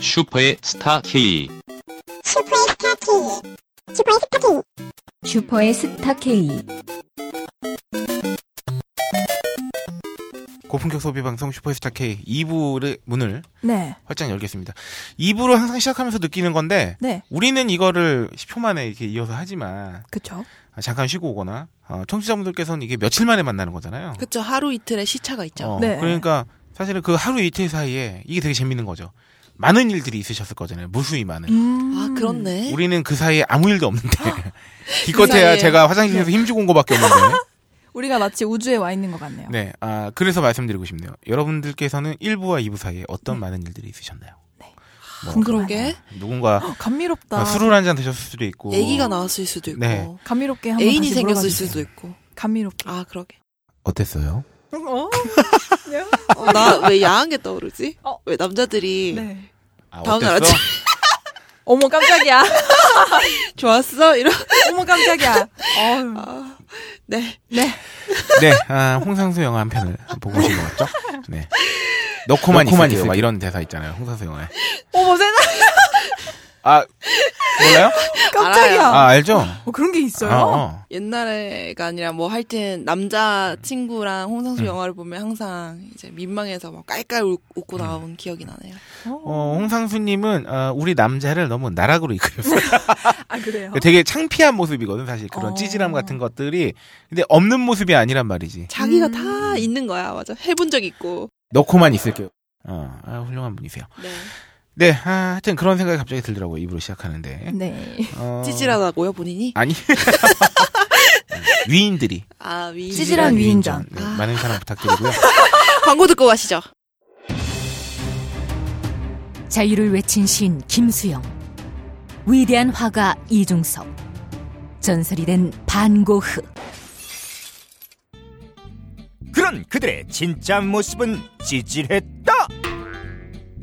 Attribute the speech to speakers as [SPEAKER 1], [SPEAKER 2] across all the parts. [SPEAKER 1] 슈퍼의 스타 K.
[SPEAKER 2] 슈퍼의 스타 K. 슈퍼의 스타 K.
[SPEAKER 3] 슈퍼의 스타 K.
[SPEAKER 4] 고품격 소비 방송 슈퍼스타 K 2부를 문을
[SPEAKER 5] 네.
[SPEAKER 4] 활짝 열겠습니다. 2부로 항상 시작하면서 느끼는 건데
[SPEAKER 5] 네.
[SPEAKER 4] 우리는 이거를 10초 만에 이렇게 이어서 하지만
[SPEAKER 5] 그쵸.
[SPEAKER 4] 아, 잠깐 쉬고 오거나 어, 청취자분들께서는 이게 며칠 만에 만나는 거잖아요.
[SPEAKER 6] 그쵸 하루 이틀의 시차가 있죠.
[SPEAKER 4] 어,
[SPEAKER 5] 네.
[SPEAKER 4] 그러니까 사실은 그 하루 이틀 사이에 이게 되게 재밌는 거죠. 많은 일들이 있으셨을 거잖아요. 무수히 많은.
[SPEAKER 6] 아 그렇네.
[SPEAKER 4] 우리는 그 사이에 아무 일도 없는데 기껏해야
[SPEAKER 6] 그 사이에.
[SPEAKER 4] 제가 화장실에서 힘주고 온 거밖에 없는데.
[SPEAKER 5] 우리가 마치 우주에 와 있는 것 같네요.
[SPEAKER 4] 네, 아 그래서 말씀드리고 싶네요. 여러분들께서는 1부와 2부 사이에 어떤 많은 일들이 있으셨나요? 뭐,
[SPEAKER 6] 그러게
[SPEAKER 4] 누군가
[SPEAKER 5] 헉, 감미롭다.
[SPEAKER 4] 아, 술을 한 잔 드셨을 수도 있고
[SPEAKER 6] 얘기가 나왔을 수도 있고
[SPEAKER 4] 네.
[SPEAKER 5] 감미롭게 한번
[SPEAKER 6] 애인이
[SPEAKER 5] 다시
[SPEAKER 6] 생겼을
[SPEAKER 5] 물어봐주세요.
[SPEAKER 6] 수도 있고.
[SPEAKER 5] 감미롭게.
[SPEAKER 6] 아 그러게.
[SPEAKER 4] 어땠어요?
[SPEAKER 5] 어? 네.
[SPEAKER 6] 어, 나 왜 야한 게 떠오르지?
[SPEAKER 5] 어.
[SPEAKER 6] 왜 남자들이
[SPEAKER 5] 네.
[SPEAKER 4] 아,
[SPEAKER 6] 다음 날
[SPEAKER 4] 어땠어?
[SPEAKER 5] 어머 깜짝이야.
[SPEAKER 6] 좋았어 이런.
[SPEAKER 5] 어머 깜짝이야. 어휴.
[SPEAKER 6] 아, 네.
[SPEAKER 5] 네.
[SPEAKER 4] 네, 아, 홍상수 영화 한 편을 보고 오신 것 같죠? 네. 넣고만,
[SPEAKER 7] 넣고만
[SPEAKER 4] 있을게요.
[SPEAKER 7] 있을게요.
[SPEAKER 4] 막 이런 대사 있잖아요. 홍상수 영화에.
[SPEAKER 5] 어머 세상
[SPEAKER 4] 아 몰라요?
[SPEAKER 5] 깜짝이야.
[SPEAKER 4] 아 알죠?
[SPEAKER 5] 어, 그런 게 있어요.
[SPEAKER 4] 아, 어.
[SPEAKER 6] 옛날에가 아니라 뭐 하여튼 남자 친구랑 홍상수
[SPEAKER 4] 음.
[SPEAKER 6] 영화를 보면 항상 이제 민망해서 막 깔깔 웃- 웃고 나온 기억이 나네요.
[SPEAKER 4] 어, 홍상수님은 어, 우리 남자를 너무 나락으로 이끌었어요.
[SPEAKER 5] 아, 그래요.
[SPEAKER 4] 되게 창피한 모습이거든 사실 그런
[SPEAKER 5] 어.
[SPEAKER 4] 찌질함 같은 것들이 근데 없는 모습이 아니란 말이지.
[SPEAKER 6] 자기가
[SPEAKER 5] 음.
[SPEAKER 6] 다 있는 거야 맞아. 해본 적 있고.
[SPEAKER 4] 넣고만 있을게요. 어, 아, 훌륭한 분이세요.
[SPEAKER 6] 네.
[SPEAKER 4] 네, 아, 하여튼 그런 생각이 갑자기 들더라고요. 입으로 시작하는데.
[SPEAKER 5] 네.
[SPEAKER 4] 어,
[SPEAKER 6] 찌질하다고요 본인이?
[SPEAKER 4] 아니. 위인들이.
[SPEAKER 6] 아 위.
[SPEAKER 5] 찌질한 위인전. 아.
[SPEAKER 4] 네, 많은 사랑 부탁드리고요. 네.
[SPEAKER 6] 광고 듣고 가시죠.
[SPEAKER 3] 자유를 외친 시인 김수영. 위대한 화가 이중섭. 전설이 된 반고흐.
[SPEAKER 7] 그런 그들의 진짜 모습은 찌질했다.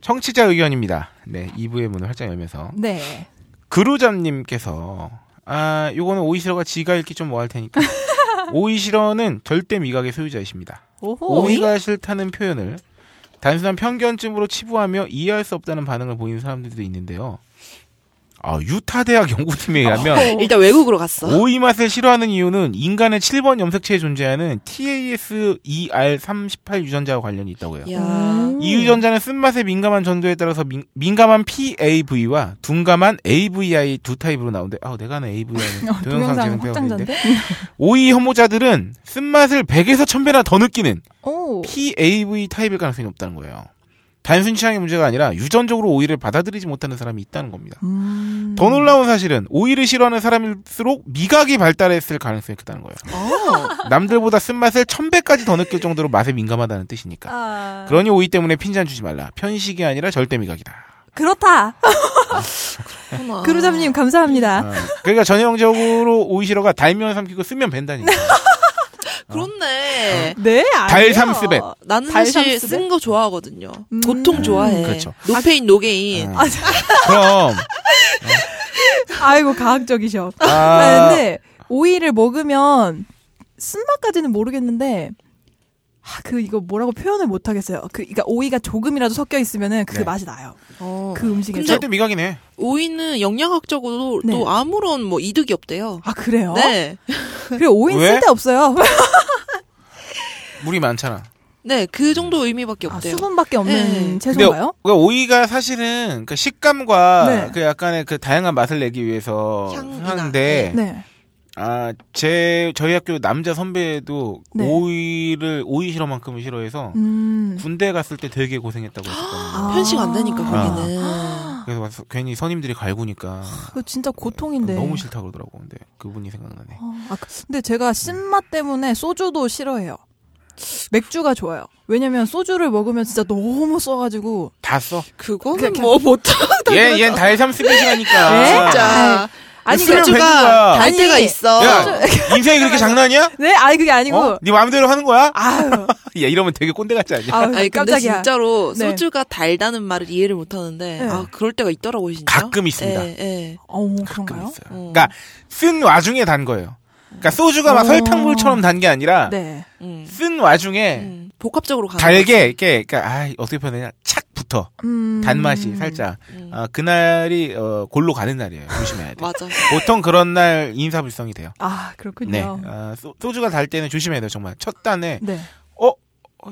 [SPEAKER 4] 청취자 의견입니다. 네, 2부의 문을 활짝 열면서
[SPEAKER 5] 네.
[SPEAKER 4] 그루잠님께서 아, 요거는 오이시러가 지가 읽기 좀 뭐할 테니까 오이시러는 절대 미각의 소유자이십니다.
[SPEAKER 5] 오호.
[SPEAKER 4] 오이가 싫다는 표현을 단순한 편견쯤으로 치부하며 이해할 수 없다는 반응을 보이는 사람들도 있는데요. 아, 유타 대학 연구팀에 의하면
[SPEAKER 6] 일단 외국으로 갔어.
[SPEAKER 4] 오이 맛을 싫어하는 이유는 인간의 7번 염색체에 존재하는 TASER38 E 유전자와 관련이 있다고 해요.
[SPEAKER 6] 야.
[SPEAKER 5] 음.
[SPEAKER 4] 이 유전자는 쓴맛에 민감한 전도에 따라서 민, 감한 PAV와 둔감한 AVI 두 타입으로 나오는데 아 내가 하는 AVI는 동영상
[SPEAKER 5] 동영상
[SPEAKER 4] 재생배우인데
[SPEAKER 5] 확장전데?
[SPEAKER 4] 오이 혐오자들은 쓴맛을 100에서 1000배나 더 느끼는 뭐.
[SPEAKER 5] 오.
[SPEAKER 4] PAV 타입일 가능성이 높다는 거예요. 단순 취향의 문제가 아니라 유전적으로 오이를 받아들이지 못하는 사람이 있다는 겁니다.
[SPEAKER 5] 음.
[SPEAKER 4] 더 놀라운 사실은 오이를 싫어하는 사람일수록 미각이 발달했을 가능성이 크다는 거예요.
[SPEAKER 6] 어.
[SPEAKER 4] 남들보다 쓴맛을 1000배까지 더 느낄 정도로 맛에 민감하다는 뜻이니까.
[SPEAKER 5] 아.
[SPEAKER 4] 그러니 오이 때문에 핀잔 주지 말라. 편식이 아니라 절대 미각이다.
[SPEAKER 5] 그렇다.
[SPEAKER 6] 그렇구나.
[SPEAKER 5] 아. 그루잡님 감사합니다.
[SPEAKER 4] 어, 그러니까 전형적으로 오이 싫어가 달면 삼키고 쓰면 벤다니까.
[SPEAKER 5] 아,
[SPEAKER 4] 음.
[SPEAKER 6] 그렇네.
[SPEAKER 5] 네. 아니에요.
[SPEAKER 4] 달삼스벳.
[SPEAKER 6] 어, 나는
[SPEAKER 5] 발
[SPEAKER 6] 사실
[SPEAKER 5] 삼스네?
[SPEAKER 6] 쓴 거 좋아하거든요.
[SPEAKER 5] 음. 아,
[SPEAKER 6] 도통 좋아해.
[SPEAKER 4] 그렇죠.
[SPEAKER 6] 노페인
[SPEAKER 5] 네.
[SPEAKER 6] 노게인.
[SPEAKER 4] 어. 그럼
[SPEAKER 5] 아이고 과학적이셔. 아,
[SPEAKER 4] 아,
[SPEAKER 5] 근데 오이를 먹으면 쓴맛까지는 모르겠는데 아, 그 이거 뭐라고 표현을 못 하겠어요. 그 그러니까 오이가 조금이라도 섞여 있으면은 그게
[SPEAKER 4] 네.
[SPEAKER 5] 맛이 나요.
[SPEAKER 6] 어.
[SPEAKER 5] 그 음식에서.
[SPEAKER 4] 절대 미각이네.
[SPEAKER 6] 오이는 영양학적으로
[SPEAKER 5] 네.
[SPEAKER 6] 또 아무런 뭐 이득이 없대요.
[SPEAKER 5] 아 그래요?
[SPEAKER 6] 네.
[SPEAKER 5] 그래 오이
[SPEAKER 4] 왜?
[SPEAKER 5] 쓸데 없어요.
[SPEAKER 4] 물이 많잖아.
[SPEAKER 6] 네, 그 정도 의미밖에
[SPEAKER 5] 아,
[SPEAKER 6] 없대요.
[SPEAKER 5] 수분밖에 없는
[SPEAKER 6] 네.
[SPEAKER 5] 채소인가요?
[SPEAKER 4] 그러니까 오이가 사실은 그 식감과
[SPEAKER 5] 네.
[SPEAKER 4] 그 약간의 그 다양한 맛을 내기 위해서
[SPEAKER 6] 향이나,
[SPEAKER 4] 하는데
[SPEAKER 5] 네.
[SPEAKER 4] 아, 제 저희 학교 남자 선배도
[SPEAKER 5] 네.
[SPEAKER 4] 오이를 오이 싫어만큼은 싫어해서
[SPEAKER 5] 음. 아.
[SPEAKER 4] 군대 갔을 때 되게 고생했다고 했었거든요.
[SPEAKER 6] 편식 안 되니까
[SPEAKER 4] 아.
[SPEAKER 6] 거기는.
[SPEAKER 4] 그래서 와서 괜히 선임들이 갈구니까
[SPEAKER 5] 그 진짜 고통인데.
[SPEAKER 4] 너무 싫다 그러더라고. 근데 그분이 생각나네.
[SPEAKER 5] 어, 아, 근데 제가 쓴맛 때문에 소주도 싫어해요. 맥주가 좋아요. 왜냐면 소주를 먹으면 진짜 너무 써가지고
[SPEAKER 4] 다 다 써.
[SPEAKER 6] 그거는 뭐 못하다.
[SPEAKER 4] 얘, 얘는 달삼 쓰기 시간이니까.
[SPEAKER 5] 네?
[SPEAKER 6] 진짜.
[SPEAKER 5] 아니
[SPEAKER 4] 쓰면
[SPEAKER 5] 그러니까-
[SPEAKER 4] 뱉는 거야.
[SPEAKER 6] 맥주가 달 때가
[SPEAKER 5] 아니,
[SPEAKER 6] 있어.
[SPEAKER 4] 야, 인생이 그렇게 장난이야?
[SPEAKER 5] 네 아니 그게 아니고
[SPEAKER 4] 어? 네 마음대로 하는 거야?
[SPEAKER 5] 아유
[SPEAKER 4] 야, 이러면 되게 꼰대 같지 않냐?
[SPEAKER 5] 아유
[SPEAKER 6] 아니 근데
[SPEAKER 5] 깜짝이야
[SPEAKER 6] 진짜로
[SPEAKER 5] 네.
[SPEAKER 6] 소주가 달다는 말을 이해를 못하는데
[SPEAKER 5] 네.
[SPEAKER 6] 아 그럴 때가 있더라고요 진짜.
[SPEAKER 4] 가끔 있습니다.
[SPEAKER 6] 예, 예.
[SPEAKER 5] 어
[SPEAKER 4] 가끔
[SPEAKER 5] 그런가요?
[SPEAKER 4] 있어요.
[SPEAKER 6] 음.
[SPEAKER 4] 그러니까 쓴 와중에 단 거예요. 그러니까 소주가 막
[SPEAKER 5] 어.
[SPEAKER 4] 설탕물처럼 단 게 아니라
[SPEAKER 5] 네
[SPEAKER 6] 음.
[SPEAKER 4] 쓴 와중에
[SPEAKER 6] 음. 복합적으로 가는
[SPEAKER 4] 달게 이렇게 그러니까 아, 어떻게 표현하냐 착 붙어
[SPEAKER 5] 음...
[SPEAKER 4] 단맛이 살짝
[SPEAKER 6] 거지. 음.
[SPEAKER 4] 아, 그날이 어, 골로 가는 날이에요.
[SPEAKER 5] 네.
[SPEAKER 4] 조심해야 돼.
[SPEAKER 6] 맞아.
[SPEAKER 4] 보통 그런 날 인사불성이 돼요.
[SPEAKER 5] 아 그렇군요
[SPEAKER 4] 네.
[SPEAKER 5] 네,
[SPEAKER 4] 아, 소, 소주가 달 때는 조심해야 돼요, 정말. 첫 단에,
[SPEAKER 5] 음.
[SPEAKER 4] 어,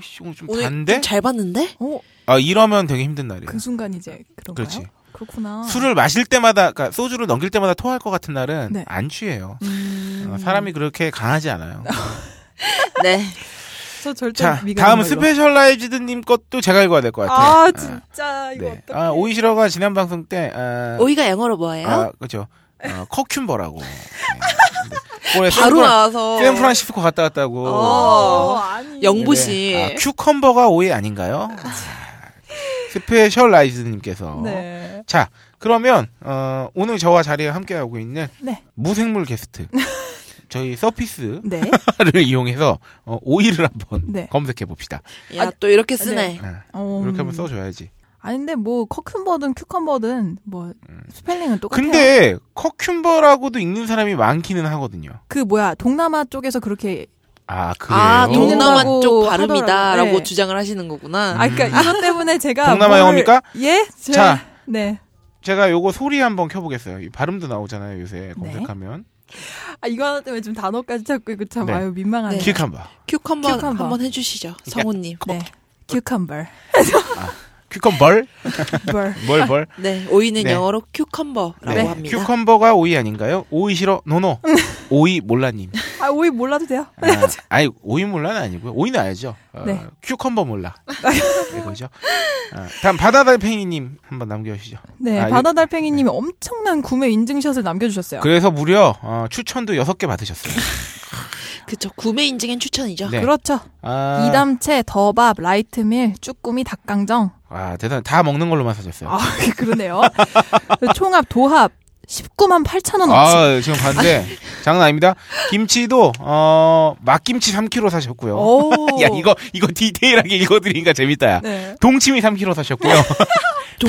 [SPEAKER 4] 씨, 오늘 좀
[SPEAKER 6] 오늘
[SPEAKER 4] 단데?
[SPEAKER 6] 좀잘 봤는데?
[SPEAKER 5] 어,
[SPEAKER 4] 아, 이러면 되게 힘든 날이에요.
[SPEAKER 5] 그 순간 이제 그런가요?
[SPEAKER 4] 그렇지.
[SPEAKER 5] 구나
[SPEAKER 4] 술을 마실 때마다, 그러니까 소주를 넘길 때마다 토할 것 같은 날은
[SPEAKER 5] 네.
[SPEAKER 4] 안 취해요.
[SPEAKER 5] 음...
[SPEAKER 4] 어, 사람이 그렇게 강하지 않아요.
[SPEAKER 6] 네.
[SPEAKER 5] 저 절대
[SPEAKER 4] 자,
[SPEAKER 5] 미간
[SPEAKER 4] 다음
[SPEAKER 5] 걸로.
[SPEAKER 4] 스페셜라이즈드님 것도 제가 읽어야 될 것 같아요.
[SPEAKER 5] 뭐 아 진짜 이거
[SPEAKER 4] 네.
[SPEAKER 5] 어떡해
[SPEAKER 4] 아, 오이시러가 지난 방송 때, 아,
[SPEAKER 6] 오이가 영어로 뭐예요?
[SPEAKER 4] 아, 그죠. 어, 커큐버라고. 네. 근데 올해
[SPEAKER 6] 바로
[SPEAKER 4] 샌프란-
[SPEAKER 6] 나와서
[SPEAKER 4] 샌프란시스코 갔다 왔다고.
[SPEAKER 6] 어.
[SPEAKER 5] 아니
[SPEAKER 6] 영부 씨.
[SPEAKER 4] 아, 큐컴버가 오이 아닌가요? 스페셜라이즈님께서.
[SPEAKER 5] 네.
[SPEAKER 4] 자, 그러면 어, 오늘 저와 자리에 함께하고 있는
[SPEAKER 5] 네.
[SPEAKER 4] 무생물 게스트. 저희 서피스를
[SPEAKER 5] 네.
[SPEAKER 4] 이용해서 어, 오이를 한번
[SPEAKER 5] 네.
[SPEAKER 4] 검색해 봅시다.
[SPEAKER 6] 야,
[SPEAKER 5] 아,
[SPEAKER 6] 또 이렇게 쓰네.
[SPEAKER 5] 어,
[SPEAKER 4] 이렇게 한번 써줘야지.
[SPEAKER 5] 아닌데 뭐 커큐버든 큐컴버든 뭐 스펠링은 똑같아요.
[SPEAKER 4] 음. 근데 커큐버라고도 읽는 사람이 많기는 하거든요.
[SPEAKER 5] 그 뭐야 동남아 쪽에서 그렇게
[SPEAKER 4] 아 그래요?
[SPEAKER 6] 아, 동남아
[SPEAKER 5] 있는다고
[SPEAKER 6] 쪽
[SPEAKER 5] 하더라고요.
[SPEAKER 6] 발음이다라고
[SPEAKER 5] 네.
[SPEAKER 6] 주장을 하시는 거구나.
[SPEAKER 4] 음.
[SPEAKER 5] 아 그러니까 이것 때문에 제가
[SPEAKER 4] 동남아
[SPEAKER 5] 뭘-
[SPEAKER 4] 영어입니까?
[SPEAKER 5] 예. 제-
[SPEAKER 4] 자.
[SPEAKER 5] 네.
[SPEAKER 4] 제가 요거 소리 한번 켜보겠어요. 이 발음도 나오잖아요 요새 검색하면.
[SPEAKER 5] 아 이거 하나 때문에 지금 단어까지 찾고 있고 참
[SPEAKER 4] 네.
[SPEAKER 5] 아유 민망하네.
[SPEAKER 6] 네.
[SPEAKER 4] 큐컴버.
[SPEAKER 6] 큐컴버,
[SPEAKER 5] 큐컴버.
[SPEAKER 6] 한번 해주시죠, 성우님.
[SPEAKER 5] 네. 큐컴버.
[SPEAKER 4] 큐컴벌?
[SPEAKER 5] 벌.
[SPEAKER 4] 뭘 벌?
[SPEAKER 6] 네, 오이는
[SPEAKER 4] 네.
[SPEAKER 6] 영어로 큐컴버라고
[SPEAKER 4] 네.
[SPEAKER 6] 합니다.
[SPEAKER 4] 큐컴버가 오이 아닌가요? 오이 싫어? 노노. 오이 몰라님.
[SPEAKER 5] 아 오이 몰라도 돼요?
[SPEAKER 4] 아, 아니 오이 몰라는 아니고요. 오이는 알죠. 어,
[SPEAKER 5] 네.
[SPEAKER 4] 큐컴버 몰라. 이거죠. 아, 다음 바다달팽이님 한번 남겨주시죠.
[SPEAKER 5] 네.
[SPEAKER 4] 아,
[SPEAKER 5] 바다달팽이님이 엄청난 구매 인증샷을 남겨주셨어요.
[SPEAKER 4] 그래서 무려 어, 추천도 6개 받으셨어요.
[SPEAKER 6] 그쵸, 구매 인증엔 추천이죠.
[SPEAKER 4] 네.
[SPEAKER 5] 그렇죠.
[SPEAKER 4] 아,
[SPEAKER 5] 이담채, 더밥, 라이트밀, 쭈꾸미, 닭강정.
[SPEAKER 4] 아 대단. 다 먹는 걸로만 사셨어요.
[SPEAKER 5] 아, 그러네요. 총합 도합 19만 8천 원어치.
[SPEAKER 4] 아, 지금 봤는데 장난 아닙니다. 김치도 어, 막김치 3kg 사셨고요.
[SPEAKER 5] 오.
[SPEAKER 4] 야 이거 이거 디테일하게 읽어드리니까 재밌다야.
[SPEAKER 5] 네.
[SPEAKER 4] 동치미 3kg 사셨고요.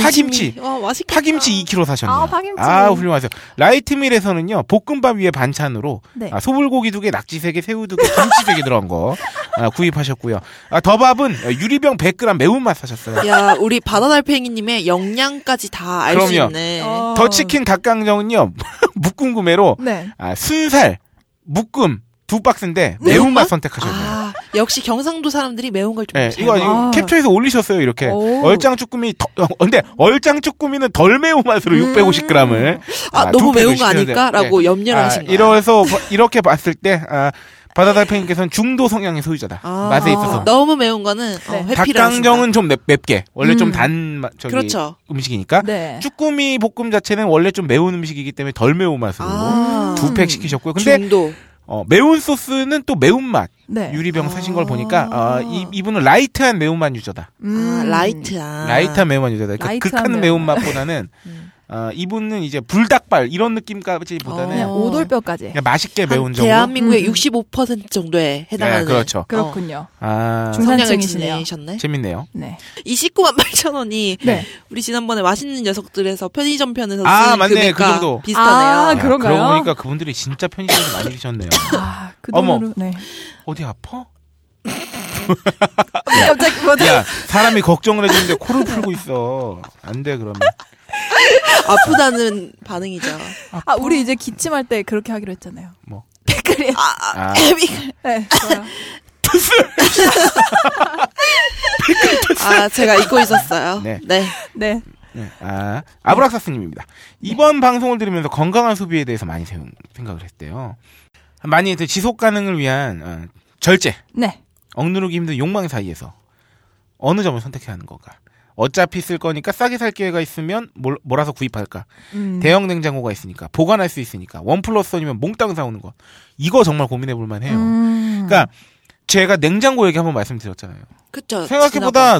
[SPEAKER 4] 파김치.
[SPEAKER 6] 와, 어, 맛있겠다.
[SPEAKER 4] 파김치 2kg 사셨네요.
[SPEAKER 5] 아, 파김치.
[SPEAKER 4] 아, 훌륭하세요. 라이트밀에서는요, 볶음밥 위에 반찬으로
[SPEAKER 5] 네.
[SPEAKER 4] 아, 소불고기 두 개, 낙지 세 개, 새우 두 개, 김치 세 개 들어간 거 아, 구입하셨고요. 아, 더밥은 유리병 100g 매운맛 사셨어요.
[SPEAKER 6] 야, 우리 바다달팽이님의 영양까지 다 알 수
[SPEAKER 4] 그럼요.
[SPEAKER 6] 있네.
[SPEAKER 5] 어.
[SPEAKER 4] 더치킨 닭강정은요, 묶음 구매로
[SPEAKER 5] 네.
[SPEAKER 4] 아, 순살, 묶음 두 박스인데 매운맛 선택하셨네요.
[SPEAKER 6] 아, 역시 경상도 사람들이 매운 걸좀
[SPEAKER 4] 네,
[SPEAKER 6] 잘
[SPEAKER 4] 이거
[SPEAKER 6] 먹어.
[SPEAKER 4] 아주
[SPEAKER 5] 아.
[SPEAKER 4] 캡처해서 올리셨어요, 이렇게.
[SPEAKER 5] 오.
[SPEAKER 4] 얼짱 쭈꾸미, 더, 어, 근데 얼짱 쭈꾸미는 덜 매운맛으로 650g을.
[SPEAKER 6] 음. 아, 너무
[SPEAKER 4] 두 팩을
[SPEAKER 6] 매운 거
[SPEAKER 4] 시켜야 돼요.
[SPEAKER 6] 아닐까라고
[SPEAKER 4] 네.
[SPEAKER 6] 염려를
[SPEAKER 4] 아,
[SPEAKER 6] 하신 거야.
[SPEAKER 4] 이래서 바- 이렇게 봤을 때 아, 바다달팽이께서는 중도 성향의 소유자다.
[SPEAKER 6] 아,
[SPEAKER 4] 맛에 있어서.
[SPEAKER 6] 너무 매운 거는
[SPEAKER 5] 네.
[SPEAKER 6] 어, 회피를 하신다.
[SPEAKER 4] 닭강정은 좀 맵, 맵게 원래
[SPEAKER 5] 음.
[SPEAKER 4] 좀단 저기
[SPEAKER 6] 그렇죠.
[SPEAKER 4] 음식이니까
[SPEAKER 5] 네.
[SPEAKER 4] 쭈꾸미 볶음 자체는 원래 좀 매운 음식이기 때문에 덜 매운 맛으로
[SPEAKER 6] 아,
[SPEAKER 4] 두 팩 시키셨고요. 근데
[SPEAKER 6] 중도.
[SPEAKER 4] 어, 매운 소스는 또 매운 맛
[SPEAKER 5] 네.
[SPEAKER 4] 유리병
[SPEAKER 6] 아.
[SPEAKER 4] 사신 걸 보니까 아, 이, 이분은 라이트한 매운맛 유저다.
[SPEAKER 5] 음.
[SPEAKER 6] 아, 라이트한.
[SPEAKER 4] 라이트한 매운맛 유저다. 그러니까
[SPEAKER 5] 라이트한
[SPEAKER 4] 극한
[SPEAKER 5] 매운맛.
[SPEAKER 4] 매운맛보다는
[SPEAKER 6] 음.
[SPEAKER 4] 어, 이분은 이제 불닭발 이런 느낌까지보다는
[SPEAKER 5] 그냥
[SPEAKER 6] 어.
[SPEAKER 5] 네, 오돌뼈까지.
[SPEAKER 4] 그냥 맛있게
[SPEAKER 6] 한
[SPEAKER 4] 매운 정도.
[SPEAKER 6] 대한민국의
[SPEAKER 5] 음, 음.
[SPEAKER 6] 65% 정도에 해당하는
[SPEAKER 4] 네, 그렇죠.
[SPEAKER 5] 그렇군요.
[SPEAKER 4] 아
[SPEAKER 6] 성향을
[SPEAKER 5] 중산층이시네요.
[SPEAKER 6] 지내셨네.
[SPEAKER 4] 재밌네요.
[SPEAKER 5] 네.
[SPEAKER 6] 이 19만 8천 원이
[SPEAKER 5] 네.
[SPEAKER 6] 우리 지난번에 맛있는 녀석들에서 편의점 편에서
[SPEAKER 4] 아,
[SPEAKER 6] 쓴
[SPEAKER 4] 맞네.
[SPEAKER 6] 금액과
[SPEAKER 4] 그 정도.
[SPEAKER 5] 아,
[SPEAKER 6] 비슷하네요.
[SPEAKER 5] 그런가요?
[SPEAKER 4] 그러고 보니까 그분들이 진짜 편의점에서 많이 드셨네요.
[SPEAKER 5] 아, 그
[SPEAKER 4] 어머.
[SPEAKER 5] 돈으로 네.
[SPEAKER 4] 어디 아파?
[SPEAKER 5] 갑자기 뭐죠?
[SPEAKER 4] 야 사람이 걱정을 해주는데 코를 풀고 있어. 안 돼 그러면.
[SPEAKER 6] 아, 아프다는 반응이죠.
[SPEAKER 5] 아, 우리 이제 기침할 때 그렇게 하기로 했잖아요.
[SPEAKER 4] 뭐.
[SPEAKER 5] 댓글이.
[SPEAKER 4] 아,
[SPEAKER 5] 네. 좋아요.
[SPEAKER 6] 아 제가 잊고 있었어요.
[SPEAKER 4] 네.
[SPEAKER 6] 네.
[SPEAKER 5] 네.
[SPEAKER 4] 네. 아 아브락사스님입니다. 이번 방송을 들으면서 건강한 소비에 대해서 많이 세운- 생각을 했대요. 많이 그 지속 가능을 위한 어, 절제,
[SPEAKER 5] 네.
[SPEAKER 4] 억누르기 힘든 욕망 사이에서 어느 점을 선택해야 하는 건가? 어차피 쓸 거니까 싸게 살 기회가 있으면 몰- 몰아서 구입할까?
[SPEAKER 5] 음.
[SPEAKER 4] 대형 냉장고가 있으니까 보관할 수 있으니까 원 플러스 원이면 몽땅 사오는 것 이거 정말 고민해 볼만 해요.
[SPEAKER 5] 음.
[SPEAKER 4] 그러니까 제가 냉장고 얘기 한번 말씀드렸잖아요.
[SPEAKER 6] 그쵸.
[SPEAKER 4] 생각해보다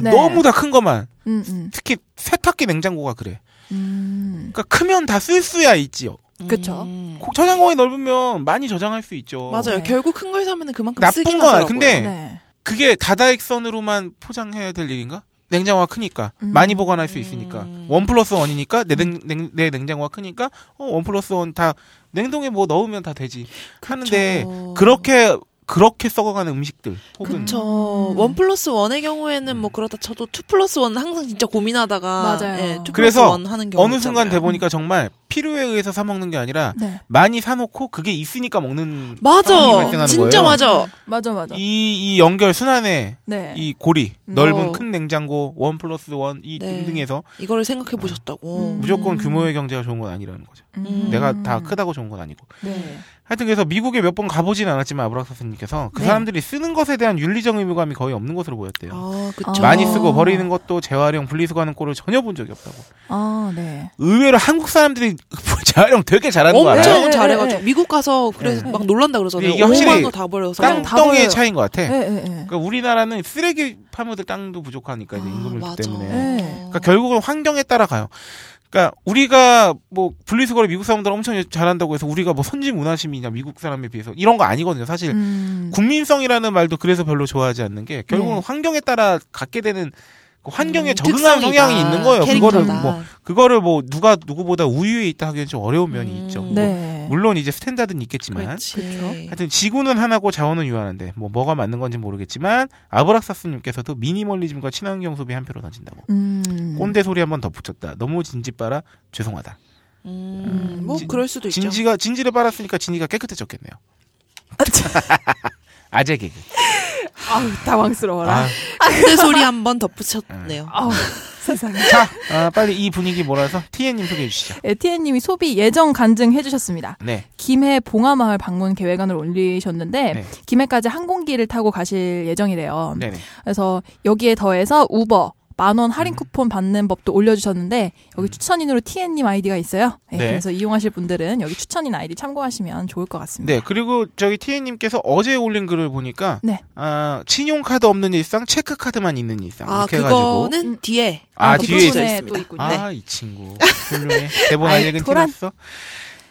[SPEAKER 5] 지나봐. 네.
[SPEAKER 4] 너무 다 큰 것만
[SPEAKER 5] 음, 음,
[SPEAKER 4] 특히 세탁기 냉장고가 그래.
[SPEAKER 5] 음.
[SPEAKER 4] 그러니까 크면 다 쓸 수야 있지요.
[SPEAKER 6] 지나봐.
[SPEAKER 5] 그쵸.
[SPEAKER 6] 음.
[SPEAKER 4] 고- 저장공이 넓으면 많이 저장할 수 있죠.
[SPEAKER 6] 맞아요.
[SPEAKER 5] 네.
[SPEAKER 6] 결국 큰 걸 사면은 그만큼
[SPEAKER 4] 어. 나쁜
[SPEAKER 6] 쓰긴
[SPEAKER 4] 건
[SPEAKER 6] 하더라고요.
[SPEAKER 4] 근데
[SPEAKER 5] 네.
[SPEAKER 4] 그게 다다익선으로만 포장해야 될 일인가? 냉장고가 크니까
[SPEAKER 5] 음.
[SPEAKER 4] 많이 보관할 수 있으니까
[SPEAKER 6] 음.
[SPEAKER 4] 원 플러스 원이니까 내, 냉, 냉- 내 냉장고가 크니까 어, 원 플러스 원 다 냉동에 뭐 넣으면 다 되지 하는데
[SPEAKER 6] 그쵸.
[SPEAKER 4] 그렇게 그렇게 썩어가는 음식들 혹은
[SPEAKER 6] 그쵸.
[SPEAKER 5] 음.
[SPEAKER 6] 원 플러스 원의 경우에는 뭐 그렇다 쳐도 투 플러스 원 항상 진짜 고민하다가
[SPEAKER 5] 맞아요.
[SPEAKER 6] 예, 투 플러스
[SPEAKER 4] 그래서
[SPEAKER 6] 원 하는 경우
[SPEAKER 4] 어느 순간
[SPEAKER 6] 있잖아요.
[SPEAKER 4] 돼보니까 정말 필요에 의해서 사 먹는 게 아니라
[SPEAKER 5] 네.
[SPEAKER 4] 많이 사놓고 그게 있으니까 먹는 상황이
[SPEAKER 6] 맞아.
[SPEAKER 4] 발생하는
[SPEAKER 6] 진짜
[SPEAKER 4] 거예요.
[SPEAKER 6] 맞아.
[SPEAKER 5] 맞아, 맞아.
[SPEAKER 4] 이, 이 연결 순환의
[SPEAKER 6] 예.
[SPEAKER 5] 네.
[SPEAKER 4] 이 고리
[SPEAKER 5] 음.
[SPEAKER 4] 넓은
[SPEAKER 6] 어.
[SPEAKER 4] 큰 냉장고 원 플러스 원 이
[SPEAKER 6] 네.
[SPEAKER 4] 등등에서
[SPEAKER 6] 이거를 생각해 보셨다고.
[SPEAKER 5] 음.
[SPEAKER 4] 무조건 규모의 경제가 좋은 건 아니라는 거죠.
[SPEAKER 5] 음.
[SPEAKER 4] 내가 다 크다고 좋은 건 아니고.
[SPEAKER 5] 네.
[SPEAKER 4] 하여튼 그래서 미국에 몇 번 가보진 않았지만 아브락 선생님께서 그
[SPEAKER 5] 네.
[SPEAKER 4] 사람들이 쓰는 것에 대한 윤리적 의무감이 거의 없는 것으로 보였대요.
[SPEAKER 6] 아, 그쵸.
[SPEAKER 4] 많이
[SPEAKER 5] 아.
[SPEAKER 4] 쓰고 버리는 것도 재활용, 분리수거하는 꼴을 전혀 본 적이 없다고.
[SPEAKER 5] 아, 네.
[SPEAKER 4] 의외로 한국 사람들이 재활용 되게 잘하는 거 알아요?
[SPEAKER 5] 네,
[SPEAKER 6] 엄청
[SPEAKER 5] 네,
[SPEAKER 6] 잘해가지고
[SPEAKER 5] 네.
[SPEAKER 6] 미국 가서 그래서
[SPEAKER 5] 네.
[SPEAKER 6] 막 놀란다 그러잖아요.
[SPEAKER 4] 이게 확실히
[SPEAKER 6] 5만 원 다 버려서 네.
[SPEAKER 5] 그냥 다
[SPEAKER 4] 땅덩이의
[SPEAKER 5] 버려요.
[SPEAKER 4] 차이인 것 같아.
[SPEAKER 5] 예, 예, 예.
[SPEAKER 4] 그러니까 우리나라는 쓰레기 파묻을 땅도 부족하니까 이제 네, 임금을
[SPEAKER 6] 아,
[SPEAKER 4] 주 때문에.
[SPEAKER 6] 맞아.
[SPEAKER 5] 네.
[SPEAKER 4] 그러니까 결국은 환경에 따라 가요. 그러니까 우리가 뭐 분리수거를 미국 사람들 엄청 잘한다고 해서 우리가 뭐 선지 문화심이냐 미국 사람에 비해서 이런 거 아니거든요. 사실
[SPEAKER 5] 음.
[SPEAKER 4] 국민성이라는 말도 그래서 별로 좋아하지 않는 게 결국은
[SPEAKER 5] 네.
[SPEAKER 4] 환경에 따라 갖게 되는 그 환경에
[SPEAKER 6] 음,
[SPEAKER 4] 적응하는
[SPEAKER 6] 특성이다.
[SPEAKER 4] 성향이 있는 거예요. 그거를
[SPEAKER 6] 캐릭터다.
[SPEAKER 4] 뭐 그거를 뭐 누가 누구보다 우위에 있다 하기엔 좀 어려운 면이
[SPEAKER 6] 음.
[SPEAKER 4] 있죠. 뭐
[SPEAKER 5] 네.
[SPEAKER 4] 물론 이제 스탠다드는 있겠지만
[SPEAKER 6] 그렇지.
[SPEAKER 5] 그렇죠.
[SPEAKER 4] 하여튼 지구는 하나고 자원은 유한한데 뭐 뭐가 맞는 건지 모르겠지만 아브락사스님께서도 미니멀리즘과 친환경 소비 한 표로 던진다고.
[SPEAKER 5] 음.
[SPEAKER 4] 꼰대 소리 한 번 더 붙였다. 너무 진지 빨아 죄송하다.
[SPEAKER 6] 음,
[SPEAKER 5] 음,
[SPEAKER 6] 뭐
[SPEAKER 4] 진-
[SPEAKER 6] 그럴 수도 있죠.
[SPEAKER 4] 진지가 진지를 빨았으니까 진이가 깨끗해졌겠네요. 아재 개그.
[SPEAKER 5] 아우, 당황스러워라.
[SPEAKER 4] 아,
[SPEAKER 6] 꼰대 소리 한 번 덧붙였네요.
[SPEAKER 5] 아우, 세상에.
[SPEAKER 4] 자, 아, 빨리 이 분위기 몰아서 티엔님 소개해 주시죠.
[SPEAKER 5] 에티엔님이 소비 예정 간증해 주셨습니다.
[SPEAKER 4] 네,
[SPEAKER 5] 김해 봉화마을 방문 계획안을 올리셨는데
[SPEAKER 4] 네.
[SPEAKER 5] 김해까지 항공기를 타고 가실 예정이래요.
[SPEAKER 4] 네네.
[SPEAKER 6] 음.
[SPEAKER 5] 그래서 여기에 더해서 우버 만 원
[SPEAKER 4] 음.
[SPEAKER 5] 할인 쿠폰 받는 법도 올려주셨는데 여기 추천인으로 TN님 아이디가 있어요. 네,
[SPEAKER 4] 네.
[SPEAKER 5] 그래서 이용하실 분들은 여기 추천인 아이디 참고하시면 좋을 것 같습니다.
[SPEAKER 4] 네, 그리고 저기 티엔님께서 어제 올린 글을 보니까
[SPEAKER 5] 네.
[SPEAKER 4] 아, 신용카드 없는 일상, 체크카드만 있는 일상
[SPEAKER 6] 아,
[SPEAKER 4] 이렇게 해가지고
[SPEAKER 6] 그거는
[SPEAKER 5] 음.
[SPEAKER 6] 뒤에.
[SPEAKER 4] 아,
[SPEAKER 5] 아,
[SPEAKER 4] 뒤에
[SPEAKER 5] 덕분에
[SPEAKER 4] 있어요.
[SPEAKER 5] 또 있군요.
[SPEAKER 6] 네.
[SPEAKER 4] 아, 이 친구. 훌륭해. 대본 안
[SPEAKER 5] 아이,
[SPEAKER 4] 읽은
[SPEAKER 5] 도란.
[SPEAKER 4] 티났어.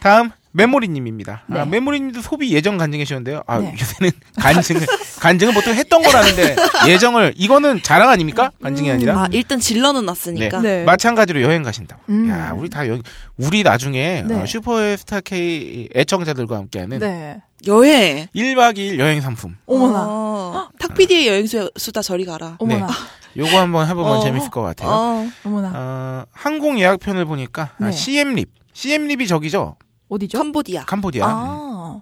[SPEAKER 4] 다음 메모리님입니다. 아,
[SPEAKER 5] 네.
[SPEAKER 4] 메모리님도 소비 예정 간증해 주셨는데요. 아,
[SPEAKER 5] 네.
[SPEAKER 4] 요새는 간증을 간증을 보통 했던 거라는데 예정을 이거는 자랑 아닙니까? 간증이 아니라.
[SPEAKER 6] 아, 일단 질러는 놨으니까.
[SPEAKER 5] 음, 네.
[SPEAKER 4] 마찬가지로 여행 가신다고.
[SPEAKER 5] 음.
[SPEAKER 4] 야, 우리 다 여행, 우리 나중에
[SPEAKER 5] 네.
[SPEAKER 4] 어, 슈퍼스타 K 애청자들과 함께하는
[SPEAKER 5] 네.
[SPEAKER 6] 여행.
[SPEAKER 4] 1박 2일 여행 상품.
[SPEAKER 5] 어머나.
[SPEAKER 6] 어. 탁피디의 여행 수- 수다 저리 가라.
[SPEAKER 5] 어머나.
[SPEAKER 4] 요거 한번 해보면
[SPEAKER 6] 어.
[SPEAKER 4] 재밌을 것 네. 같아요. 어.
[SPEAKER 6] 어.
[SPEAKER 5] 어머나.
[SPEAKER 4] 항공 예약편을 보니까 아,
[SPEAKER 5] 네.
[SPEAKER 4] CM립. CM립이 저기죠?
[SPEAKER 5] 어디죠?
[SPEAKER 6] 캄보디아.
[SPEAKER 4] 캄보디아. 음.
[SPEAKER 5] 아.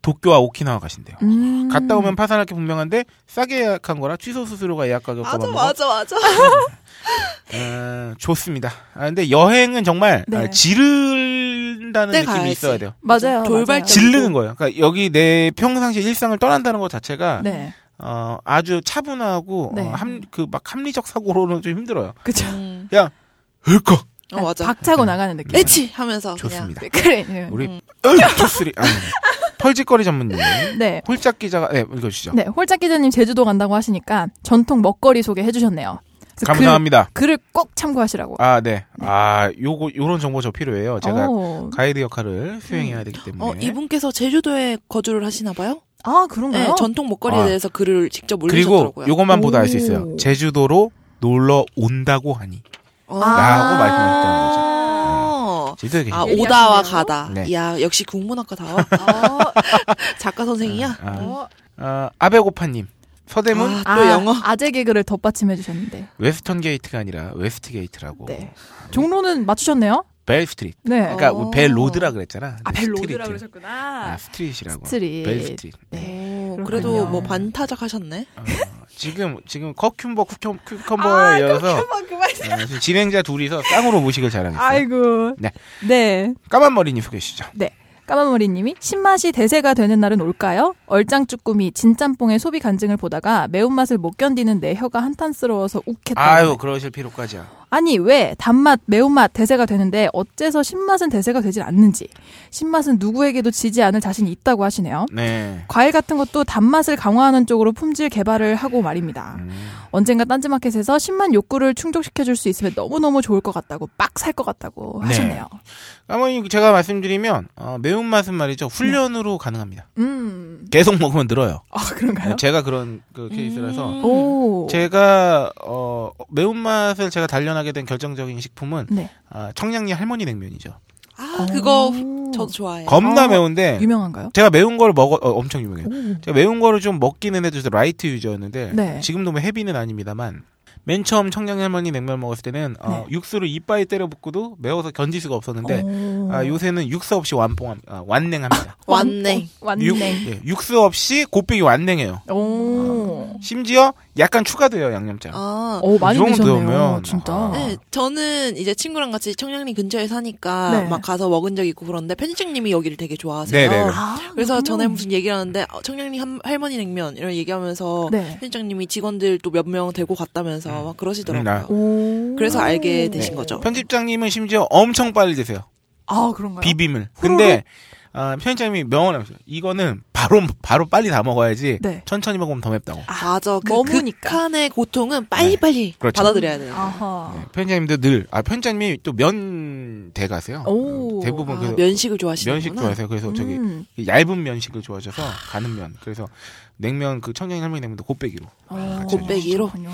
[SPEAKER 4] 도쿄와 오키나와 가신대요.
[SPEAKER 5] 음.
[SPEAKER 4] 갔다 오면 파산할 게 분명한데 싸게 예약한 거라 취소 수수료가 예약 가격과
[SPEAKER 6] 맞아,
[SPEAKER 4] 맞먹어
[SPEAKER 6] 맞아, 맞아.
[SPEAKER 4] 어, 좋습니다. 아, 근데 여행은 정말
[SPEAKER 5] 네.
[SPEAKER 4] 아, 지른다는
[SPEAKER 6] 때
[SPEAKER 4] 느낌이
[SPEAKER 6] 가야지.
[SPEAKER 4] 있어야 돼요.
[SPEAKER 5] 맞아요.
[SPEAKER 6] 돌발
[SPEAKER 5] 맞아요.
[SPEAKER 6] 질-
[SPEAKER 4] 질르는 거예요. 그러니까 여기 내 평상시 일상을 떠난다는 것 자체가
[SPEAKER 5] 네.
[SPEAKER 4] 어, 아주 차분하고 어,
[SPEAKER 5] 네.
[SPEAKER 4] 그막 합리적 사고로는 좀 힘들어요.
[SPEAKER 5] 그죠.
[SPEAKER 6] 음.
[SPEAKER 4] 헐컥
[SPEAKER 6] 어, 맞아.
[SPEAKER 5] 박차고 나가는
[SPEAKER 4] 네.
[SPEAKER 5] 느낌.
[SPEAKER 6] 에치! 하면서. 그냥.
[SPEAKER 4] 좋습니다.
[SPEAKER 5] 그래. 네.
[SPEAKER 4] 우리
[SPEAKER 6] 음.
[SPEAKER 4] 투쓰리 아, 펄짓거리 전문님
[SPEAKER 5] 네.
[SPEAKER 4] 홀짝 기자가 네 읽어주시죠.
[SPEAKER 5] 네, 홀짝 기자님 제주도 간다고 하시니까 전통 먹거리 소개해 주셨네요. 그래서
[SPEAKER 4] 감사합니다.
[SPEAKER 5] 글, 글을 꼭 참고하시라고.
[SPEAKER 4] 아 네. 아 요거 요런 정보 저 필요해요. 아, 제가
[SPEAKER 5] 오.
[SPEAKER 4] 가이드 역할을 수행해야 되기 때문에.
[SPEAKER 6] 어, 이분께서 제주도에 거주를 하시나 봐요?
[SPEAKER 5] 아,
[SPEAKER 6] 네,
[SPEAKER 5] 그런가요?
[SPEAKER 6] 전통 목걸이에
[SPEAKER 4] 아.
[SPEAKER 6] 대해서 글을 직접
[SPEAKER 4] 그리고
[SPEAKER 6] 올리셨더라고요.
[SPEAKER 4] 요것만 보다 알 수 있어요.
[SPEAKER 5] 오.
[SPEAKER 4] 제주도로 놀러 온다고 하니
[SPEAKER 6] 어.
[SPEAKER 4] 라고
[SPEAKER 5] 아.
[SPEAKER 4] 말씀하셨다는 거죠.
[SPEAKER 6] 아.
[SPEAKER 4] 제주도에 계신
[SPEAKER 6] 아,
[SPEAKER 4] 분.
[SPEAKER 6] 오다와 가다.
[SPEAKER 4] 네.
[SPEAKER 6] 야, 역시 국문학과다워.
[SPEAKER 5] 어,
[SPEAKER 6] 아. 작가 선생이야?
[SPEAKER 4] 아,
[SPEAKER 5] 어.
[SPEAKER 4] 아, 아베고파님 서대문
[SPEAKER 6] 아, 또 영어?
[SPEAKER 5] 아재 개그를 덧받침해 주셨는데.
[SPEAKER 4] 웨스턴 게이트가 아니라 웨스트 게이트라고
[SPEAKER 5] 네. 종로는 맞추셨네요?
[SPEAKER 4] 벨 스트리트.
[SPEAKER 5] 네.
[SPEAKER 4] 그러니까
[SPEAKER 6] 어.
[SPEAKER 4] 벨 로드라 그랬잖아.
[SPEAKER 5] 아,
[SPEAKER 4] 근데
[SPEAKER 5] 벨로드라
[SPEAKER 4] 스트리트.
[SPEAKER 5] 그러셨구나.
[SPEAKER 4] 아, 스트릿이라고.
[SPEAKER 5] 스트릿.
[SPEAKER 4] 벨 스트릿. 네.
[SPEAKER 6] 오,
[SPEAKER 5] 그렇군요.
[SPEAKER 6] 그래도 뭐 반타작 하셨네?
[SPEAKER 4] 어, 지금 지금 커큐버 쿠큐 큐컴버에 이어서
[SPEAKER 5] 그만.
[SPEAKER 4] 어, 지금 진행자 둘이서 쌍으로 무식을 자랑했어요.
[SPEAKER 5] 아이고.
[SPEAKER 4] 네.
[SPEAKER 5] 네.
[SPEAKER 4] 까만 머리님 소개해 주시죠.
[SPEAKER 5] 까만머리님이 신맛이 대세가 되는 날은 올까요? 얼짱쭈꾸미 진짬뽕의 소비 간증을 보다가 매운맛을 못 견디는 내 혀가 한탄스러워서 욱했다.
[SPEAKER 4] 아유 그러실 필요까지야.
[SPEAKER 5] 아니 왜 단맛, 매운맛 대세가 되는데 어째서 신맛은 대세가 되질 않는지 신맛은 누구에게도 지지 않을 자신이 있다고 하시네요.
[SPEAKER 4] 네.
[SPEAKER 5] 과일 같은 것도 단맛을 강화하는 쪽으로 품질 개발을 하고 말입니다.
[SPEAKER 4] 음.
[SPEAKER 5] 언젠가 딴지마켓에서 신맛 욕구를 충족시켜줄 수 있으면 너무너무 좋을 것 같다고 빡 살 것 같다고
[SPEAKER 4] 네.
[SPEAKER 5] 하셨네요.
[SPEAKER 4] 까마귀 제가 말씀드리면 어, 매운맛은 말이죠 훈련으로 가능합니다.
[SPEAKER 5] 음,
[SPEAKER 4] 네. 계속 먹으면 늘어요.
[SPEAKER 5] 아 그런가요?
[SPEAKER 4] 제가 그런 그 케이스라서
[SPEAKER 6] 음.
[SPEAKER 5] 오,
[SPEAKER 4] 어, 제가 어, 매운맛을 제가 단련하게 된 결정적인 식품은
[SPEAKER 5] 네.
[SPEAKER 4] 아, 청량리 할머니 냉면이죠.
[SPEAKER 6] 아 그거
[SPEAKER 5] 오.
[SPEAKER 6] 저도 좋아해요.
[SPEAKER 4] 겁나
[SPEAKER 5] 아,
[SPEAKER 4] 매운데
[SPEAKER 5] 유명한가요?
[SPEAKER 4] 제가 매운 걸 먹어 어, 엄청 유명해요.
[SPEAKER 5] 오.
[SPEAKER 4] 제가 매운 거를 좀 먹기는 해도 저 라이트 유저였는데
[SPEAKER 5] 네.
[SPEAKER 4] 지금도 뭐 헤비는 아닙니다만 맨 처음 청량리 할머니 냉면 먹었을 때는 어, 육수를 이빨에 때려 붓고도 매워서 견딜 수가 없었는데
[SPEAKER 5] 오.
[SPEAKER 4] 아, 요새는 육수 없이 완봉함 아, 완냉합니다.
[SPEAKER 6] 완냉.
[SPEAKER 4] 육,
[SPEAKER 5] 완냉.
[SPEAKER 4] 예, 육수 없이 곱빼기 완냉해요.
[SPEAKER 5] 오.
[SPEAKER 4] 심지어 약간 추가돼요 양념장.
[SPEAKER 6] 아
[SPEAKER 5] 오, 많이
[SPEAKER 4] 이
[SPEAKER 5] 드셨네요.
[SPEAKER 4] 정도면,
[SPEAKER 5] 진짜.
[SPEAKER 4] 아.
[SPEAKER 6] 네, 저는 이제 친구랑 같이 청량리 근처에 사니까
[SPEAKER 5] 네.
[SPEAKER 6] 막 가서 먹은 적 있고 그런데 편집장님이 여기를 되게 좋아하세요.
[SPEAKER 4] 네네네.
[SPEAKER 6] 그래서 전에 무슨 얘기를 하는데 어, 청량리 함- 할머니 냉면 이런 얘기하면서
[SPEAKER 5] 네.
[SPEAKER 6] 편집장님이 직원들 또 몇 명 데리고
[SPEAKER 4] 음.
[SPEAKER 6] 갔다면서 막
[SPEAKER 4] 나-
[SPEAKER 6] 그러시더라고요.
[SPEAKER 5] 오.
[SPEAKER 6] 그래서 알게 되신
[SPEAKER 4] 네.
[SPEAKER 6] 거죠.
[SPEAKER 4] 편집장님은 심지어 엄청 빨리 드세요.
[SPEAKER 5] 아, 그런가요?
[SPEAKER 4] 비빔을. 근데 아, 편집장님이 명언을 하셨어요. 이거는 바로 바로 빨리 다 먹어야지.
[SPEAKER 5] 네.
[SPEAKER 4] 천천히 먹으면 더 맵다고.
[SPEAKER 6] 맞아. 그
[SPEAKER 5] 머무니까.
[SPEAKER 6] 극한의 고통은 빨리빨리
[SPEAKER 4] 그렇죠.
[SPEAKER 6] 받아들여야 돼요.
[SPEAKER 5] 아하.
[SPEAKER 4] 네, 편집장님도 늘, 아, 편집장님이 또 면대 가세요.
[SPEAKER 5] 오.
[SPEAKER 4] 어, 대부분
[SPEAKER 6] 아,
[SPEAKER 4] 그래서
[SPEAKER 6] 면식을 좋아하시는
[SPEAKER 4] 면식 좋아하세요. 그래서 저기
[SPEAKER 5] 음.
[SPEAKER 4] 얇은 면식을 좋아하셔서 가는 면. 그래서 냉면 그 청양 할머니 냉면도 곱빼기로.
[SPEAKER 5] 아,
[SPEAKER 6] 곱빼기로.
[SPEAKER 5] 그렇군요.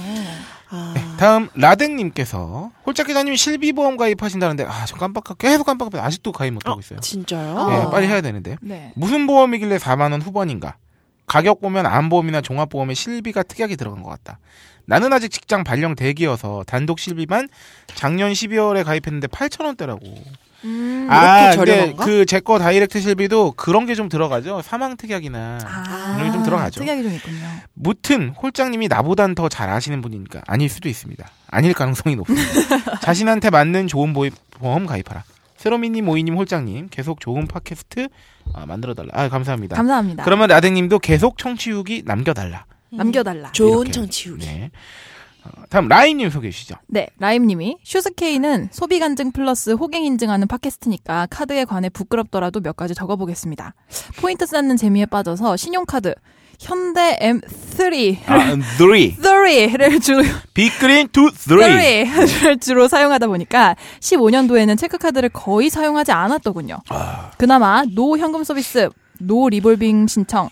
[SPEAKER 6] 아,
[SPEAKER 4] 네, 다음 라댕님께서 홀짝 기자님이 실비보험 가입하신다는데 아 저 깜빡 계속 깜빡 아직도 가입 못하고 있어요.
[SPEAKER 6] 진짜요?
[SPEAKER 5] 아.
[SPEAKER 4] 네, 빨리 해야 되는데
[SPEAKER 5] 네.
[SPEAKER 4] 무슨 보험이길래 4만 원 후반인가? 가격 보면 암보험이나 종합보험에 실비가 특이하게 들어간 것 같다. 나는 아직 직장 발령 대기여서 단독 실비만 작년 12월에 가입했는데 8천 원대라고.
[SPEAKER 5] 음.
[SPEAKER 4] 아, 근데
[SPEAKER 6] 저렴한가?
[SPEAKER 4] 그 제 거 다이렉트 실비도 그런 게 좀 들어가죠. 사망 특약이나
[SPEAKER 5] 아.
[SPEAKER 4] 이런 게좀 들어가죠. 네.
[SPEAKER 5] 특이하게 좀 있군요.
[SPEAKER 4] 무튼 홀장님이 나보단 더 잘 아시는 분이니까 아닐 수도 있습니다. 아닐 가능성이 높습니다. 자신한테 맞는 좋은 보험 가입하라. 세로미님, 오이님, 홀장님 계속 좋은 팟캐스트 아, 만들어달라. 아 감사합니다.
[SPEAKER 5] 감사합니다.
[SPEAKER 4] 그러면 라댕님도 계속 청취 후기 남겨달라.
[SPEAKER 6] 음.
[SPEAKER 5] 남겨달라.
[SPEAKER 6] 좋은
[SPEAKER 4] 이렇게.
[SPEAKER 6] 청취 후기.
[SPEAKER 4] 네. 어, 다음 라임님 소개해 주시죠.
[SPEAKER 5] 네, 라임님이 슈스케이는 소비 간증 플러스 호갱 인증하는 팟캐스트니까 카드에 관해 부끄럽더라도 몇 가지 적어보겠습니다. 포인트 쌓는 재미에 빠져서 신용카드 현대 M3
[SPEAKER 4] 아, 3
[SPEAKER 5] 3를 주로
[SPEAKER 4] 빅그린 2 3
[SPEAKER 5] 3를 주로 사용하다 보니까 15년도에는 체크카드를 거의 사용하지 않았더군요.
[SPEAKER 4] 아.
[SPEAKER 5] 그나마 노 현금 서비스, 노 리볼빙 신청,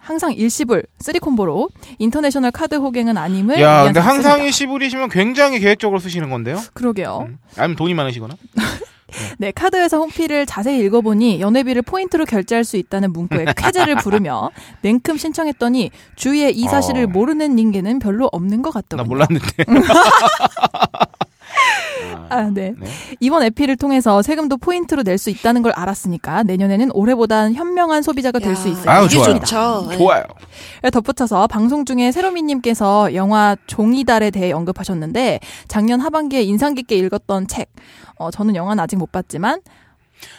[SPEAKER 5] 항상 일시불, 쓰리콤보로 인터내셔널 카드 호갱은 아님을
[SPEAKER 4] 야,
[SPEAKER 5] 위한
[SPEAKER 4] 근데 항상
[SPEAKER 5] 작습니다.
[SPEAKER 4] 일시불이시면 굉장히 계획적으로 쓰시는 건데요.
[SPEAKER 5] 그러게요.
[SPEAKER 4] 음. 아니면 돈이 많으시거나.
[SPEAKER 5] 네, 카드 회사 홈피를 자세히 읽어보니 연회비를 포인트로 결제할 수 있다는 문구에 쾌재를 부르며 냉큼 신청했더니 주위에 이 사실을
[SPEAKER 4] 어.
[SPEAKER 5] 모르는 인계는 별로 없는 것
[SPEAKER 4] 나
[SPEAKER 5] 같더군요.
[SPEAKER 4] 몰랐는데. 아,
[SPEAKER 5] 아, 네.
[SPEAKER 4] 네.
[SPEAKER 5] 이번 에피를 통해서 세금도 포인트로 낼 수 있다는 걸 알았으니까 내년에는 올해보단 현명한 소비자가 될 수 있을
[SPEAKER 4] 아유,
[SPEAKER 6] 이게
[SPEAKER 4] 좋아요.
[SPEAKER 6] 좋죠. 네.
[SPEAKER 4] 좋아요.
[SPEAKER 5] 덧붙여서 방송 중에 세로미님께서 영화 종이달에 대해 언급하셨는데 작년 하반기에 인상 깊게 읽었던 책. 어, 저는 영화는 아직 못 봤지만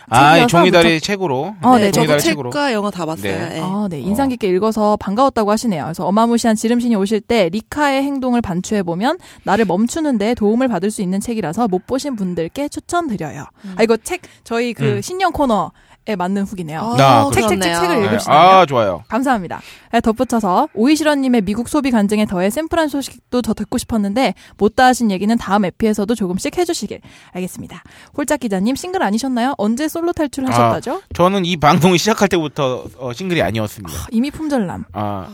[SPEAKER 4] 아,
[SPEAKER 5] 책이어서
[SPEAKER 4] 이 종이다리 책으로.
[SPEAKER 5] 어, 네,
[SPEAKER 6] 네, 저도
[SPEAKER 4] 종이다리 책으로.
[SPEAKER 6] 책과 영화 다 봤어요.
[SPEAKER 4] 네.
[SPEAKER 6] 네.
[SPEAKER 5] 아, 네. 인상 깊게 읽어서 반가웠다고 하시네요. 그래서 어마무시한 지름신이 오실 때 리카의 행동을 반추해 보면 나를 멈추는데 도움을 받을 수 있는 책이라서 못 보신 분들께 추천드려요. 아, 이거 책 저희 그
[SPEAKER 4] 음.
[SPEAKER 5] 신년 코너에 맞는 후기네요.
[SPEAKER 6] 아.
[SPEAKER 4] 나
[SPEAKER 5] 아, 책, 책, 책,
[SPEAKER 6] 그렇네요.
[SPEAKER 5] 책을
[SPEAKER 4] 네.
[SPEAKER 5] 읽으시나요?
[SPEAKER 4] 아, 좋아요.
[SPEAKER 5] 감사합니다. 네, 덧붙여서 오이시런님의 미국 소비 간증에 더해 샌프란 소식도 더 듣고 싶었는데 못다 하신 얘기는 다음 에피에서도 조금씩 해주시길 알겠습니다. 홀짝 기자님 싱글 아니셨나요? 언제 솔로 탈출하셨다죠?
[SPEAKER 4] 저는 이 방송을 시작할 때부터 어, 싱글이 아니었습니다.
[SPEAKER 5] 이미 품절남.
[SPEAKER 4] 아,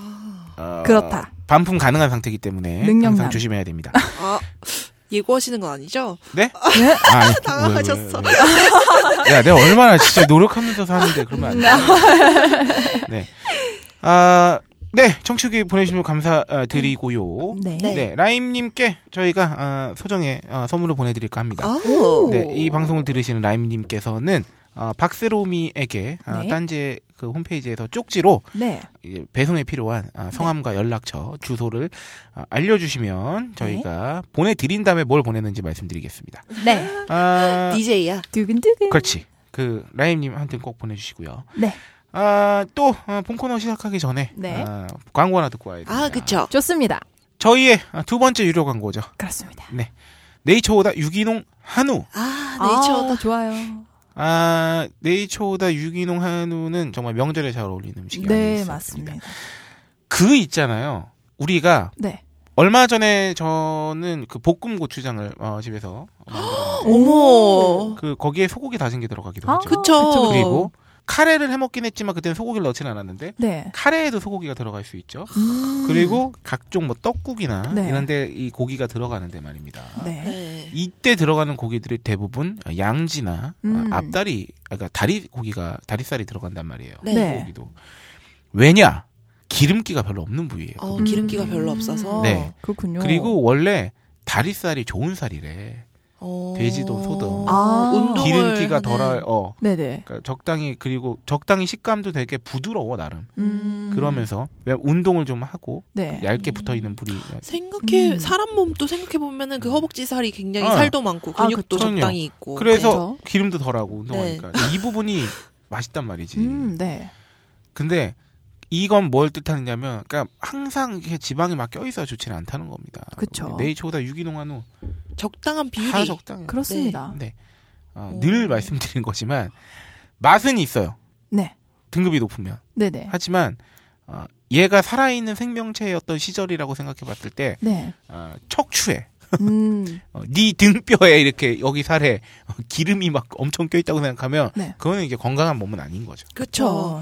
[SPEAKER 4] 어,
[SPEAKER 5] 그렇다.
[SPEAKER 4] 반품 가능한 상태이기 때문에
[SPEAKER 5] 능력남.
[SPEAKER 4] 항상 조심해야 됩니다.
[SPEAKER 6] 아, 예고하시는 건 아니죠?
[SPEAKER 4] 네? 아, 아니,
[SPEAKER 6] 당황하셨어.
[SPEAKER 4] 왜, 왜, 왜. 야, 내가 얼마나 진짜 노력하면서 사는데 그러면 안 돼. 네. 아, 네, 청취기 보내주시면 감사드리고요.
[SPEAKER 5] 네.
[SPEAKER 4] 네, 라임님께 저희가 아, 소정의 아, 선물을 보내드릴까 합니다.
[SPEAKER 6] 아,
[SPEAKER 4] 네, 이 방송을 들으시는 라임님께서는 아, 박세로미에게 아,
[SPEAKER 5] 네.
[SPEAKER 4] 딴지 그 홈페이지에서 쪽지로
[SPEAKER 5] 네.
[SPEAKER 4] 이제 배송에 필요한 아, 성함과 연락처, 주소를 아, 알려주시면 저희가 보내드린 다음에 뭘 보내는지 말씀드리겠습니다.
[SPEAKER 5] 네.
[SPEAKER 4] 아,
[SPEAKER 6] DJ야.
[SPEAKER 5] 두근두근.
[SPEAKER 4] 그렇지. 그 라임님한테 꼭 보내주시고요.
[SPEAKER 5] 네.
[SPEAKER 4] 아, 또 아, 본코너 시작하기 전에
[SPEAKER 5] 네.
[SPEAKER 4] 아, 광고 하나 듣고 와야 됩니다.
[SPEAKER 6] 아, 그쵸.
[SPEAKER 5] 좋습니다.
[SPEAKER 4] 저희의 아, 두 번째 유료 광고죠.
[SPEAKER 5] 그렇습니다.
[SPEAKER 4] 네이처오다 유기농 한우.
[SPEAKER 6] 아, 네이처다.
[SPEAKER 5] 아, 좋아요.
[SPEAKER 4] 아, 네이처오다 유기농 한우는 정말 명절에 잘 어울리는 음식이
[SPEAKER 5] 네,
[SPEAKER 4] 아니겠습니까?
[SPEAKER 5] 맞습니다.
[SPEAKER 6] 그러니까.
[SPEAKER 4] 그 있잖아요. 우리가
[SPEAKER 5] 네.
[SPEAKER 4] 얼마 전에 저는 그 볶음 고추장을 어, 집에서 만들었는데
[SPEAKER 6] 어머.
[SPEAKER 4] 그 거기에 소고기 다진 게 들어가기도
[SPEAKER 5] 아,
[SPEAKER 4] 하죠.
[SPEAKER 6] 그쵸.
[SPEAKER 5] 그쵸, 그쵸.
[SPEAKER 4] 그리고 카레를 해 먹긴 했지만 그때는 소고기를 넣진 않았는데
[SPEAKER 5] 네.
[SPEAKER 4] 카레에도 소고기가 들어갈 수 있죠. 그리고 각종 뭐 떡국이나
[SPEAKER 5] 음. 네.
[SPEAKER 4] 이런데 이 고기가 들어가는데 말입니다.
[SPEAKER 5] 네.
[SPEAKER 6] 네.
[SPEAKER 4] 이때 들어가는 고기들이 대부분 양지나
[SPEAKER 5] 음.
[SPEAKER 4] 아, 앞다리, 그러니까 다리 고기가 다리살이 들어간단 말이에요.
[SPEAKER 6] 네.
[SPEAKER 5] 네.
[SPEAKER 4] 고기도 왜냐 기름기가 별로 없는 부위예요.
[SPEAKER 6] 어,
[SPEAKER 5] 음.
[SPEAKER 6] 기름기가 별로 없어서.
[SPEAKER 4] 네.
[SPEAKER 5] 그렇군요.
[SPEAKER 4] 그리고 원래 다리살이 좋은 살이래.
[SPEAKER 6] 어.
[SPEAKER 4] 돼지도 소도.
[SPEAKER 5] 아.
[SPEAKER 6] 운동을 네.
[SPEAKER 4] 기름기가 덜할
[SPEAKER 6] 하는.
[SPEAKER 4] 어
[SPEAKER 5] 네네.
[SPEAKER 4] 그러니까 적당히 그리고 적당히 식감도 되게 부드러워 나름.
[SPEAKER 5] 음.
[SPEAKER 4] 그러면서 왜 운동을 좀 하고
[SPEAKER 5] 네.
[SPEAKER 4] 얇게 붙어 있는 부리.
[SPEAKER 6] 생각해
[SPEAKER 5] 음.
[SPEAKER 6] 사람 몸도 생각해 보면은 그 허벅지 살이 굉장히
[SPEAKER 4] 아.
[SPEAKER 6] 살도 많고
[SPEAKER 5] 아,
[SPEAKER 6] 근육도
[SPEAKER 4] 그럼요.
[SPEAKER 6] 적당히 있고 네.
[SPEAKER 4] 그래서
[SPEAKER 5] 그래서?
[SPEAKER 4] 기름도 덜하고 운동하니까 이 부분이 맛있단 말이지.
[SPEAKER 5] 네. 음, 네.
[SPEAKER 4] 근데 이건 뭘 뜻하느냐면, 그러니까 항상 이렇게 지방이 막 껴있어야 좋지는 않다는 겁니다.
[SPEAKER 5] 그쵸.
[SPEAKER 4] 어, 네이처보다 유기농 한우
[SPEAKER 6] 적당한 비율이
[SPEAKER 4] 다 적당해요.
[SPEAKER 5] 그렇습니다.
[SPEAKER 4] 네. 어,
[SPEAKER 6] 오.
[SPEAKER 4] 늘 말씀드린 거지만 맛은 있어요.
[SPEAKER 5] 네.
[SPEAKER 4] 등급이 높으면.
[SPEAKER 5] 네네.
[SPEAKER 4] 하지만 어, 얘가 살아있는 생명체의 어떤 시절이라고 생각해봤을 때
[SPEAKER 5] 네.
[SPEAKER 4] 어, 척추에
[SPEAKER 5] 음.
[SPEAKER 4] 어, 네 등뼈에 이렇게 여기 살에 어, 기름이 막 엄청 껴있다고 생각하면
[SPEAKER 5] 네.
[SPEAKER 4] 그거는 이제 건강한 몸은 아닌 거죠.
[SPEAKER 5] 저.
[SPEAKER 6] 그렇죠.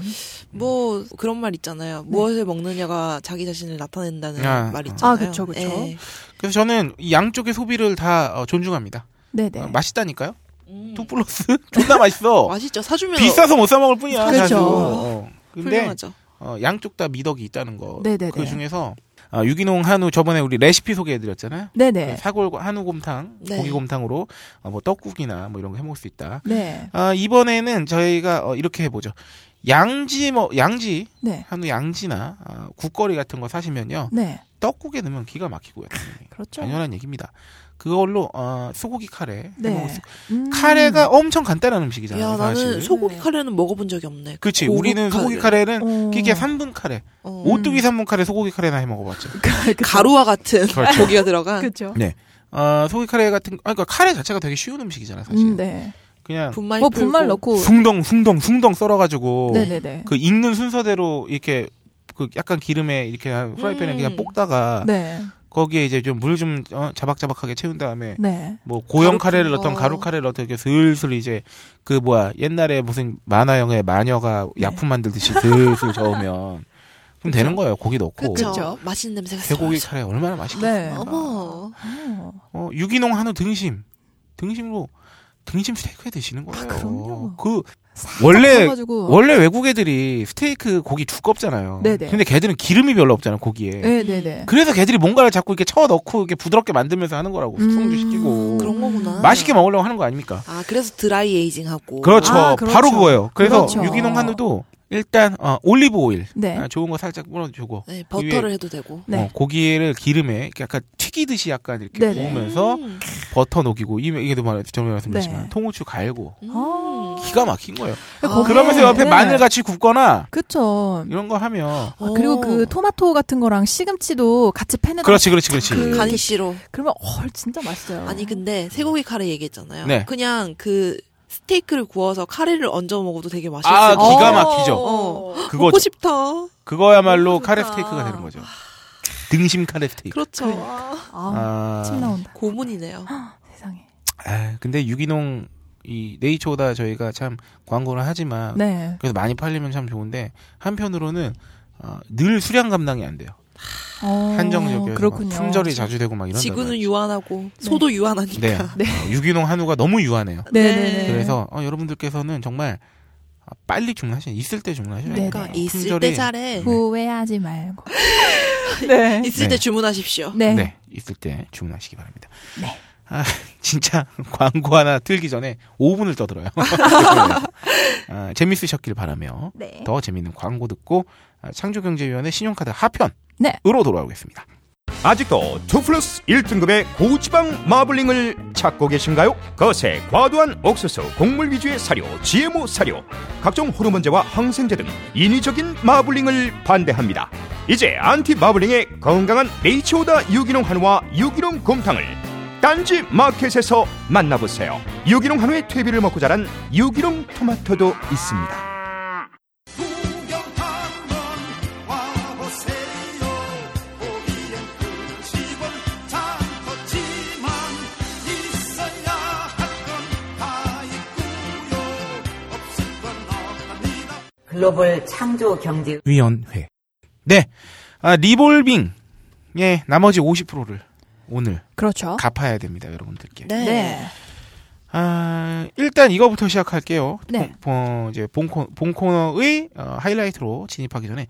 [SPEAKER 6] 뭐 그런 말 있잖아요. 무엇을 먹느냐가 자기 자신을 나타낸다는
[SPEAKER 4] 아.
[SPEAKER 6] 말
[SPEAKER 4] 아,
[SPEAKER 6] 있잖아요.
[SPEAKER 5] 그쵸, 그쵸.
[SPEAKER 6] 예.
[SPEAKER 4] 그래서 저는 이 양쪽의 소비를 다 어, 존중합니다.
[SPEAKER 5] 네네.
[SPEAKER 4] 어, 맛있다니까요.
[SPEAKER 6] 음.
[SPEAKER 4] 투 플러스 존나 맛있어.
[SPEAKER 6] 맛있죠. 사주면
[SPEAKER 4] 비싸서 못 사 먹을 뿐이야.
[SPEAKER 5] 그렇죠.
[SPEAKER 4] 사실. 어. 근데
[SPEAKER 6] 훌륭하죠.
[SPEAKER 4] 어, 양쪽 다 미덕이 있다는 거.
[SPEAKER 5] 네네네.
[SPEAKER 4] 그 중에서 아, 유기농 한우 저번에 우리 레시피 소개해드렸잖아요.
[SPEAKER 5] 네네.
[SPEAKER 4] 그 사골 한우 곰탕,
[SPEAKER 6] 네.
[SPEAKER 4] 고기 곰탕으로 어, 뭐 떡국이나 뭐 이런 거 해먹을 수 있다.
[SPEAKER 5] 네.
[SPEAKER 4] 아, 이번에는 저희가 어, 이렇게 해보죠. 양지 뭐 양지
[SPEAKER 5] 네.
[SPEAKER 4] 한우 양지나 아, 국거리 같은 거 사시면요
[SPEAKER 5] 네.
[SPEAKER 4] 떡국에 넣으면 기가 막히고요. 당연히.
[SPEAKER 5] 그렇죠.
[SPEAKER 4] 당연한 얘기입니다. 그걸로 어, 소고기 카레
[SPEAKER 5] 네.
[SPEAKER 4] 해먹을 수.
[SPEAKER 5] 음.
[SPEAKER 4] 카레가 엄청 간단한 음식이잖아요.
[SPEAKER 6] 야 나는
[SPEAKER 4] 사실.
[SPEAKER 6] 소고기
[SPEAKER 5] 네.
[SPEAKER 6] 카레는 먹어본 적이 없네.
[SPEAKER 4] 그치
[SPEAKER 6] 고급
[SPEAKER 4] 우리는 소고기 카레는
[SPEAKER 5] 어.
[SPEAKER 4] 이게 3분 카레
[SPEAKER 6] 어.
[SPEAKER 4] 오뚜기 3분 카레 소고기 카레나 해 먹어봤죠
[SPEAKER 6] 가루와 같은
[SPEAKER 4] 그, 그렇죠.
[SPEAKER 6] 고기가 들어간
[SPEAKER 5] 그렇죠.
[SPEAKER 4] 어, 소고기 카레 같은 아 그러니까 카레 자체가 되게 쉬운 음식이잖아 사실
[SPEAKER 5] 음, 네.
[SPEAKER 4] 그냥
[SPEAKER 6] 분말
[SPEAKER 5] 뭐 분말
[SPEAKER 6] 풀고.
[SPEAKER 5] 넣고.
[SPEAKER 4] 숭덩 숭덩 숭덩 썰어가지고
[SPEAKER 5] 네네네.
[SPEAKER 4] 그 익는 순서대로 이렇게 그 약간 기름에 이렇게 한 프라이팬에
[SPEAKER 6] 음.
[SPEAKER 4] 그냥 볶다가
[SPEAKER 5] 네.
[SPEAKER 4] 거기에 이제 좀 물 좀 어, 자박자박하게 채운 다음에
[SPEAKER 5] 네.
[SPEAKER 4] 뭐 고형
[SPEAKER 6] 가루
[SPEAKER 4] 카레를
[SPEAKER 6] 푼
[SPEAKER 4] 넣던
[SPEAKER 6] 거.
[SPEAKER 4] 가루 카레를 넣던 이렇게 슬슬 이제 그 뭐야 옛날에 무슨 만화영화에 마녀가 약품 만들듯이 슬슬 저으면 그럼 되는 거예요 고기 넣고
[SPEAKER 6] 그쵸.
[SPEAKER 5] 그쵸.
[SPEAKER 6] 맛있는 냄새가
[SPEAKER 4] 돼고기
[SPEAKER 6] 쏠쏠.
[SPEAKER 4] 카레 얼마나
[SPEAKER 6] 아,
[SPEAKER 5] 네.
[SPEAKER 4] 맛있겠어요.
[SPEAKER 6] 어머.
[SPEAKER 5] 어.
[SPEAKER 4] 어, 유기농 한우 등심. 등심으로 등심 스테이크 해 드시는 거예요.
[SPEAKER 5] 그럼요.
[SPEAKER 4] 그 원래
[SPEAKER 5] 가지고.
[SPEAKER 4] 원래 외국 애들이 스테이크 고기 두껍잖아요.
[SPEAKER 5] 네네.
[SPEAKER 4] 근데 걔들은 기름이 별로 없잖아요, 고기에.
[SPEAKER 5] 네네네.
[SPEAKER 4] 그래서 걔들이 뭔가를 자꾸 이렇게 쳐 넣고 이렇게 부드럽게 만들면서 하는 거라고
[SPEAKER 5] 음.
[SPEAKER 4] 숙성도 시키고
[SPEAKER 6] 그런 거구나.
[SPEAKER 4] 맛있게 먹으려고 하는 거 아닙니까?
[SPEAKER 6] 아 그래서 드라이 에이징하고.
[SPEAKER 4] 음. 그렇죠.
[SPEAKER 5] 아, 그렇죠.
[SPEAKER 4] 바로 그거예요. 그래서
[SPEAKER 5] 그렇죠.
[SPEAKER 4] 유기농 한우도 일단 어, 올리브 오일
[SPEAKER 5] 네.
[SPEAKER 4] 아, 좋은 거 살짝 뿌려주고
[SPEAKER 6] 네,
[SPEAKER 4] 그 위에-
[SPEAKER 6] 버터를 해도 되고.
[SPEAKER 5] 네.
[SPEAKER 4] 어, 고기를 기름에 이렇게 약간 튀기듯이 약간 이렇게
[SPEAKER 5] 네네.
[SPEAKER 4] 구우면서
[SPEAKER 6] 음.
[SPEAKER 4] 버터 녹이고 이- 이게도 말 전에 말씀드렸지만
[SPEAKER 5] 네.
[SPEAKER 4] 통후추 갈고
[SPEAKER 6] 음.
[SPEAKER 5] 아.
[SPEAKER 4] 기가 막힌 거예요.
[SPEAKER 5] 거기에-
[SPEAKER 4] 그러면서 옆에
[SPEAKER 5] 네.
[SPEAKER 4] 마늘 같이 굽거나
[SPEAKER 5] 그쵸.
[SPEAKER 4] 이런 거 하면
[SPEAKER 5] 아,
[SPEAKER 6] 어.
[SPEAKER 5] 그리고 그 토마토 같은 거랑 시금치도 같이 팬에
[SPEAKER 4] 그렇지 그렇지 그렇지.
[SPEAKER 5] 그-
[SPEAKER 6] 간시로.
[SPEAKER 5] 그러면 헐 진짜 맛있어요.
[SPEAKER 6] 아니 근데 쇠고기 카레 얘기했잖아요.
[SPEAKER 4] 네.
[SPEAKER 6] 그냥 그 스테이크를 구워서 카레를 얹어 먹어도 되게 맛있을
[SPEAKER 4] 아,
[SPEAKER 6] 것 같아요.
[SPEAKER 4] 기가
[SPEAKER 5] 어.
[SPEAKER 4] 막히죠.
[SPEAKER 6] 어.
[SPEAKER 4] 그거
[SPEAKER 6] 먹고 싶다.
[SPEAKER 4] 그거야말로
[SPEAKER 6] 너무 좋다.
[SPEAKER 4] 카레 스테이크가 되는 거죠. 등심 카레 스테이크.
[SPEAKER 6] 그렇죠.
[SPEAKER 5] 아,
[SPEAKER 4] 아,
[SPEAKER 5] 침 나온다.
[SPEAKER 6] 고문이네요.
[SPEAKER 5] 세상에.
[SPEAKER 4] 아, 근데 유기농 이 네이처다 저희가 참 광고를 하지만
[SPEAKER 5] 네.
[SPEAKER 4] 그래서 많이 팔리면 참 좋은데 한편으로는 어, 늘 수량 감당이 안 돼요.
[SPEAKER 5] 어,
[SPEAKER 4] 한정적이어서
[SPEAKER 5] 그렇군요.
[SPEAKER 4] 막 품절이 자주 되고 막 이런.
[SPEAKER 6] 지구는 유한하고 소도 유한하니까.
[SPEAKER 4] 네. 어, 유기농 한우가 너무 유한해요.
[SPEAKER 5] 네네네.
[SPEAKER 6] 네.
[SPEAKER 4] 그래서 어, 여러분들께서는 정말 아, 빨리 주문하셔야 있을 때 주문하셔야
[SPEAKER 5] 네.
[SPEAKER 4] 돼요.
[SPEAKER 6] 그러니까 있을
[SPEAKER 4] 품절이-
[SPEAKER 6] 때 잘해.
[SPEAKER 5] 후회하지 말고. 네.
[SPEAKER 6] 있을
[SPEAKER 4] 네.
[SPEAKER 6] 때 주문하십시오.
[SPEAKER 5] 네.
[SPEAKER 4] 네, 있을 때 주문하시기 바랍니다.
[SPEAKER 5] 네.
[SPEAKER 4] 아, 진짜 광고 하나 틀기 전에 5분을 떠들어요. 아, 재밌으셨길 바라며
[SPEAKER 5] 네.
[SPEAKER 4] 더 재밌는 광고 듣고 아, 창조경제위원회 신용카드 하편으로
[SPEAKER 5] 네.
[SPEAKER 4] 돌아오겠습니다.
[SPEAKER 7] 아직도 2 플러스 1등급의 고지방 마블링을 찾고 계신가요? 거세 과도한 옥수수, 곡물 위주의 사료, GMO 사료, 각종 호르몬제와 항생제 등 인위적인 마블링을 반대합니다. 이제 안티 마블링의 건강한 네이처오다 유기농 한우와 유기농 곰탕을 딴지 마켓에서 만나보세요. 유기농 한우의 퇴비를 먹고 자란 유기농 토마토도 있습니다.
[SPEAKER 1] 글로벌 창조 경제
[SPEAKER 4] 위원회. 네. 아, 리볼빙. 예, 나머지 50%를 오늘
[SPEAKER 5] 그렇죠.
[SPEAKER 4] 갚아야 됩니다, 여러분들께.
[SPEAKER 6] 네.
[SPEAKER 5] 네.
[SPEAKER 4] 아, 일단 이거부터 시작할게요.
[SPEAKER 5] 네.
[SPEAKER 4] 본, 어, 이제 본코, 본코너의 어, 하이라이트로 진입하기 전에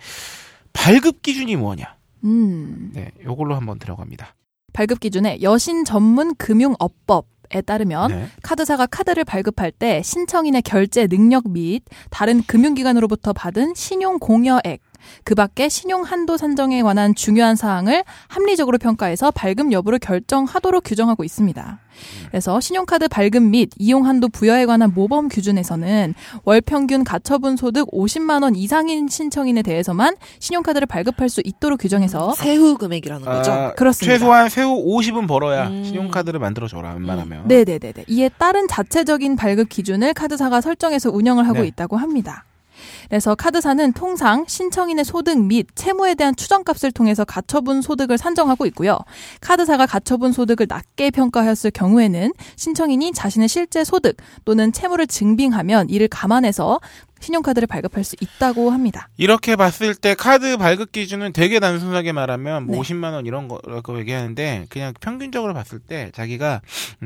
[SPEAKER 4] 발급 기준이 뭐냐?
[SPEAKER 5] 음.
[SPEAKER 4] 네, 요걸로 한번 들어갑니다.
[SPEAKER 5] 발급 기준에 여신 전문 금융업법에 따르면
[SPEAKER 4] 네.
[SPEAKER 5] 카드사가 카드를 발급할 때 신청인의 결제 능력 및 다른 금융기관으로부터 받은 신용 공여액 그 밖에 신용 한도 산정에 관한 중요한 사항을 합리적으로 평가해서 발급 여부를 결정하도록 규정하고 있습니다. 그래서 신용카드 발급 및 이용 한도 부여에 관한 모범 기준에서는 월 평균 가처분 소득 50만 원 이상인 신청인에 대해서만 신용카드를 발급할 수 있도록 규정해서
[SPEAKER 6] 세후 어? 금액이라는 거죠.
[SPEAKER 4] 아,
[SPEAKER 5] 그렇습니다.
[SPEAKER 4] 최소한 세후 50은 벌어야
[SPEAKER 6] 음.
[SPEAKER 4] 신용카드를 만들어줘라, 웬만하면.
[SPEAKER 5] 네네네네. 이에 따른 자체적인 발급 기준을 카드사가 설정해서 운영을 하고
[SPEAKER 4] 네.
[SPEAKER 5] 있다고 합니다. 그래서 카드사는 통상 신청인의 소득 및 채무에 대한 추정값을 통해서 가처분 소득을 산정하고 있고요. 카드사가 가처분 소득을 낮게 평가하였을 경우에는 신청인이 자신의 실제 소득 또는 채무를 증빙하면 이를 감안해서 신용카드를 발급할 수 있다고 합니다.
[SPEAKER 4] 이렇게 봤을 때 카드 발급 기준은 되게 단순하게 말하면 뭐
[SPEAKER 5] 네.
[SPEAKER 4] 50만 원 이런 거라고 얘기하는데 그냥 평균적으로 봤을 때 자기가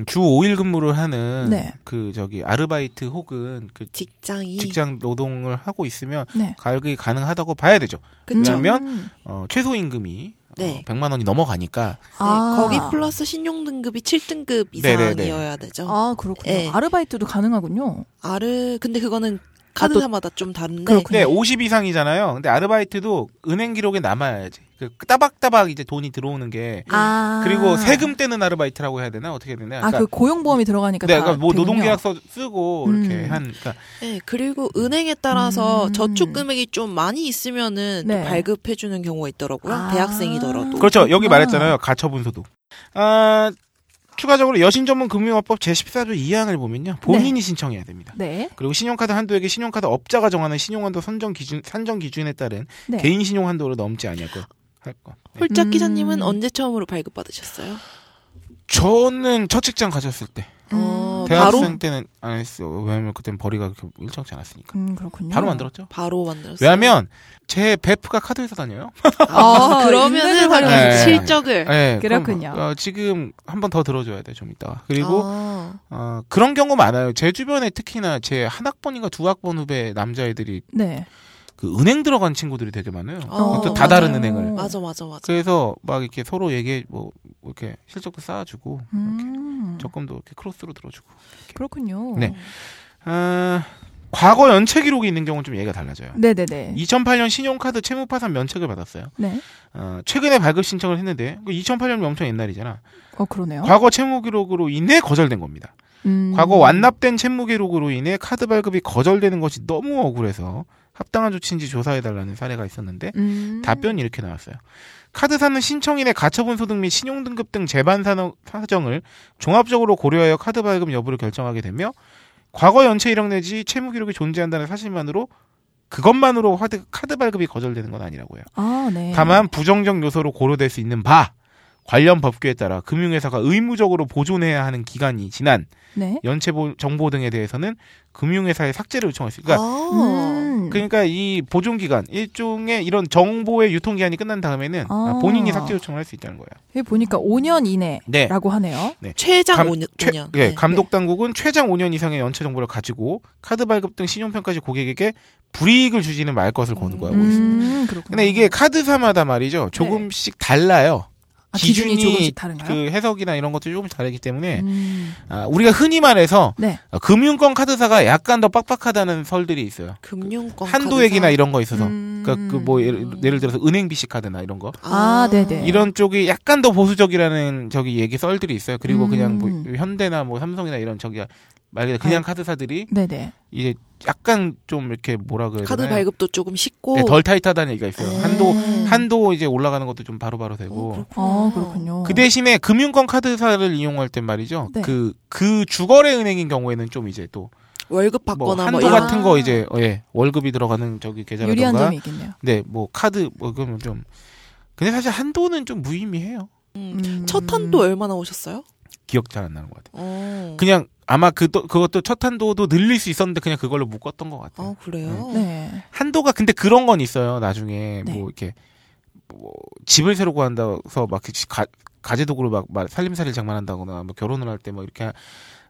[SPEAKER 4] 주 5일 근무를 하는
[SPEAKER 5] 네.
[SPEAKER 4] 그 저기 아르바이트 혹은 그
[SPEAKER 6] 직장이
[SPEAKER 4] 직장 노동을 하고 있으면
[SPEAKER 5] 네.
[SPEAKER 4] 가격이 가능하다고 봐야 되죠.
[SPEAKER 6] 그쵸.
[SPEAKER 4] 왜냐면-
[SPEAKER 5] 음.
[SPEAKER 4] 어, 최소 임금이
[SPEAKER 6] 네.
[SPEAKER 4] 어, 100만 원이 넘어가니까
[SPEAKER 6] 네,
[SPEAKER 5] 아.
[SPEAKER 6] 거기 플러스 신용 등급이 7등급
[SPEAKER 4] 네네네.
[SPEAKER 6] 이상이어야 되죠.
[SPEAKER 5] 아 그렇군요.
[SPEAKER 6] 예.
[SPEAKER 5] 아르바이트도 가능하군요.
[SPEAKER 6] 아르 근데 그거는 카드사마다 좀 다른데
[SPEAKER 5] 그렇군요.
[SPEAKER 4] 근데 50 이상이잖아요. 근데 아르바이트도 은행 기록에 남아야지. 그 따박따박 이제 돈이 들어오는 게
[SPEAKER 5] 아
[SPEAKER 4] 예. 그리고 세금 떼는 아르바이트라고 해야 되나 어떻게 해야 되나? 그러니까
[SPEAKER 5] 아, 그 고용보험이 들어가니까.
[SPEAKER 4] 네,
[SPEAKER 5] 다
[SPEAKER 4] 그러니까 뭐
[SPEAKER 5] 되군요.
[SPEAKER 4] 노동계약서 쓰고 이렇게
[SPEAKER 5] 음.
[SPEAKER 4] 한 그러니까
[SPEAKER 6] 네, 그리고 은행에 따라서
[SPEAKER 5] 음.
[SPEAKER 6] 저축 금액이 좀 많이 있으면은 또
[SPEAKER 5] 네.
[SPEAKER 6] 발급해 주는 경우가 있더라고요.
[SPEAKER 5] 아.
[SPEAKER 6] 대학생이더라도.
[SPEAKER 4] 그렇죠. 여기
[SPEAKER 5] 그렇구나.
[SPEAKER 4] 말했잖아요. 가처분 소득. 아, 추가적으로 여신 전문 금융화법 제14조 2항을 보면요. 본인이 신청해야 됩니다.
[SPEAKER 5] 네.
[SPEAKER 4] 그리고 신용카드 한도액이 신용카드 업자가 정하는 신용한도 선정 기준 산정 기준에 따른
[SPEAKER 5] 네.
[SPEAKER 4] 개인 신용 한도를 넘지 아니할 것. 할 것. 네.
[SPEAKER 6] 홀짝
[SPEAKER 5] 음.
[SPEAKER 6] 기자님은 언제 처음으로 발급 받으셨어요?
[SPEAKER 4] 저는 첫 직장 가졌을 때
[SPEAKER 5] 음.
[SPEAKER 6] 어,
[SPEAKER 4] 대학생
[SPEAKER 6] 바로
[SPEAKER 4] 때는 안 했어. 왜냐면 그때는 벌이가 그렇게 일정치 않았으니까.
[SPEAKER 5] 음, 그렇군요.
[SPEAKER 4] 바로 만들었죠.
[SPEAKER 6] 바로 만들었어요.
[SPEAKER 4] 왜냐면 제 베프가 카드 회사 다녀요.
[SPEAKER 6] 아,
[SPEAKER 5] 아, 인맥을
[SPEAKER 6] 그러면은
[SPEAKER 5] 활용해서.
[SPEAKER 6] 확실히
[SPEAKER 4] 네.
[SPEAKER 6] 실적을
[SPEAKER 4] 네, 그럼,
[SPEAKER 5] 그렇군요.
[SPEAKER 4] 어, 지금 한 번 더 들어줘야 돼 좀 이따가. 그리고
[SPEAKER 6] 아,
[SPEAKER 4] 어, 그런 경우 많아요. 제 주변에 특히나 제 한 학번인가 두 학번 후배 남자애들이
[SPEAKER 5] 네.
[SPEAKER 4] 그 은행 들어간 친구들이 되게 많아요.
[SPEAKER 6] 어,
[SPEAKER 4] 또
[SPEAKER 5] 맞아요.
[SPEAKER 4] 다 다른 은행을.
[SPEAKER 6] 맞아 맞아 맞아.
[SPEAKER 4] 그래서 막 이렇게 서로 얘기해 뭐 이렇게 실적도 쌓아주고 이렇게
[SPEAKER 5] 음,
[SPEAKER 4] 적금도 이렇게 크로스로 들어주고.
[SPEAKER 5] 그렇군요.
[SPEAKER 4] 네. 아, 과거 연체 기록이 있는 경우는 좀 얘기가 달라져요.
[SPEAKER 5] 네네네.
[SPEAKER 4] 2008년 신용카드 채무 파산 면책을 받았어요.
[SPEAKER 5] 네.
[SPEAKER 4] 어, 최근에 발급 신청을 했는데 그 2008년이 엄청 옛날이잖아.
[SPEAKER 5] 어, 그러네요.
[SPEAKER 4] 과거 채무 기록으로 인해 거절된 겁니다.
[SPEAKER 5] 음.
[SPEAKER 4] 과거 완납된 채무 기록으로 인해 카드 발급이 거절되는 것이 너무 억울해서 합당한 조치인지 조사해달라는 사례가 있었는데
[SPEAKER 5] 음.
[SPEAKER 4] 답변이 이렇게 나왔어요. 카드사는 신청인의 가처분 소득 및 신용등급 등 재반 사정- 사정을 종합적으로 고려하여 카드 발급 여부를 결정하게 되며 과거 연체 이력 내지 채무 기록이 존재한다는 사실만으로 그것만으로 화드- 카드 발급이 거절되는 건 아니라고요.
[SPEAKER 5] 아, 네.
[SPEAKER 4] 다만 부정적 요소로 고려될 수 있는 바 관련 법규에 따라 금융회사가 의무적으로 보존해야 하는 기간이 지난
[SPEAKER 5] 네.
[SPEAKER 4] 연체 보- 정보 등에 대해서는 금융회사에 삭제를 요청할 수 있어요. 그러니까,
[SPEAKER 6] 아,
[SPEAKER 5] 음.
[SPEAKER 4] 그러니까 이 보존기간 일종의 이런 정보의 유통기한이 끝난 다음에는 아,
[SPEAKER 5] 아.
[SPEAKER 4] 본인이 삭제 요청을 할 수 있다는 거예요.
[SPEAKER 5] 여기 보니까 5년 이내라고 네.
[SPEAKER 4] 네.
[SPEAKER 5] 하네요.
[SPEAKER 6] 최장 네.
[SPEAKER 4] 감-
[SPEAKER 6] 5년.
[SPEAKER 4] 최-
[SPEAKER 6] 년
[SPEAKER 4] 예, 감독 당국은 최장 5년 이상의 연체 정보를 가지고 카드 발급 등 신용평가시 고객에게 불이익을 주지는 말 것을 권고하고 있습니다.
[SPEAKER 5] 음, 그렇군요.
[SPEAKER 4] 근데 이게 카드사마다 말이죠. 조금씩 달라요.
[SPEAKER 5] 아, 기준이,
[SPEAKER 4] 기준이
[SPEAKER 5] 조금씩 다른가요?
[SPEAKER 4] 그 해석이나 이런 것들이 조금씩 다르기 때문에
[SPEAKER 5] 음.
[SPEAKER 4] 아, 우리가 흔히 말해서
[SPEAKER 5] 네.
[SPEAKER 4] 어, 금융권 카드사가 약간 더 빡빡하다는 설들이 있어요.
[SPEAKER 6] 금융권
[SPEAKER 4] 한도액이나 이런 거 있어서
[SPEAKER 5] 음.
[SPEAKER 4] 그러니까 그 뭐 예를, 예를 들어서 은행 BC 카드나 이런 거
[SPEAKER 5] 아, 네네. 네.
[SPEAKER 4] 이런 쪽이 약간 더 보수적이라는 저기 얘기 썰들이 있어요. 그리고
[SPEAKER 5] 음.
[SPEAKER 4] 그냥 뭐 현대나 뭐 삼성이나 이런 저기 말 그대로 그냥
[SPEAKER 6] 네.
[SPEAKER 5] 아.
[SPEAKER 4] 카드사들이
[SPEAKER 5] 네네.
[SPEAKER 4] 이제 약간 좀 이렇게 뭐라 그래야
[SPEAKER 6] 카드
[SPEAKER 4] 되나요?
[SPEAKER 6] 발급도 조금 쉽고
[SPEAKER 4] 네, 덜 타이트하다는 얘기가 있어요.
[SPEAKER 6] 음.
[SPEAKER 4] 한도 한도 이제 올라가는 것도 좀 바로바로
[SPEAKER 6] 어,
[SPEAKER 4] 되고.
[SPEAKER 5] 아
[SPEAKER 6] 그렇구나.
[SPEAKER 5] 그렇군요.
[SPEAKER 4] 그 대신에 금융권 카드사를 이용할 땐 말이죠.
[SPEAKER 5] 네.
[SPEAKER 4] 그 그 주거래 은행인 경우에는 좀 이제 또 뭐
[SPEAKER 6] 월급 받거나
[SPEAKER 4] 한도
[SPEAKER 6] 뭐 이런
[SPEAKER 4] 같은 거 이제 어, 예, 월급이 들어가는 저기
[SPEAKER 5] 유리한
[SPEAKER 4] 계좌라든가
[SPEAKER 5] 점이 있겠네요.
[SPEAKER 4] 네, 뭐 카드 뭐 그러면 좀 근데 사실 한도는 좀 무의미해요.
[SPEAKER 6] 음.
[SPEAKER 5] 음.
[SPEAKER 6] 첫 한도 얼마나 오셨어요?
[SPEAKER 4] 기억 잘 안 나는 것 같아요.
[SPEAKER 6] 어.
[SPEAKER 4] 그냥 아마 그 그것도 첫 한도도 늘릴 수 있었는데 그냥 그걸로 묶었던 것 같아요.
[SPEAKER 6] 아 그래요?
[SPEAKER 5] 네.
[SPEAKER 4] 한도가 근데 그런 건 있어요. 나중에
[SPEAKER 5] 네.
[SPEAKER 4] 뭐 이렇게 뭐 집을 새로 구한다서 막 그 가, 가재도구로 막, 막 살림살이를 장만한다거나 뭐 결혼을 할 때 뭐 이렇게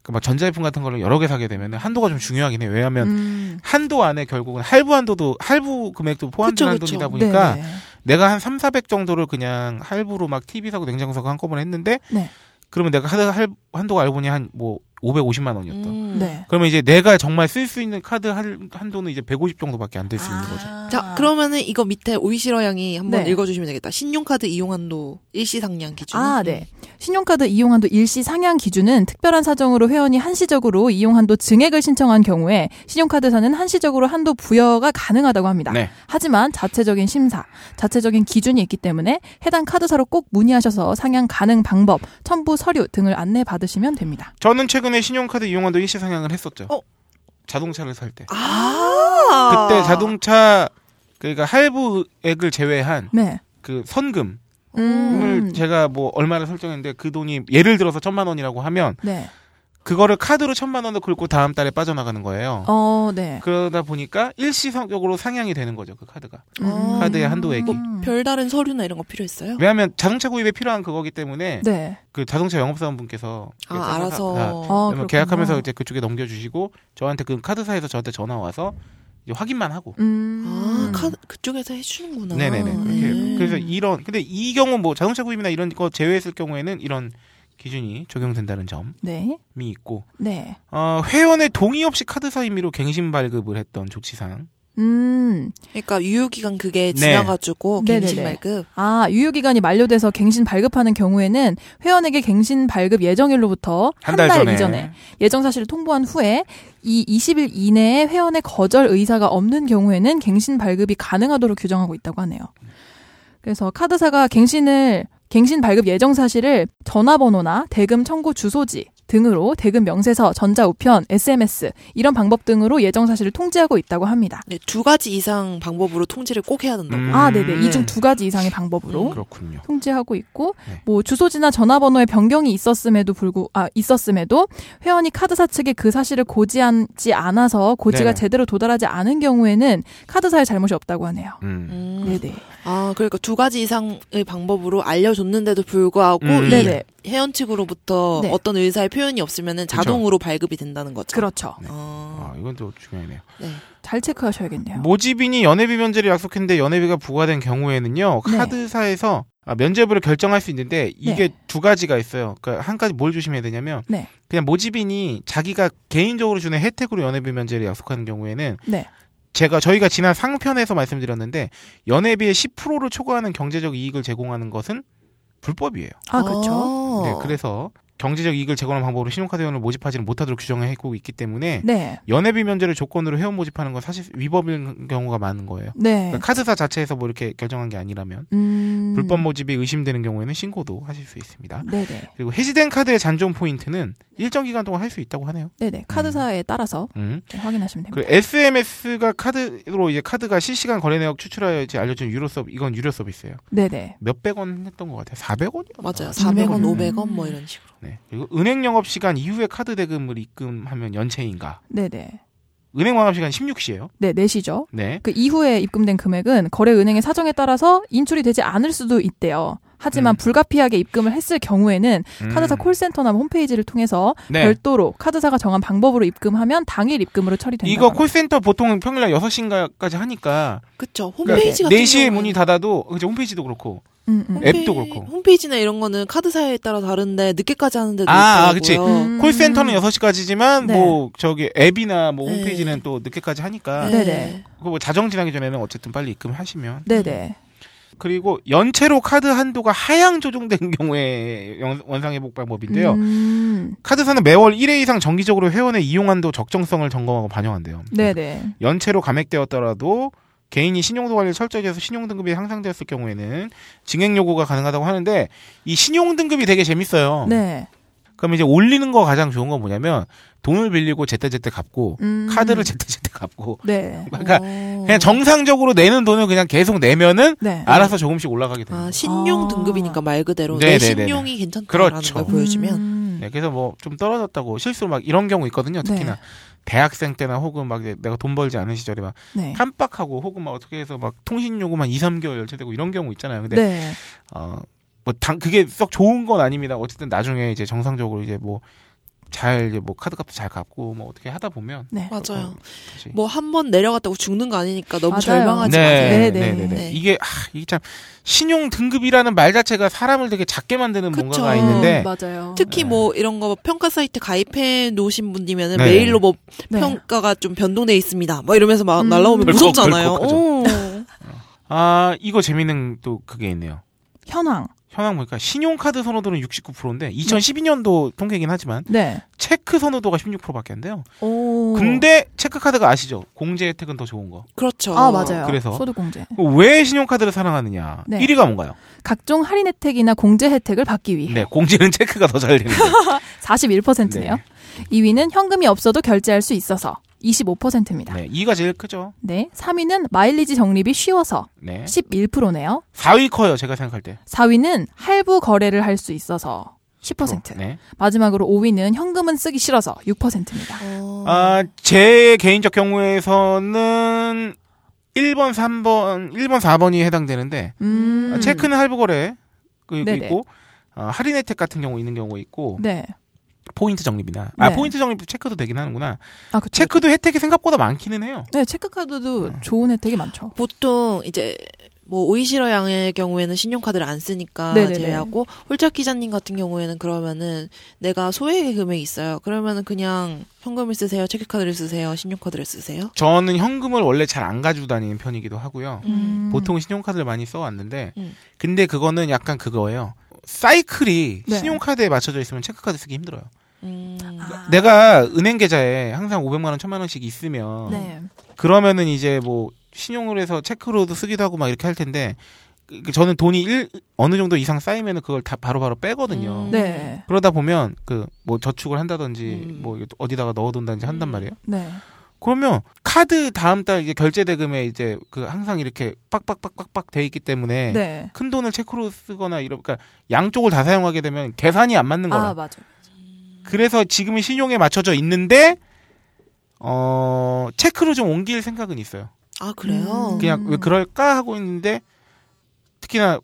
[SPEAKER 4] 그 막 전자제품 같은 걸로 여러 개 사게 되면 한도가 좀 중요하긴 해요. 왜냐하면
[SPEAKER 5] 음.
[SPEAKER 4] 한도 안에 결국은 할부 한도도 할부 금액도 포함된
[SPEAKER 6] 그쵸, 그쵸.
[SPEAKER 4] 한도이다 보니까
[SPEAKER 5] 네네.
[SPEAKER 4] 내가 한 3, 400 정도를 그냥 할부로 막 TV 사고 냉장고 사고 한꺼번에 했는데
[SPEAKER 5] 네. 그러면
[SPEAKER 4] 그러면 내가 한, 할, 한도가 알고 보니 한 뭐 550만 원이었다.
[SPEAKER 6] 음.
[SPEAKER 5] 네.
[SPEAKER 4] 그러면 이제 내가 정말 쓸 수 있는 카드 한, 한도는 이제 150 정도밖에 안 될 수
[SPEAKER 6] 아,
[SPEAKER 4] 있는 거죠.
[SPEAKER 5] 아.
[SPEAKER 6] 자 그러면은 이거 밑에 오이시러 양이 한번
[SPEAKER 5] 네.
[SPEAKER 6] 읽어주시면 되겠다. 신용카드 이용한도 일시상량 기준.
[SPEAKER 5] 아, 네. 신용카드 이용한도 일시 상향 기준은 특별한 사정으로 회원이 한시적으로 이용한도 증액을 신청한 경우에 신용카드사는 한시적으로 한도 부여가 가능하다고 합니다.
[SPEAKER 4] 네.
[SPEAKER 5] 하지만 자체적인 심사, 자체적인 기준이 있기 때문에 해당 카드사로 꼭 문의하셔서 상향 가능 방법, 첨부 서류 등을 안내 받으시면 됩니다.
[SPEAKER 4] 저는 최근에 신용카드 이용한도 일시 상향을 했었죠.
[SPEAKER 6] 어?
[SPEAKER 4] 자동차를 살 때.
[SPEAKER 6] 아
[SPEAKER 4] 그때 자동차 그러니까 할부액을 제외한
[SPEAKER 5] 네.
[SPEAKER 4] 그 선금을
[SPEAKER 5] 음.
[SPEAKER 4] 제가 뭐 얼마를 설정했는데 그 돈이 예를 들어서 천만 원이라고 하면
[SPEAKER 5] 네.
[SPEAKER 4] 그거를 카드로 천만 원을 긁고 다음 달에 빠져나가는 거예요.
[SPEAKER 5] 어, 네.
[SPEAKER 4] 그러다 보니까 일시적으로 상향이 되는 거죠 그 카드가.
[SPEAKER 5] 음.
[SPEAKER 4] 카드의 한도액이.
[SPEAKER 5] 음.
[SPEAKER 6] 별다른 서류나 이런 거 필요했어요?
[SPEAKER 4] 왜냐하면 자동차 구입에 필요한 그거기 때문에
[SPEAKER 5] 네.
[SPEAKER 4] 그 자동차 영업사원분께서 그
[SPEAKER 6] 아
[SPEAKER 4] 자동차-
[SPEAKER 6] 알아서.
[SPEAKER 4] 아,
[SPEAKER 5] 어,
[SPEAKER 4] 그러면
[SPEAKER 5] 그렇군요.
[SPEAKER 4] 계약하면서 이제 그쪽에 넘겨주시고 저한테 그 카드사에서 저한테 전화 와서 이제 확인만 하고.
[SPEAKER 5] 음.
[SPEAKER 6] 아, 카드 그쪽에서
[SPEAKER 5] 아,
[SPEAKER 6] 해주는구나.
[SPEAKER 4] 네네네. 그렇게
[SPEAKER 6] 네.
[SPEAKER 4] 그래서 이런 근데 이 경우 뭐 자동차 구입이나 이런 거 제외했을 경우에는 이런 기준이 적용된다는 점이
[SPEAKER 5] 네.
[SPEAKER 4] 있고
[SPEAKER 5] 네.
[SPEAKER 4] 어, 회원의 동의 없이 카드사 임의로 갱신 발급을 했던 조치상
[SPEAKER 5] 음.
[SPEAKER 6] 그러니까 유효기간 그게
[SPEAKER 4] 네.
[SPEAKER 6] 지나가지고
[SPEAKER 5] 네네네.
[SPEAKER 6] 갱신 발급.
[SPEAKER 5] 아, 유효기간이 만료돼서 갱신 발급하는 경우에는 회원에게 갱신 발급 예정일로부터
[SPEAKER 4] 한
[SPEAKER 5] 한
[SPEAKER 4] 달
[SPEAKER 5] 달
[SPEAKER 4] 전에.
[SPEAKER 5] 이전에 예정 사실을 통보한 후에 이 20일 이내에 회원의 거절 의사가 없는 경우에는 갱신 발급이 가능하도록 규정하고 있다고 하네요. 그래서 카드사가 갱신을 갱신 발급 예정 사실을 전화번호나 대금 청구 주소지 등으로 대금 명세서, 전자우편, SMS 이런 방법 등으로 예정 사실을 통지하고 있다고 합니다.
[SPEAKER 6] 네, 두 가지 이상 방법으로 통지를 꼭 해야 된다고.
[SPEAKER 4] 음.
[SPEAKER 5] 아, 네네. 이
[SPEAKER 4] 음.
[SPEAKER 5] 중 두 가지 이상의 방법으로
[SPEAKER 4] 그렇군요.
[SPEAKER 5] 통지하고 있고
[SPEAKER 4] 네.
[SPEAKER 5] 뭐 주소지나 전화번호에 변경이 있었음에도 불구 아 있었음에도 회원이 카드사 측에 그 사실을 고지하지 않아서 고지가
[SPEAKER 4] 네네.
[SPEAKER 5] 제대로 도달하지 않은 경우에는 카드사의 잘못이 없다고 하네요.
[SPEAKER 4] 음.
[SPEAKER 6] 음.
[SPEAKER 5] 네네.
[SPEAKER 6] 아, 그러니까 두 가지 이상의 방법으로 알려줬는데도 불구하고
[SPEAKER 4] 음.
[SPEAKER 6] 이
[SPEAKER 5] 네네.
[SPEAKER 6] 회원 측으로부터
[SPEAKER 5] 네.
[SPEAKER 6] 어떤 의사의 표현이 없으면은
[SPEAKER 4] 그쵸.
[SPEAKER 6] 자동으로 발급이 된다는 거죠.
[SPEAKER 5] 그렇죠.
[SPEAKER 6] 어,
[SPEAKER 4] 아, 이건 또 중요하네요.
[SPEAKER 6] 네.
[SPEAKER 5] 잘 체크하셔야겠네요.
[SPEAKER 4] 음. 뭐 모집인이 연회비 면제를 약속했는데 연회비가 부과된 경우에는요
[SPEAKER 5] 네.
[SPEAKER 4] 카드사에서 아, 면제부를 결정할 수 있는데 이게
[SPEAKER 5] 네.
[SPEAKER 4] 두 가지가 있어요. 그러니까 한 가지 뭘 조심해야 되냐면
[SPEAKER 5] 네.
[SPEAKER 4] 그냥 모집인이 자기가 개인적으로 주는 혜택으로 연회비 면제를 약속하는 경우에는
[SPEAKER 5] 네.
[SPEAKER 4] 제가 저희가 지난 상편에서 말씀드렸는데 연회비의 10%를 초과하는 경제적 이익을 제공하는 것은 불법이에요.
[SPEAKER 5] 아 그렇죠.
[SPEAKER 4] 네, 그래서 경제적 이익을 제공하는 방법으로 신용카드 회원을 모집하지는 못하도록 규정하고 있기 때문에
[SPEAKER 5] 네.
[SPEAKER 4] 연회비 면제를 조건으로 회원 모집하는 건 사실 위법인 경우가 많은 거예요.
[SPEAKER 5] 네.
[SPEAKER 4] 그러니까 카드사 자체에서 뭐 이렇게 결정한 게 아니라면
[SPEAKER 5] 음.
[SPEAKER 4] 불법 뭐 모집이 의심되는 경우에는 신고도 하실 수 있습니다.
[SPEAKER 5] 네네.
[SPEAKER 4] 그리고 해지된 카드의 잔존 포인트는
[SPEAKER 5] 네.
[SPEAKER 4] 일정 기간 동안 할 수 있다고 하네요.
[SPEAKER 5] 네네. 카드사에 따라서
[SPEAKER 4] 음.
[SPEAKER 5] 네, 확인하시면 됩니다.
[SPEAKER 4] 그리고 SMS가 카드로 이제 카드가 실시간 거래 내역 추출하여지 알려준 유료 서비 이건 유료 서비스예요.
[SPEAKER 5] 네네.
[SPEAKER 4] 몇백 원 했던 것 같아요. 음. 400원이요?
[SPEAKER 6] 맞아요. 400원,
[SPEAKER 5] 400원,
[SPEAKER 6] 500원 뭐 이런 식으로.
[SPEAKER 4] 네. 그리고 은행 영업 시간 이후에 카드 대금을 입금하면 연체인가?
[SPEAKER 5] 네네.
[SPEAKER 4] 은행 완업 시간 16시예요.
[SPEAKER 5] 네, 내시죠.
[SPEAKER 4] 네.
[SPEAKER 5] 그 이후에 입금된 금액은 거래 은행의 사정에 따라서 인출이 되지 않을 수도 있대요. 하지만
[SPEAKER 4] 음.
[SPEAKER 5] 불가피하게 입금을 했을 경우에는
[SPEAKER 4] 음.
[SPEAKER 5] 카드사 콜센터나 뭐 홈페이지를 통해서
[SPEAKER 4] 네.
[SPEAKER 5] 별도로 카드사가 정한 방법으로 입금하면 당일 입금으로 처리된다.
[SPEAKER 4] 이거 콜센터 보통 평일날 6시인가까지 하니까
[SPEAKER 6] 그쵸.
[SPEAKER 4] 그러니까
[SPEAKER 6] 홈페이지 같은
[SPEAKER 4] 4시에
[SPEAKER 6] 경우는
[SPEAKER 4] 문이 닫아도 이제 홈페이지도 그렇고
[SPEAKER 5] 음, 음.
[SPEAKER 4] 앱도 그렇고.
[SPEAKER 6] 홈페이지나 이런 거는 카드사에 따라 다른데 늦게까지 하는 데도
[SPEAKER 4] 아, 아, 그치.
[SPEAKER 6] 있더라고요. 네.
[SPEAKER 5] 음.
[SPEAKER 4] 콜센터는 6시까지지만
[SPEAKER 5] 네.
[SPEAKER 4] 뭐 저기 앱이나 뭐
[SPEAKER 6] 네.
[SPEAKER 4] 홈페이지는 또 늦게까지 뭐 하니까
[SPEAKER 5] 네네.
[SPEAKER 4] 그뭐 자정 지나기 전에는 어쨌든 빨리 입금하시면
[SPEAKER 5] 네네.
[SPEAKER 4] 그리고 연체로 카드 한도가 하향 조정된 경우에 연- 원상 회복 방법인데요.
[SPEAKER 5] 음,
[SPEAKER 4] 카드사는 매월 1회 이상 정기적으로 회원의 이용 한도 적정성을 점검하고 반영한대요.
[SPEAKER 5] 네네.
[SPEAKER 4] 연체로 감액되었더라도 개인이 신용도 관리를 철저히 해서 신용 등급이 향상되었을 경우에는 증액 요구가 가능하다고 하는데 이 신용 등급이 되게 재밌어요.
[SPEAKER 5] 네.
[SPEAKER 4] 그럼 이제 올리는 거 가장 좋은 건 뭐냐면 돈을 빌리고 제때제때 갚고
[SPEAKER 5] 음.
[SPEAKER 4] 카드를 제때제때 갚고
[SPEAKER 5] 네.
[SPEAKER 4] 그러니까
[SPEAKER 6] 오.
[SPEAKER 4] 그냥 정상적으로 내는 돈을 그냥 계속 내면은
[SPEAKER 5] 네.
[SPEAKER 4] 알아서 조금씩 올라가게 돼요.
[SPEAKER 6] 아, 신용
[SPEAKER 5] 아.
[SPEAKER 6] 등급이니까 말 그대로
[SPEAKER 4] 네네네네.
[SPEAKER 6] 내 신용이 괜찮다라는
[SPEAKER 4] 그렇죠.
[SPEAKER 6] 걸 보여주면
[SPEAKER 5] 음.
[SPEAKER 4] 네, 그래서 뭐 좀 떨어졌다고 실수로 막 이런 경우 있거든요. 특히나
[SPEAKER 5] 네.
[SPEAKER 4] 대학생 때나 혹은 막 이제 내가 돈 벌지 않은 시절에 막
[SPEAKER 5] 네.
[SPEAKER 4] 깜빡하고 혹은 막 어떻게 해서 막 통신 요금만 2, 3개월 열체되고 이런 경우 있잖아요. 근데
[SPEAKER 5] 네.
[SPEAKER 4] 어, 뭐, 당, 그게 썩 좋은 건 아닙니다. 어쨌든 나중에 이제 정상적으로 이제 뭐, 잘, 이제 뭐, 카드값도 잘 갚고, 뭐, 어떻게 하다 보면. 어,
[SPEAKER 5] 네.
[SPEAKER 6] 맞아요.
[SPEAKER 4] 다시.
[SPEAKER 6] 뭐 한 번 내려갔다고 죽는 거 아니니까 너무
[SPEAKER 5] 맞아요.
[SPEAKER 6] 절망하지 마세요.
[SPEAKER 4] 네, 네,
[SPEAKER 5] 네,
[SPEAKER 4] 네, 네,
[SPEAKER 5] 네.
[SPEAKER 6] 네.
[SPEAKER 4] 이게, 아, 이게 참, 신용 등급이라는 말 자체가 사람을 되게 작게 만드는
[SPEAKER 6] 그쵸. 음,
[SPEAKER 4] 뭔가가 네, 있는데,
[SPEAKER 5] 맞아요.
[SPEAKER 6] 특히
[SPEAKER 4] 네.
[SPEAKER 6] 뭐 이런 거 평가 사이트 가입해 놓으신 분이면은
[SPEAKER 4] 네.
[SPEAKER 6] 메일로 뭐
[SPEAKER 5] 네.
[SPEAKER 6] 평가가 좀 변동돼 있습니다. 막 이러면서 막
[SPEAKER 5] 음.
[SPEAKER 6] 날라오면
[SPEAKER 4] 벌컥,
[SPEAKER 6] 무섭잖아요.
[SPEAKER 4] 벌컥하죠.
[SPEAKER 6] 오.
[SPEAKER 4] 아, 이거 재밌는 또 그게 있네요.
[SPEAKER 5] 현황.
[SPEAKER 4] 현황 보니까 신용카드 선호도는 69%인데 2012년도 통계이긴 하지만
[SPEAKER 5] 네.
[SPEAKER 4] 체크 선호도가 16%밖에 안 돼요.
[SPEAKER 5] 오.
[SPEAKER 4] 근데 체크카드가 아시죠? 공제 혜택은 더 좋은 거.
[SPEAKER 6] 그렇죠.
[SPEAKER 5] 아 맞아요.
[SPEAKER 4] 그래서?
[SPEAKER 5] 소득 공제.
[SPEAKER 4] 왜 신용카드를 사랑하느냐?
[SPEAKER 5] 네.
[SPEAKER 4] 1위가 뭔가요?
[SPEAKER 5] 각종 할인 혜택이나 공제 혜택을 받기 위해
[SPEAKER 4] 네, 공제는 체크가 더 잘 되는 거.
[SPEAKER 5] 41%네요. 2위는 현금이 없어도 결제할 수 있어서 25%입니다.
[SPEAKER 4] 네, 2가 제일 크죠.
[SPEAKER 5] 네. 3위는 마일리지 적립이 쉬워서
[SPEAKER 4] 네.
[SPEAKER 5] 11%네요.
[SPEAKER 4] 4위 커요, 제가 생각할 때.
[SPEAKER 5] 4위는 할부 거래를 할 수 있어서 10%.
[SPEAKER 4] 네.
[SPEAKER 5] 마지막으로 5위는 현금은 쓰기 싫어서 6%입니다.
[SPEAKER 6] 어.
[SPEAKER 4] 아, 제 개인적 경우에서는 1번, 3번, 1번, 4번이 해당되는데,
[SPEAKER 5] 음.
[SPEAKER 4] 아, 체크는 할부 거래, 그, 그
[SPEAKER 5] 네네.
[SPEAKER 4] 있고, 아, 할인 혜택 같은 경우 있는 경우 있고,
[SPEAKER 5] 네.
[SPEAKER 4] 포인트 적립이나, 아,
[SPEAKER 5] 네.
[SPEAKER 4] 포인트 적립도 체크도 되긴 하는구나.
[SPEAKER 5] 아, 그쵸.
[SPEAKER 4] 체크도 혜택이 생각보다 많기는 해요.
[SPEAKER 5] 네, 체크카드도 좋은 혜택이 많죠.
[SPEAKER 6] 보통 이제 뭐 오이시러 양의 경우에는 신용카드를 안 쓰니까
[SPEAKER 5] 네네네.
[SPEAKER 6] 제외하고 홀짝 기자님 같은 경우에는 그러면은 내가 소액의 금액이 있어요. 그러면은 그냥 현금을 쓰세요, 체크카드를 쓰세요, 신용카드를 쓰세요.
[SPEAKER 4] 저는 현금을 원래 잘 안 가지고 다니는 편이기도 하고요.
[SPEAKER 6] 음.
[SPEAKER 4] 보통 신용카드를 많이 써왔는데
[SPEAKER 6] 음.
[SPEAKER 4] 근데 그거는 약간 그거예요. 사이클이
[SPEAKER 5] 네.
[SPEAKER 4] 신용카드에 맞춰져 있으면 체크카드 쓰기 힘들어요.
[SPEAKER 6] 음.
[SPEAKER 5] 아.
[SPEAKER 4] 네. 내가 은행 계좌에 항상 500만 원, 1000만 원씩 있으면
[SPEAKER 5] 네.
[SPEAKER 4] 그러면은 이제 뭐 신용으로 해서 체크로도 쓰기도 하고 막 이렇게 할 텐데 그- 그 저는 돈이 일- 어느 정도 이상 쌓이면은 그걸 다 바로바로 빼거든요.
[SPEAKER 6] 음.
[SPEAKER 5] 네.
[SPEAKER 4] 그러다 보면 그 뭐 저축을 한다든지
[SPEAKER 6] 음.
[SPEAKER 4] 뭐 어디다가 넣어둔다든지 한단
[SPEAKER 6] 음.
[SPEAKER 4] 말이에요.
[SPEAKER 5] 네.
[SPEAKER 4] 그러면 카드 다음 달 이제 결제 대금에 이제 그 항상 이렇게 빡빡빡빡빡 돼 있기 때문에
[SPEAKER 5] 네.
[SPEAKER 4] 큰 돈을 체크로 쓰거나 이러 그러니까 양쪽을 다 사용하게 되면 계산이 안 맞는 거라.
[SPEAKER 5] 아, 맞아.
[SPEAKER 4] 그래서 지금은 신용에 맞춰져 있는데 어 체크로 좀 옮길 생각은 있어요.
[SPEAKER 6] 아 그래요?
[SPEAKER 5] 음.
[SPEAKER 4] 그냥 왜 그럴까 하고 있는데 특히나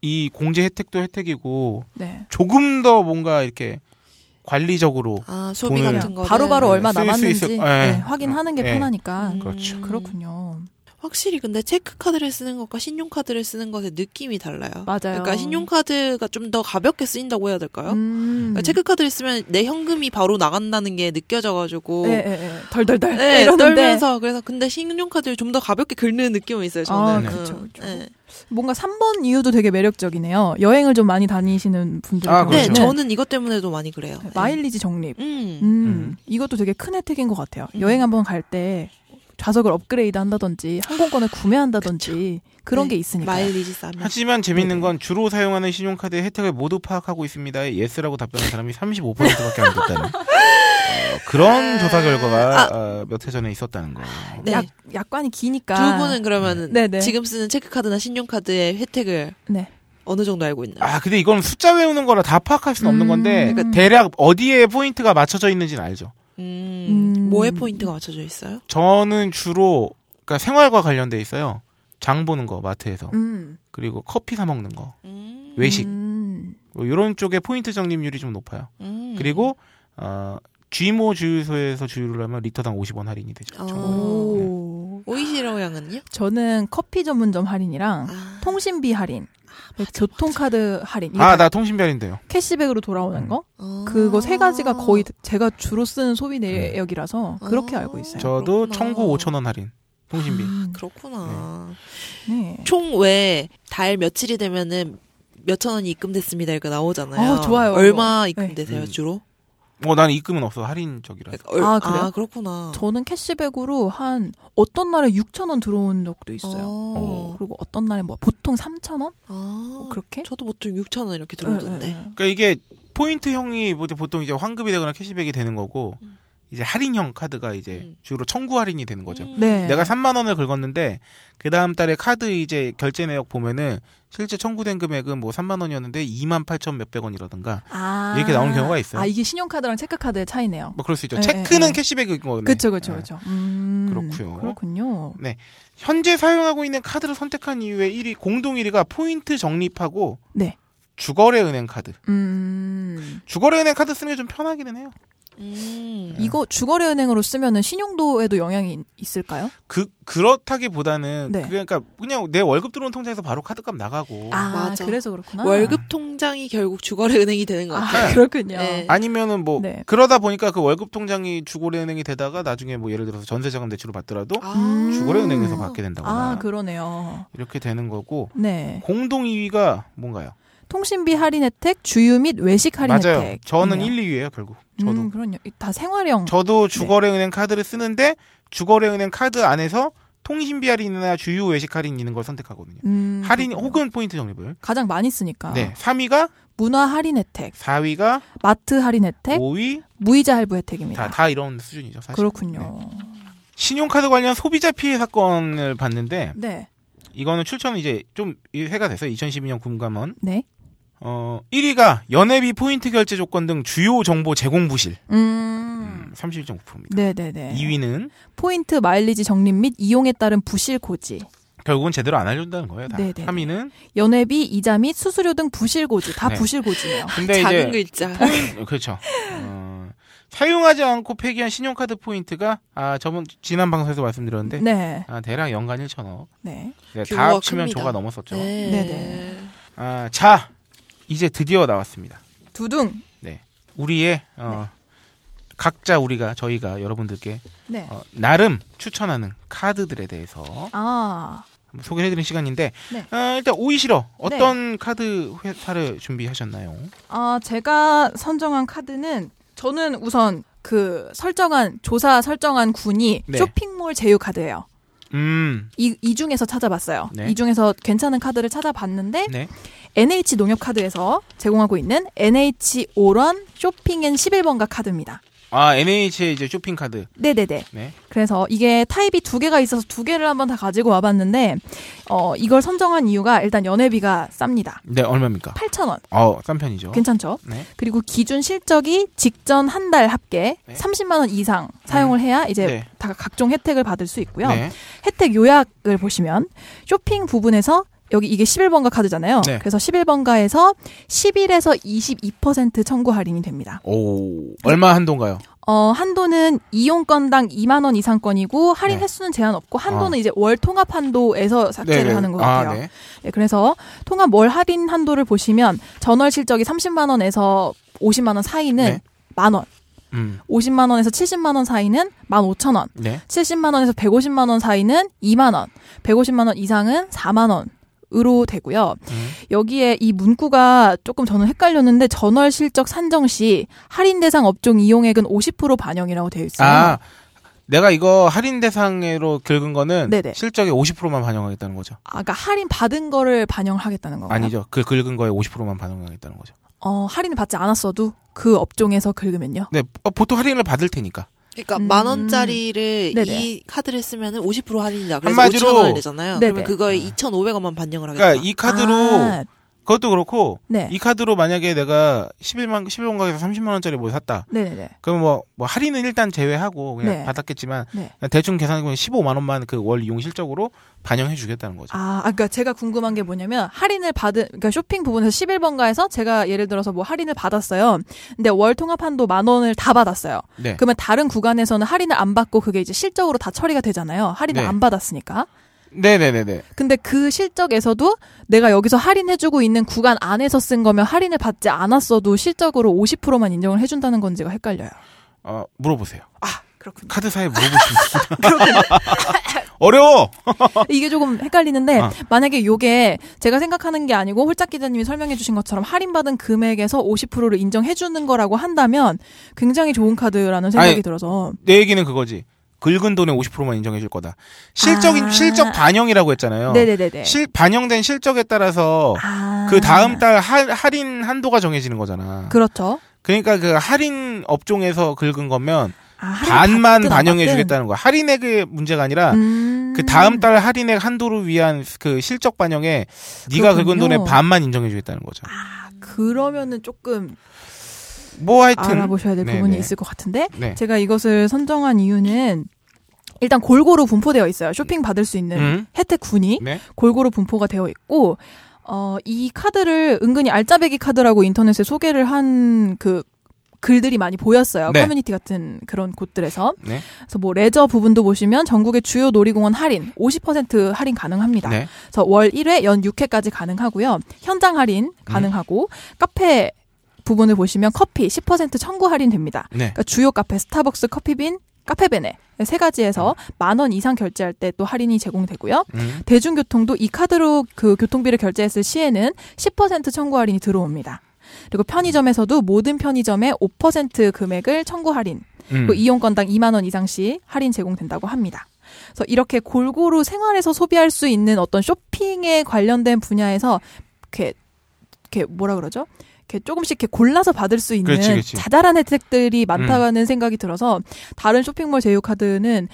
[SPEAKER 4] 이 공제 혜택도 혜택이고
[SPEAKER 5] 네.
[SPEAKER 4] 조금 더 뭔가 이렇게 관리적으로
[SPEAKER 6] 아 소비
[SPEAKER 4] 돈을
[SPEAKER 6] 같은 거
[SPEAKER 5] 바로바로
[SPEAKER 4] 네,
[SPEAKER 5] 얼마
[SPEAKER 4] 쓸수
[SPEAKER 5] 남았는지
[SPEAKER 6] 예.
[SPEAKER 4] 있을-
[SPEAKER 5] 네,
[SPEAKER 4] 네.
[SPEAKER 5] 확인하는 게
[SPEAKER 4] 네.
[SPEAKER 5] 편하니까.
[SPEAKER 4] 그렇죠.
[SPEAKER 5] 그렇군요.
[SPEAKER 6] 음. 확실히 근데 체크카드를 쓰는 것과 신용카드를 쓰는 것의 느낌이 달라요.
[SPEAKER 5] 맞아요.
[SPEAKER 6] 그러니까 신용카드가 좀 더 가볍게 쓰인다고 해야 될까요?
[SPEAKER 5] 음.
[SPEAKER 6] 그러니까 체크카드를 쓰면 내 현금이 바로 나간다는 게 느껴져가지고
[SPEAKER 5] 예, 예, 예. 덜덜덜.
[SPEAKER 6] 뭐 네,
[SPEAKER 5] 이러는데
[SPEAKER 6] 떨면서 그래서 근데 신용카드를 좀 더 가볍게 긁는 느낌은 있어요. 저는.
[SPEAKER 5] 아,
[SPEAKER 6] 음,
[SPEAKER 5] 그쵸, 그쵸.
[SPEAKER 6] 네.
[SPEAKER 5] 뭔가 3번 이유도 되게 매력적이네요. 여행을 좀 많이 다니시는 분들.
[SPEAKER 4] 아,
[SPEAKER 6] 네,
[SPEAKER 4] 그렇죠.
[SPEAKER 6] 저는 이것 때문에도 많이 그래요. 네.
[SPEAKER 5] 마일리지 적립.
[SPEAKER 6] 음.
[SPEAKER 5] 음,
[SPEAKER 4] 음.
[SPEAKER 5] 이것도 되게 큰 혜택인 것 같아요.
[SPEAKER 6] 음.
[SPEAKER 5] 여행 한번 갈 때 좌석을 업그레이드 한다든지 항공권을 구매한다든지 그런
[SPEAKER 6] 네,
[SPEAKER 5] 게 있으니까.
[SPEAKER 6] 마일리지 싸면
[SPEAKER 4] 하지만 재밌는 건 주로 사용하는 신용카드의 혜택을 모두 파악하고 있습니다. 예스라고 답변한 사람이 35%밖에 안 됐다는 어, 그런 조사 결과가 어, 몇해 전에 있었다는 거.
[SPEAKER 6] 네.
[SPEAKER 5] 약, 약관이 기니까.
[SPEAKER 6] 두 분은 그러면
[SPEAKER 5] 네, 네.
[SPEAKER 6] 지금 쓰는 체크카드나 신용카드의 혜택을
[SPEAKER 5] 네.
[SPEAKER 6] 어느 정도 알고 있나요?
[SPEAKER 4] 아 근데 이건 숫자 외우는 거라 다 파악할 수는 없는
[SPEAKER 5] 음.
[SPEAKER 4] 건데
[SPEAKER 5] 그러니까
[SPEAKER 4] 대략 어디에 포인트가 맞춰져 있는지는 알죠.
[SPEAKER 6] 음,
[SPEAKER 5] 음.
[SPEAKER 6] 뭐에 포인트가 맞춰져 있어요?
[SPEAKER 4] 저는 주로 그러니까 생활과 관련돼 있어요. 장 보는 거 마트에서
[SPEAKER 5] 음.
[SPEAKER 4] 그리고 커피 사 먹는 거
[SPEAKER 6] 음.
[SPEAKER 4] 외식
[SPEAKER 5] 음.
[SPEAKER 4] 뭐 이런 쪽에 포인트 적립률이 좀 높아요.
[SPEAKER 6] 음.
[SPEAKER 4] 그리고 어, 쥐모 주유소에서 주유를 하면 리터당 50원 할인이 되죠.
[SPEAKER 6] 어.
[SPEAKER 4] 저거.
[SPEAKER 5] 오.
[SPEAKER 6] 오이시로 양은요?
[SPEAKER 5] 저는 커피 전문점 할인이랑
[SPEAKER 6] 아,
[SPEAKER 5] 통신비 할인, 네, 교통카드 할인, 이거
[SPEAKER 4] 아, 음.
[SPEAKER 5] 다
[SPEAKER 4] 나 통신별인데요.
[SPEAKER 5] 캐시백으로 돌아오는 거
[SPEAKER 6] 어.
[SPEAKER 5] 그거 세 가지가 거의 제가 주로 쓰는 소비 내역이라서 그렇게
[SPEAKER 6] 아.
[SPEAKER 5] 알고 있어요.
[SPEAKER 6] 저-
[SPEAKER 4] 네. 저도
[SPEAKER 6] 그렇구나.
[SPEAKER 4] 청구 5천 원 할인. 통신비.
[SPEAKER 5] 아.
[SPEAKER 6] 아, 그렇구나.
[SPEAKER 5] 네.
[SPEAKER 6] 총 왜 달 며칠이 되면은 몇천 원이 입금됐습니다. 이거 나오잖아요.
[SPEAKER 5] 아, 좋아요.
[SPEAKER 6] 얼마 입금되세요,
[SPEAKER 4] 음.
[SPEAKER 6] 주로?
[SPEAKER 4] 어, 나는 입금은 없어. 할인적이라.
[SPEAKER 6] 그러니까 얼-
[SPEAKER 5] 아, 그래요?
[SPEAKER 6] 아, 그렇구나.
[SPEAKER 5] 저는 캐시백으로 한 어떤 날에 6천 원 들어온 적도 있어요.
[SPEAKER 6] 아,
[SPEAKER 5] 그리고 어떤 날에 뭐 보통 3천 원뭐
[SPEAKER 6] 아,
[SPEAKER 5] 어, 그렇게?
[SPEAKER 6] 저도 보통 6천 원 이렇게
[SPEAKER 5] 예,
[SPEAKER 6] 들어오던데.
[SPEAKER 5] 예, 예.
[SPEAKER 4] 그러니까 이게 포인트형이 뭐 보통 이제 환급이 되거나 캐시백이 되는 거고
[SPEAKER 6] 음.
[SPEAKER 4] 이제 할인형 카드가 이제
[SPEAKER 6] 음.
[SPEAKER 4] 주로 청구 할인이 되는 거죠.
[SPEAKER 6] 음.
[SPEAKER 5] 네.
[SPEAKER 4] 내가 3만 원을 긁었는데 그 다음 달에 카드 이제 결제 내역 보면은 실제 청구된 금액은 뭐 3만 원이었는데 2만 8천 몇백 원이라든가
[SPEAKER 5] 아.
[SPEAKER 4] 이렇게 나오는 경우가 있어요.
[SPEAKER 5] 아 이게 신용카드랑 체크카드의 차이네요.
[SPEAKER 4] 뭐 그럴 수 있죠.
[SPEAKER 5] 네,
[SPEAKER 4] 체크는
[SPEAKER 5] 네.
[SPEAKER 4] 캐시백인 거네.
[SPEAKER 5] 그렇죠, 그렇죠,
[SPEAKER 4] 네.
[SPEAKER 5] 그렇죠. 음,
[SPEAKER 4] 그렇고요.
[SPEAKER 5] 그렇군요.
[SPEAKER 4] 현재 사용하고 있는 카드를 선택한 이후에 1위 공동 1위가 포인트 적립하고
[SPEAKER 5] 네.
[SPEAKER 4] 주거래 은행 카드.
[SPEAKER 5] 음,
[SPEAKER 4] 주거래 은행 카드 쓰는 게 좀 편하기는 해요.
[SPEAKER 6] 음.
[SPEAKER 5] 이거 주거래은행으로 쓰면은 신용도에도 영향이 있- 있을까요?
[SPEAKER 4] 그 그렇다기보다는
[SPEAKER 5] 네.
[SPEAKER 4] 그게 그러니까 그냥 내 월급 들어온 통장에서 바로 카드값 나가고
[SPEAKER 5] 아,
[SPEAKER 6] 맞아.
[SPEAKER 5] 그래서 그렇구나.
[SPEAKER 6] 월급 통장이 결국 주거래 은행이 되는 것 같아요.
[SPEAKER 5] 아, 그렇군요.
[SPEAKER 6] 네.
[SPEAKER 4] 아니면은 뭐
[SPEAKER 5] 네.
[SPEAKER 4] 그러다 보니까 그 월급 통장이 주거래 은행이 되다가 나중에 뭐 예를 들어서 전세자금 대출을 받더라도
[SPEAKER 5] 음.
[SPEAKER 4] 주거래 은행에서
[SPEAKER 5] 음.
[SPEAKER 4] 받게 된다거나
[SPEAKER 5] 아, 그러네요.
[SPEAKER 4] 이렇게 되는 거고
[SPEAKER 5] 네.
[SPEAKER 4] 공동 2위가 뭔가요?
[SPEAKER 5] 통신비 할인 혜택, 주유 및 외식 할인
[SPEAKER 4] 맞아요.
[SPEAKER 5] 혜택.
[SPEAKER 4] 저는
[SPEAKER 5] 있네요.
[SPEAKER 4] 1, 2위예요 결국. 저도
[SPEAKER 5] 음, 네. 그럼요. 다 생활형.
[SPEAKER 4] 저도 주거래 은행 카드를 쓰는데 주거래 은행 카드 안에서 통신비 할인이나 주유 외식 할인 있는 걸 선택하거든요.
[SPEAKER 5] 음, 아.
[SPEAKER 4] 할인
[SPEAKER 5] 그렇군요.
[SPEAKER 4] 혹은 포인트 적립을.
[SPEAKER 5] 가장 많이 쓰니까.
[SPEAKER 4] 네. 3위가
[SPEAKER 5] 문화 할인 혜택,
[SPEAKER 4] 4위가
[SPEAKER 5] 마트 할인 혜택,
[SPEAKER 4] 5위
[SPEAKER 5] 무이자 할부 혜택입니다.
[SPEAKER 4] 다, 다 이런 수준이죠. 사실.
[SPEAKER 5] 네.
[SPEAKER 4] 네.
[SPEAKER 5] 그렇군요.
[SPEAKER 4] 신용카드 관련 소비자 피해 사건을 봤는데
[SPEAKER 5] 네. 이
[SPEAKER 4] 이거는 출처는 이제 좀 해가 돼서 2012년 금감원
[SPEAKER 5] 네
[SPEAKER 4] 어 1위가 연회비 포인트 결제 조건 등 주요 정보 제공 부실
[SPEAKER 5] 음.
[SPEAKER 4] 음, 31.9%입니다.
[SPEAKER 5] 네네네.
[SPEAKER 4] 2위는
[SPEAKER 5] 포인트 마일리지 적립 및 이용에 따른 부실 고지,
[SPEAKER 4] 결국은 제대로 안 알려준다는 거예요. 다.
[SPEAKER 5] 네네네.
[SPEAKER 4] 3위는
[SPEAKER 5] 연회비, 이자 및 수수료 등 부실 고지, 다
[SPEAKER 4] 네.
[SPEAKER 5] 부실 고지네요.
[SPEAKER 4] 근데
[SPEAKER 6] 작은
[SPEAKER 4] 이제
[SPEAKER 6] 글자.
[SPEAKER 4] 포인- 그렇죠. 어, 사용하지 않고 폐기한 신용카드 포인트가 아 저번 지난 방송에서 말씀드렸는데
[SPEAKER 5] 네.
[SPEAKER 4] 아, 대략 연간 1천억.
[SPEAKER 5] 네.
[SPEAKER 4] 다
[SPEAKER 6] 규모가
[SPEAKER 4] 합치면
[SPEAKER 6] 큽니다.
[SPEAKER 4] 조가 넘었었죠.
[SPEAKER 6] 네.
[SPEAKER 5] 네네.
[SPEAKER 4] 아, 자 이제 드디어 나왔습니다.
[SPEAKER 5] 두둥.
[SPEAKER 4] 우리의 어, 각자 우리가 저희가 여러분들께
[SPEAKER 5] 네.
[SPEAKER 4] 어, 나름 추천하는 카드들에 대해서
[SPEAKER 5] 아.
[SPEAKER 4] 한번 소개를 해드리는 시간인데
[SPEAKER 5] 네.
[SPEAKER 4] 어, 일단 오이 싫어 어떤 카드 회사를 준비하셨나요?
[SPEAKER 5] 아, 제가 선정한 카드는 저는 우선 그 설정한 조사 설정한 군이
[SPEAKER 4] 네.
[SPEAKER 5] 쇼핑몰 제휴 카드예요.
[SPEAKER 4] 음,
[SPEAKER 5] 이, 이 중에서 찾아봤어요.
[SPEAKER 4] 네.
[SPEAKER 5] 이 중에서 괜찮은 카드를 찾아봤는데
[SPEAKER 4] 네,
[SPEAKER 5] NH 농협카드에서 제공하고 있는 NH 오런 쇼핑앤 11번가 카드입니다.
[SPEAKER 4] 아 NH의 이제 쇼핑 카드,
[SPEAKER 5] 네네네.
[SPEAKER 4] 네,
[SPEAKER 5] 그래서 이게 타입이 두 개가 있어서 두 개를 한번 다 가지고 와봤는데 어, 이걸 선정한 이유가 일단 연회비가 쌉니다.
[SPEAKER 4] 네 얼마입니까?
[SPEAKER 5] 8,000원.
[SPEAKER 4] 어, 싼 편이죠.
[SPEAKER 5] 괜찮죠?
[SPEAKER 4] 네.
[SPEAKER 5] 그리고 기준 실적이 직전 한 달 합계
[SPEAKER 4] 네.
[SPEAKER 5] 30만 원 이상 사용을 해야 이제
[SPEAKER 4] 네.
[SPEAKER 5] 다 각종 혜택을 받을 수 있고요.
[SPEAKER 4] 네.
[SPEAKER 5] 혜택 요약을 보시면 쇼핑 부분에서 여기 이게 11번가 카드잖아요.
[SPEAKER 4] 네.
[SPEAKER 5] 그래서 11번가에서 11에서 22% 청구 할인이 됩니다.
[SPEAKER 4] 오, 얼마 한도인가요?
[SPEAKER 5] 어, 한도는 이용건당 2만 원 이상권이고 할인
[SPEAKER 4] 네.
[SPEAKER 5] 횟수는 제한 없고 한도는 이제 월 통합 한도에서 삭제를 하는 것 같아요.
[SPEAKER 4] 아, 네.
[SPEAKER 5] 네, 그래서 통합 월 할인 한도를 보시면 전월 실적이 30만 원에서 50만 원 사이는
[SPEAKER 4] 네.
[SPEAKER 5] 만 원,
[SPEAKER 4] 음,
[SPEAKER 5] 50만 원에서 70만 원 사이는 15,000원,
[SPEAKER 4] 네.
[SPEAKER 5] 70만 원에서 150만 원 사이는 2만 원, 150만 원 이상은 4만 원. 으로 되고요.
[SPEAKER 4] 음.
[SPEAKER 5] 여기에 이 문구가 조금 저는 헷갈렸는데 전월 실적 산정 시 할인 대상 업종 이용액은 50% 반영이라고 되어 있어요.
[SPEAKER 4] 아, 내가 이거 할인 대상으로 긁은 거는
[SPEAKER 5] 네네.
[SPEAKER 4] 실적의 50%만 반영하겠다는 거죠.
[SPEAKER 5] 아, 그러니까 할인 받은 거를 반영하겠다는 건가요?
[SPEAKER 4] 아니죠. 그 긁은 거에 50%만 반영하겠다는 거죠.
[SPEAKER 5] 어, 할인을 받지 않았어도 그 업종에서 긁으면요.
[SPEAKER 4] 네, 어, 보통 할인을 받을 테니까.
[SPEAKER 6] 그러니까
[SPEAKER 5] 음.
[SPEAKER 6] 만 원짜리를
[SPEAKER 5] 네네.
[SPEAKER 6] 이 카드를 쓰면은 50% 할인이다. 그래서
[SPEAKER 4] 한마디로-
[SPEAKER 6] 5천 원을 내잖아요.
[SPEAKER 5] 네네.
[SPEAKER 6] 그러면 그거에 2,500원만 반영을 하겠다.
[SPEAKER 4] 그러니까 이 카드로
[SPEAKER 5] 아,
[SPEAKER 4] 그것도 그렇고
[SPEAKER 5] 네.
[SPEAKER 4] 이 카드로 만약에 내가 11만 11원 가게에서 30만 원짜리 뭘 샀다.
[SPEAKER 5] 네네네.
[SPEAKER 4] 그럼 뭐, 뭐 할인은 일단 제외하고 그냥
[SPEAKER 5] 네.
[SPEAKER 4] 받았겠지만
[SPEAKER 5] 네.
[SPEAKER 4] 그냥 대충 계산하면 15만 원만 그 월 이용 실적으로 반영해 주겠다는 거죠.
[SPEAKER 5] 아, 아, 그러니까 제가 궁금한 게 뭐냐면 할인을 받은 그러니까 쇼핑 부분에서 11번가에서 제가 예를 들어서 뭐 할인을 받았어요. 근데 월 통합 한도 만 원을 다 받았어요.
[SPEAKER 4] 네.
[SPEAKER 5] 그러면 다른 구간에서는 할인을 안 받고 그게 이제 실적으로 다 처리가 되잖아요. 할인을
[SPEAKER 4] 네.
[SPEAKER 5] 안 받았으니까.
[SPEAKER 4] 네, 네, 네, 네.
[SPEAKER 5] 근데 그 실적에서도 내가 여기서 할인해주고 있는 구간 안에서 쓴 거면 할인을 받지 않았어도 실적으로 50%만 인정을 해준다는 건지가 헷갈려요.
[SPEAKER 4] 어, 물어보세요.
[SPEAKER 5] 아, 그렇군요.
[SPEAKER 4] 카드사에 물어보시면 어려워.
[SPEAKER 5] 이게 조금 헷갈리는데
[SPEAKER 4] 아.
[SPEAKER 5] 만약에 요게 제가 생각하는 게 아니고 홀짝 기자님이 설명해 주신 것처럼 할인받은 금액에서 50%를 인정해 주는 거라고 한다면 굉장히 좋은 카드라는 생각이
[SPEAKER 4] 아니,
[SPEAKER 5] 들어서
[SPEAKER 4] 내 얘기는 그거지. 긁은 돈의 50%만 인정해 줄 거다. 실적
[SPEAKER 5] 아.
[SPEAKER 4] 인 실적 반영이라고 했잖아요.
[SPEAKER 5] 네네네네.
[SPEAKER 4] 실 반영된 실적에 따라서
[SPEAKER 5] 아.
[SPEAKER 4] 그 다음 달 할, 할인 한도가 정해지는 거잖아.
[SPEAKER 5] 그렇죠.
[SPEAKER 4] 그러니까 그 할인 업종에서 긁은 거면
[SPEAKER 5] 아, 할인이
[SPEAKER 4] 반만
[SPEAKER 5] 받든 안
[SPEAKER 4] 반영해
[SPEAKER 5] 받든.
[SPEAKER 4] 주겠다는 거야. 할인액의 문제가 아니라
[SPEAKER 5] 음.
[SPEAKER 4] 그 다음 달 할인액 한도를 위한 그 실적 반영에 네가 긁은
[SPEAKER 5] 그렇군요.
[SPEAKER 4] 돈의 반만 인정해 주겠다는 거죠.
[SPEAKER 5] 아, 그러면은 조금
[SPEAKER 4] 뭐 하여튼
[SPEAKER 5] 알아보셔야 될
[SPEAKER 4] 네,
[SPEAKER 5] 부분이
[SPEAKER 4] 네.
[SPEAKER 5] 있을 것 같은데
[SPEAKER 4] 네.
[SPEAKER 5] 제가 이것을 선정한 이유는 일단 골고루 분포되어 있어요. 쇼핑 받을 수 있는
[SPEAKER 4] 음.
[SPEAKER 5] 혜택군이
[SPEAKER 4] 네.
[SPEAKER 5] 골고루 분포가 되어 있고 어, 이 카드를 은근히 알짜배기 카드라고 인터넷에 소개를 한 그 글들이 많이 보였어요.
[SPEAKER 4] 네.
[SPEAKER 5] 커뮤니티 같은 그런 곳들에서.
[SPEAKER 4] 네.
[SPEAKER 5] 그래서 뭐 레저 부분도 보시면 전국의 주요 놀이공원 할인 50% 할인 가능합니다.
[SPEAKER 4] 네.
[SPEAKER 5] 그래서 월 1회 연 6회까지 가능하고요. 현장
[SPEAKER 4] 음.
[SPEAKER 5] 할인 가능하고 카페 부분을 보시면 커피 10% 청구 할인됩니다.
[SPEAKER 4] 네.
[SPEAKER 5] 그러니까 주요 카페 스타벅스 커피빈 카페베네 세 가지에서 만 원 이상 결제할 때 또 할인이 제공되고요.
[SPEAKER 4] 음.
[SPEAKER 5] 대중교통도 이 카드로 그 교통비를 결제했을 시에는 10% 청구 할인이 들어옵니다. 그리고 편의점에서도 모든 편의점에 5% 금액을 청구 할인,
[SPEAKER 4] 음.
[SPEAKER 5] 그리고 뭐 이용건당 2만 원 이상씩 할인 제공된다고 합니다. 그래서 이렇게 골고루 생활에서 소비할 수 있는 어떤 쇼핑에 관련된 분야에서 이렇게 이렇게 뭐라 그러죠? 이렇게 조금씩 이렇게 골라서 받을 수 있는
[SPEAKER 4] 그렇지, 음. 그렇지.
[SPEAKER 5] 자잘한 혜택들이 많다는 생각이 들어서 다른 쇼핑몰 제휴 카드는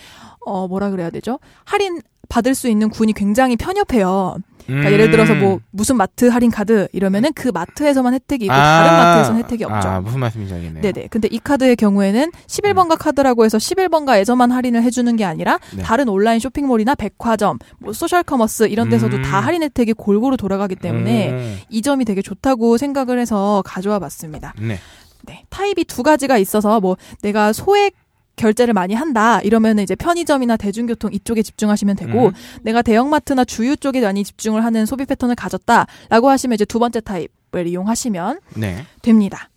[SPEAKER 5] 어 뭐라 그래야 되죠? 할인 받을 수 있는 군이 굉장히 편협해요. 그러니까 예를 들어서
[SPEAKER 4] 음.
[SPEAKER 5] 뭐 무슨 마트 할인 카드 이러면은 그 마트에서만 혜택이 있고 다른 마트에서는 혜택이 없죠.
[SPEAKER 4] 아, 무슨 말씀인지 알겠네요. 음.
[SPEAKER 5] 네네. 근데 이 카드의 경우에는 11번가 카드라고 해서 11번가에서만 할인을 해주는 게 아니라
[SPEAKER 4] 네.
[SPEAKER 5] 다른 온라인 쇼핑몰이나 백화점, 뭐 소셜커머스 이런 데서도
[SPEAKER 4] 음.
[SPEAKER 5] 다 할인 혜택이 골고루 돌아가기 때문에
[SPEAKER 4] 음.
[SPEAKER 5] 이 점이 되게 좋다고 생각을 해서 가져와 봤습니다.
[SPEAKER 4] 네.
[SPEAKER 5] 네. 타입이 두 가지가 있어서 뭐 내가 소액 결제를 많이 한다 이러면 이제 편의점이나 대중교통 이쪽에 집중하시면 되고
[SPEAKER 4] 음.
[SPEAKER 5] 내가 대형마트나 주유 쪽에 많이 집중을 하는 소비 패턴을 가졌다라고 하시면 이제 두 번째 타입을 이용하시면
[SPEAKER 4] 네.
[SPEAKER 5] 됩니다.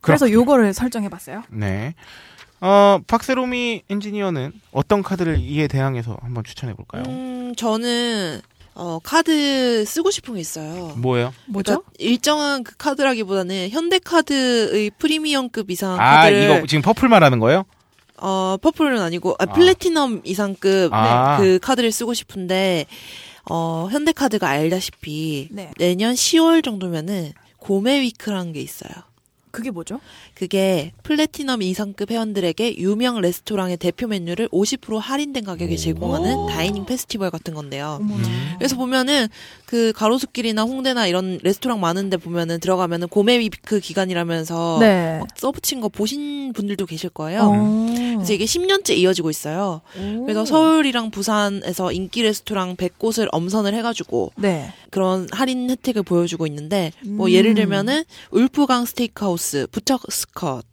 [SPEAKER 5] 그래서 요거를 설정해 봤어요.
[SPEAKER 4] 네. 어, 박세롬이 엔지니어는 어떤 카드를 이에 대항해서 한번 추천해 볼까요?
[SPEAKER 6] 음, 저는 어, 카드 쓰고 싶은 게 있어요.
[SPEAKER 4] 뭐예요?
[SPEAKER 5] 뭐죠?
[SPEAKER 6] 그러니까 일정한 그 카드라기보다는 현대카드의 프리미엄급
[SPEAKER 5] 어,
[SPEAKER 6] 이상
[SPEAKER 4] 아,
[SPEAKER 6] 카드를
[SPEAKER 4] 이거 지금 퍼플 말하는 거예요?
[SPEAKER 6] 어 퍼플은 아니고
[SPEAKER 4] 아.
[SPEAKER 6] 아, 플래티넘 이상급
[SPEAKER 4] 아.
[SPEAKER 6] 그 카드를 쓰고 싶은데 어 현대카드가 알다시피
[SPEAKER 5] 네.
[SPEAKER 6] 내년 10월 정도면은 고메 위크라는 게 있어요.
[SPEAKER 5] 그게 뭐죠?
[SPEAKER 6] 그게 플래티넘 이상급 회원들에게 유명 레스토랑의 대표 메뉴를 50% 할인된 가격에 제공하는 다이닝 페스티벌 같은 건데요.
[SPEAKER 5] 음.
[SPEAKER 6] 그래서 보면은 그 가로수길이나 홍대나 이런 레스토랑 많은데 보면은 들어가면은 고메 위크 그 기간이라면서
[SPEAKER 5] 네.
[SPEAKER 6] 막 써붙인 거 보신 분들도 계실 거예요.
[SPEAKER 5] 어.
[SPEAKER 6] 그래서 이게 10년째 이어지고 있어요. 그래서 서울이랑 부산에서 인기 레스토랑 100곳을 엄선을 해가지고
[SPEAKER 5] 네.
[SPEAKER 6] 그런 할인 혜택을 보여주고 있는데 뭐
[SPEAKER 5] 음.
[SPEAKER 6] 예를 들면은 울프강 스테이크하우스, 부척스컷,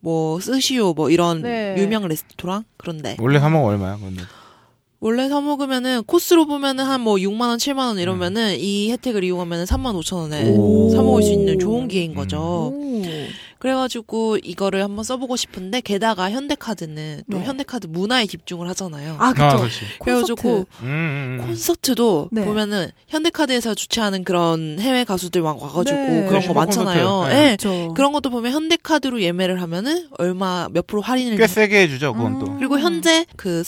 [SPEAKER 6] 뭐 스시오 뭐 이런
[SPEAKER 5] 네.
[SPEAKER 6] 유명 레스토랑 그런데
[SPEAKER 4] 원래 사먹 얼마야? 근데
[SPEAKER 6] 원래 사 먹으면은 코스로 보면은 한 뭐 6만 원, 7만 원 이러면은 이 혜택을 이용하면은 3만 5천 원에
[SPEAKER 4] 음. 오. 음.
[SPEAKER 6] 사 먹을 수 있는 좋은 기회인 거죠.
[SPEAKER 5] 오.
[SPEAKER 6] 그래가지고 이거를 한번 써보고 싶은데 게다가 현대카드는 또
[SPEAKER 5] 네.
[SPEAKER 6] 현대카드 문화에 집중을 하잖아요.
[SPEAKER 5] 아,
[SPEAKER 4] 아,
[SPEAKER 5] 그쵸.
[SPEAKER 4] 그렇지.
[SPEAKER 5] 콘서트.
[SPEAKER 6] 그래가지고
[SPEAKER 4] 음, 음, 음.
[SPEAKER 6] 콘서트도
[SPEAKER 5] 네.
[SPEAKER 6] 보면은 현대카드에서 주최하는 그런 해외 가수들 막 와가지고
[SPEAKER 5] 네.
[SPEAKER 6] 그런 거
[SPEAKER 4] 슈퍼 콘서트.
[SPEAKER 6] 많잖아요.
[SPEAKER 4] 네.
[SPEAKER 6] 예.
[SPEAKER 5] 그쵸.
[SPEAKER 6] 그런 것도 보면 현대카드로 예매를 하면은 얼마 몇 프로 할인을
[SPEAKER 4] 꽤
[SPEAKER 6] 주-
[SPEAKER 4] 세게 해주죠, 그건
[SPEAKER 5] 음.
[SPEAKER 4] 또.
[SPEAKER 6] 그리고 현재 그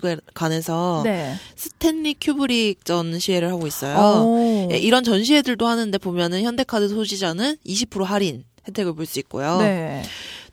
[SPEAKER 6] 서울시립미술관에서
[SPEAKER 5] 네.
[SPEAKER 6] 스탠리 큐브릭 전시회를 하고 있어요.
[SPEAKER 5] 어.
[SPEAKER 6] 예, 이런 전시회들도 하는데 보면은 현대카드 소지자는 20% 할인 혜택을 볼 수 있고요.
[SPEAKER 5] 네.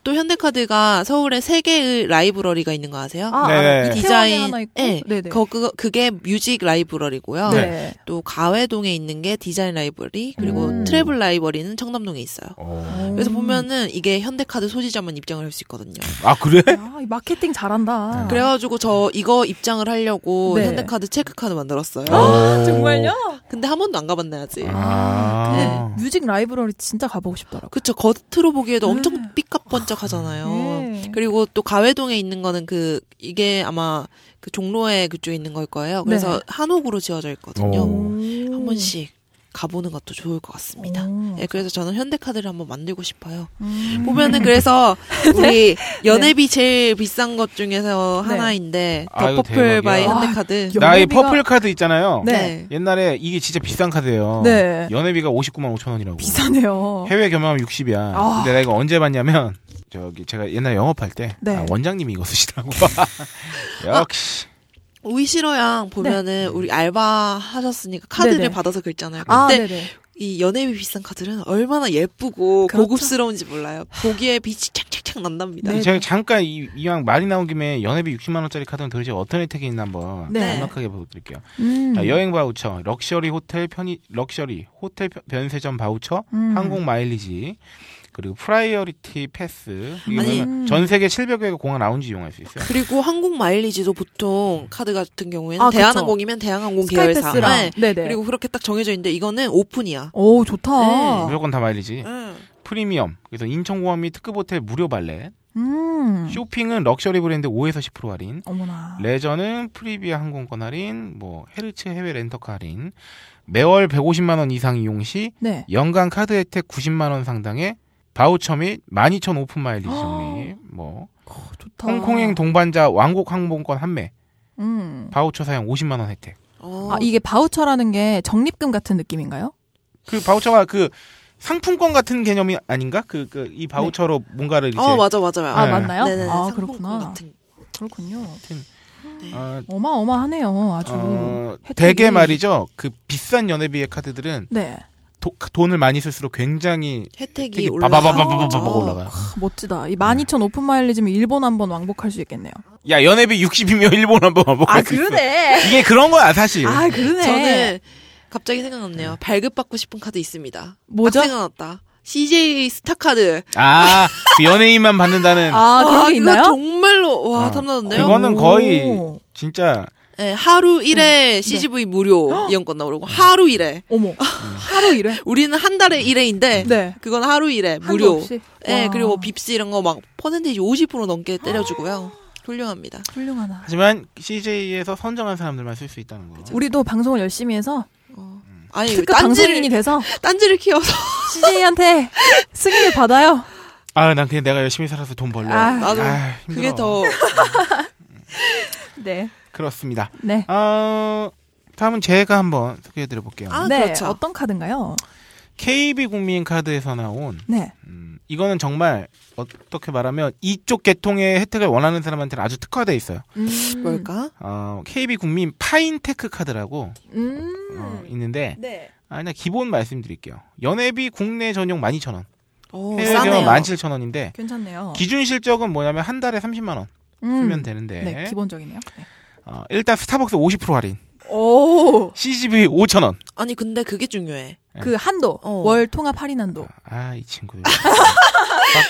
[SPEAKER 6] 또 현대카드가 서울에 세 개의 라이브러리가 있는 거 아세요?
[SPEAKER 5] 아,
[SPEAKER 4] 네.
[SPEAKER 5] 아,
[SPEAKER 4] 이
[SPEAKER 5] 이태원에
[SPEAKER 6] 디자인,
[SPEAKER 5] 하나 있고.
[SPEAKER 6] 예,
[SPEAKER 5] 네네.
[SPEAKER 6] 거, 그, 그게 뮤직 라이브러리고요.
[SPEAKER 5] 네.
[SPEAKER 6] 또 가회동에 있는 게 디자인 라이브러리 그리고
[SPEAKER 5] 음.
[SPEAKER 6] 트래블 라이브러리는 청담동에 있어요.
[SPEAKER 4] 어.
[SPEAKER 6] 그래서 보면은 이게 현대카드 소지자만 입장을 할 수 있거든요.
[SPEAKER 4] 아, 그래?
[SPEAKER 5] 야, 이 마케팅 잘한다.
[SPEAKER 6] 그래가지고 저 이거 입장을 하려고
[SPEAKER 5] 아. 네.
[SPEAKER 6] 현대카드 체크카드 만들었어요.
[SPEAKER 5] 아, 정말요?
[SPEAKER 6] 근데 한 번도 안 가봤나 아직.
[SPEAKER 4] 아.
[SPEAKER 5] 네. 뮤직 라이브러리 진짜 가보고 싶더라고.
[SPEAKER 6] 그쵸 겉으로 보기에도
[SPEAKER 5] 네.
[SPEAKER 6] 엄청 삐까번쩍하잖아요.
[SPEAKER 5] 예.
[SPEAKER 6] 네. 그리고 또 가회동에 있는 거는 그 이게 아마 그 종로에 그쪽에 있는 걸 거예요. 그래서
[SPEAKER 5] 네.
[SPEAKER 6] 한옥으로 지어져 있거든요.
[SPEAKER 4] 오.
[SPEAKER 6] 한 번씩 가보는 것도 좋을 것 같습니다.
[SPEAKER 5] 오.
[SPEAKER 6] 예, 그래서 저는 현대카드를 한번 만들고 싶어요.
[SPEAKER 5] 음. 네.
[SPEAKER 6] 보면은 그래서 우리 연회비 제일 비싼 것 중에서 하나인데
[SPEAKER 4] 아이고,
[SPEAKER 6] 더 퍼플
[SPEAKER 4] 대박이야.
[SPEAKER 6] 바이
[SPEAKER 5] 와,
[SPEAKER 6] 현대카드.
[SPEAKER 5] 네. 여-
[SPEAKER 4] 나의
[SPEAKER 5] 연예비가-
[SPEAKER 4] 퍼플 카드 있잖아요.
[SPEAKER 5] 네.
[SPEAKER 4] 옛날에 이게 진짜 비싼 카드예요.
[SPEAKER 5] 네.
[SPEAKER 4] 연회비가 59만 5천 원이라고.
[SPEAKER 5] 비싸네요.
[SPEAKER 4] 해외 겸하면 60이야.
[SPEAKER 5] 어? 아.
[SPEAKER 4] 근데 나 이거 언제 봤냐면 저기 제가 옛날에 영업할 때
[SPEAKER 5] 네.
[SPEAKER 4] 아, 원장님이 이거 쓰시더라고. 역시.
[SPEAKER 6] 우이시로양 보면은 우리 알바 하셨으니까 카드를
[SPEAKER 5] 네. 네네.
[SPEAKER 6] 받아서 긁잖아요. 그때
[SPEAKER 5] 아, 네네.
[SPEAKER 6] 이 연예비 비싼 카드는 얼마나 예쁘고
[SPEAKER 5] 그렇죠.
[SPEAKER 6] 고급스러운지 몰라요. 보기에 빛이 착착착 난답니다.
[SPEAKER 5] 네.
[SPEAKER 4] 제가 잠깐 이, 이왕 말이 나온 김에 연회비 60만 원짜리 카드는 도대체 어떤 혜택이 있나 한번
[SPEAKER 5] 네.
[SPEAKER 4] 간략하게 보여드릴게요.
[SPEAKER 5] 음.
[SPEAKER 4] 자, 여행 바우처, 럭셔리 호텔 편의 럭셔리 호텔 편- 변세점 바우처,
[SPEAKER 5] 음.
[SPEAKER 4] 항공 마일리지. 그리고 프라이어리티 패스 이게
[SPEAKER 6] 아니.
[SPEAKER 5] 음.
[SPEAKER 4] 뭐냐면 전 세계 700여 개 공항 라운지 이용할 수 있어요.
[SPEAKER 6] 그리고 항공 마일리지도 보통 카드 같은 경우에는
[SPEAKER 5] 아, 그쵸.
[SPEAKER 6] 대한항공이면 대한항공 계열사.
[SPEAKER 5] 스카이패스랑. 네. 네
[SPEAKER 6] 그리고 그렇게 딱 정해져 있는데 이거는 오픈이야. 음.
[SPEAKER 5] 오, 좋다.
[SPEAKER 6] 네.
[SPEAKER 4] 무조건 다 마일리지.
[SPEAKER 5] 네.
[SPEAKER 6] 응.
[SPEAKER 4] 프리미엄. 그래서 인천공항 및 특급 호텔 무료 발렛.
[SPEAKER 5] 음.
[SPEAKER 4] 쇼핑은 럭셔리 브랜드 5에서 10% 할인.
[SPEAKER 5] 어머나.
[SPEAKER 4] 레저는 프리비아 항공권 할인, 뭐 헤르츠 해외 렌터카 할인. 매월 150만 원 이상 이용 시
[SPEAKER 5] 네.
[SPEAKER 4] 연간 카드 혜택 90만 원 상당의 바우처 및 12,000 오픈 마일리지
[SPEAKER 5] 아.
[SPEAKER 4] 적립. 뭐
[SPEAKER 5] 어, 좋다.
[SPEAKER 4] 홍콩행 동반자 왕복 항공권 판매.
[SPEAKER 5] 음.
[SPEAKER 4] 바우처 사용 50만 원 혜택.
[SPEAKER 6] 어.
[SPEAKER 5] 아, 이게 바우처라는 게 적립금 같은 느낌인가요?
[SPEAKER 4] 그 바우처가 그 상품권 같은 개념이 아닌가? 그 그 이 바우처로 뭔가를 이제
[SPEAKER 6] 어, 맞아, 맞아. 맞아.
[SPEAKER 5] 아,
[SPEAKER 4] 네.
[SPEAKER 5] 네. 맞나요?
[SPEAKER 6] 네네,
[SPEAKER 5] 아,
[SPEAKER 6] 상품권
[SPEAKER 5] 그렇구나.
[SPEAKER 6] 같은
[SPEAKER 5] 그렇군요.
[SPEAKER 4] 어,
[SPEAKER 5] 어마어마하네요. 아주.
[SPEAKER 4] 어,
[SPEAKER 5] 혜택이-
[SPEAKER 4] 대개 말이죠. 그 비싼 연회비의 카드들은
[SPEAKER 5] 네.
[SPEAKER 4] 도- 돈을 많이 쓸수록 굉장히
[SPEAKER 6] 혜택이 어.
[SPEAKER 4] 되게
[SPEAKER 6] 올라가.
[SPEAKER 4] 바바바바바바바바 올라가요.
[SPEAKER 5] 크, 멋지다. 이 12,000 오픈 마일리지면 일본 한번 왕복할 수 있겠네요.
[SPEAKER 4] 야 연회비 60이면 일본 한번
[SPEAKER 6] 아,
[SPEAKER 4] 먹어볼 수 있어.
[SPEAKER 5] 그러네.
[SPEAKER 4] 이게 그런 거야 사실.
[SPEAKER 5] 아, 그러네.
[SPEAKER 6] 저는 갑자기 생각났네요. 발급받고 싶은 카드 있습니다.
[SPEAKER 5] 뭐죠?
[SPEAKER 6] 딱 생각났다. CJ 스타카드.
[SPEAKER 4] 아, 그 연예인만 받는다는
[SPEAKER 5] 아, 그런
[SPEAKER 6] 와,
[SPEAKER 5] 게
[SPEAKER 6] 이거
[SPEAKER 5] 있나요? 아.
[SPEAKER 6] 정말로 와
[SPEAKER 4] 어.
[SPEAKER 6] 탐나는데요.
[SPEAKER 4] 그거는
[SPEAKER 5] 오.
[SPEAKER 4] 거의 진짜
[SPEAKER 6] 네, 하루 일회
[SPEAKER 5] 음. 네.
[SPEAKER 6] CGV 무료 이용권 나오고 하루 일회
[SPEAKER 5] 어머. 하루 일회.
[SPEAKER 6] 우리는 한 달에 일회인데
[SPEAKER 5] 네.
[SPEAKER 6] 그건 하루 일회
[SPEAKER 5] 한도
[SPEAKER 6] 무료.
[SPEAKER 5] 없이?
[SPEAKER 6] 네,
[SPEAKER 5] 와.
[SPEAKER 6] 그리고 뭐 빕스 이런 거 막 퍼센테이지 50% 넘게 때려주고요. 훌륭합니다.
[SPEAKER 5] 훌륭하다.
[SPEAKER 4] 하지만 CJ에서 선정한 사람들만 쓸 수 있다는 거.
[SPEAKER 5] 아, 우리도 방송을 열심히 해서
[SPEAKER 6] 아니 그
[SPEAKER 5] 특급 방송인이
[SPEAKER 6] 딴지를
[SPEAKER 5] 돼서
[SPEAKER 6] 딴지를 키워서
[SPEAKER 5] CJ한테 승인을 받아요.
[SPEAKER 4] 아, 난 그냥 내가 열심히 살아서 돈 벌려.
[SPEAKER 5] 아,
[SPEAKER 6] 나도
[SPEAKER 4] 힘들어.
[SPEAKER 6] 그게 더
[SPEAKER 5] 네.
[SPEAKER 4] 그렇습니다.
[SPEAKER 5] 네.
[SPEAKER 4] 아, 다음은 제가 한번 소개해드려 볼게요.
[SPEAKER 6] 아,
[SPEAKER 5] 네.
[SPEAKER 6] 그렇죠.
[SPEAKER 5] 어떤 카드인가요?
[SPEAKER 4] KB 국민카드에서 나온
[SPEAKER 5] 네.
[SPEAKER 4] 음, 이거는 정말 어떻게 말하면 이쪽 계통의 혜택을 원하는 사람한테는 아주 특화돼 있어요.
[SPEAKER 5] 음,
[SPEAKER 6] 음.
[SPEAKER 4] 음.
[SPEAKER 6] 뭘까?
[SPEAKER 4] 어, KB 국민 파인테크 카드라고
[SPEAKER 5] 음.
[SPEAKER 4] 어, 있는데
[SPEAKER 5] 네.
[SPEAKER 4] 아, 그냥 기본 말씀드릴게요. 연회비 국내 전용 12,000원,
[SPEAKER 5] 음.
[SPEAKER 6] 오,
[SPEAKER 4] 해외 경우
[SPEAKER 6] 어, 싸네요.
[SPEAKER 4] 17,000원인데
[SPEAKER 5] 괜찮네요.
[SPEAKER 4] 기준 실적은 뭐냐면 한 달에 30만 원
[SPEAKER 5] 어. 음.
[SPEAKER 4] 쓰면 되는데
[SPEAKER 5] 네, 기본적이네요. 네.
[SPEAKER 4] 어, 일단 스타벅스 50% 할인,
[SPEAKER 5] 오.
[SPEAKER 4] CGV 5,000원.
[SPEAKER 6] 아니 근데 그게 중요해.
[SPEAKER 4] 네.
[SPEAKER 5] 그 한도
[SPEAKER 6] 어.
[SPEAKER 5] 월 통합 할인 한도.
[SPEAKER 4] 아 이 친구들.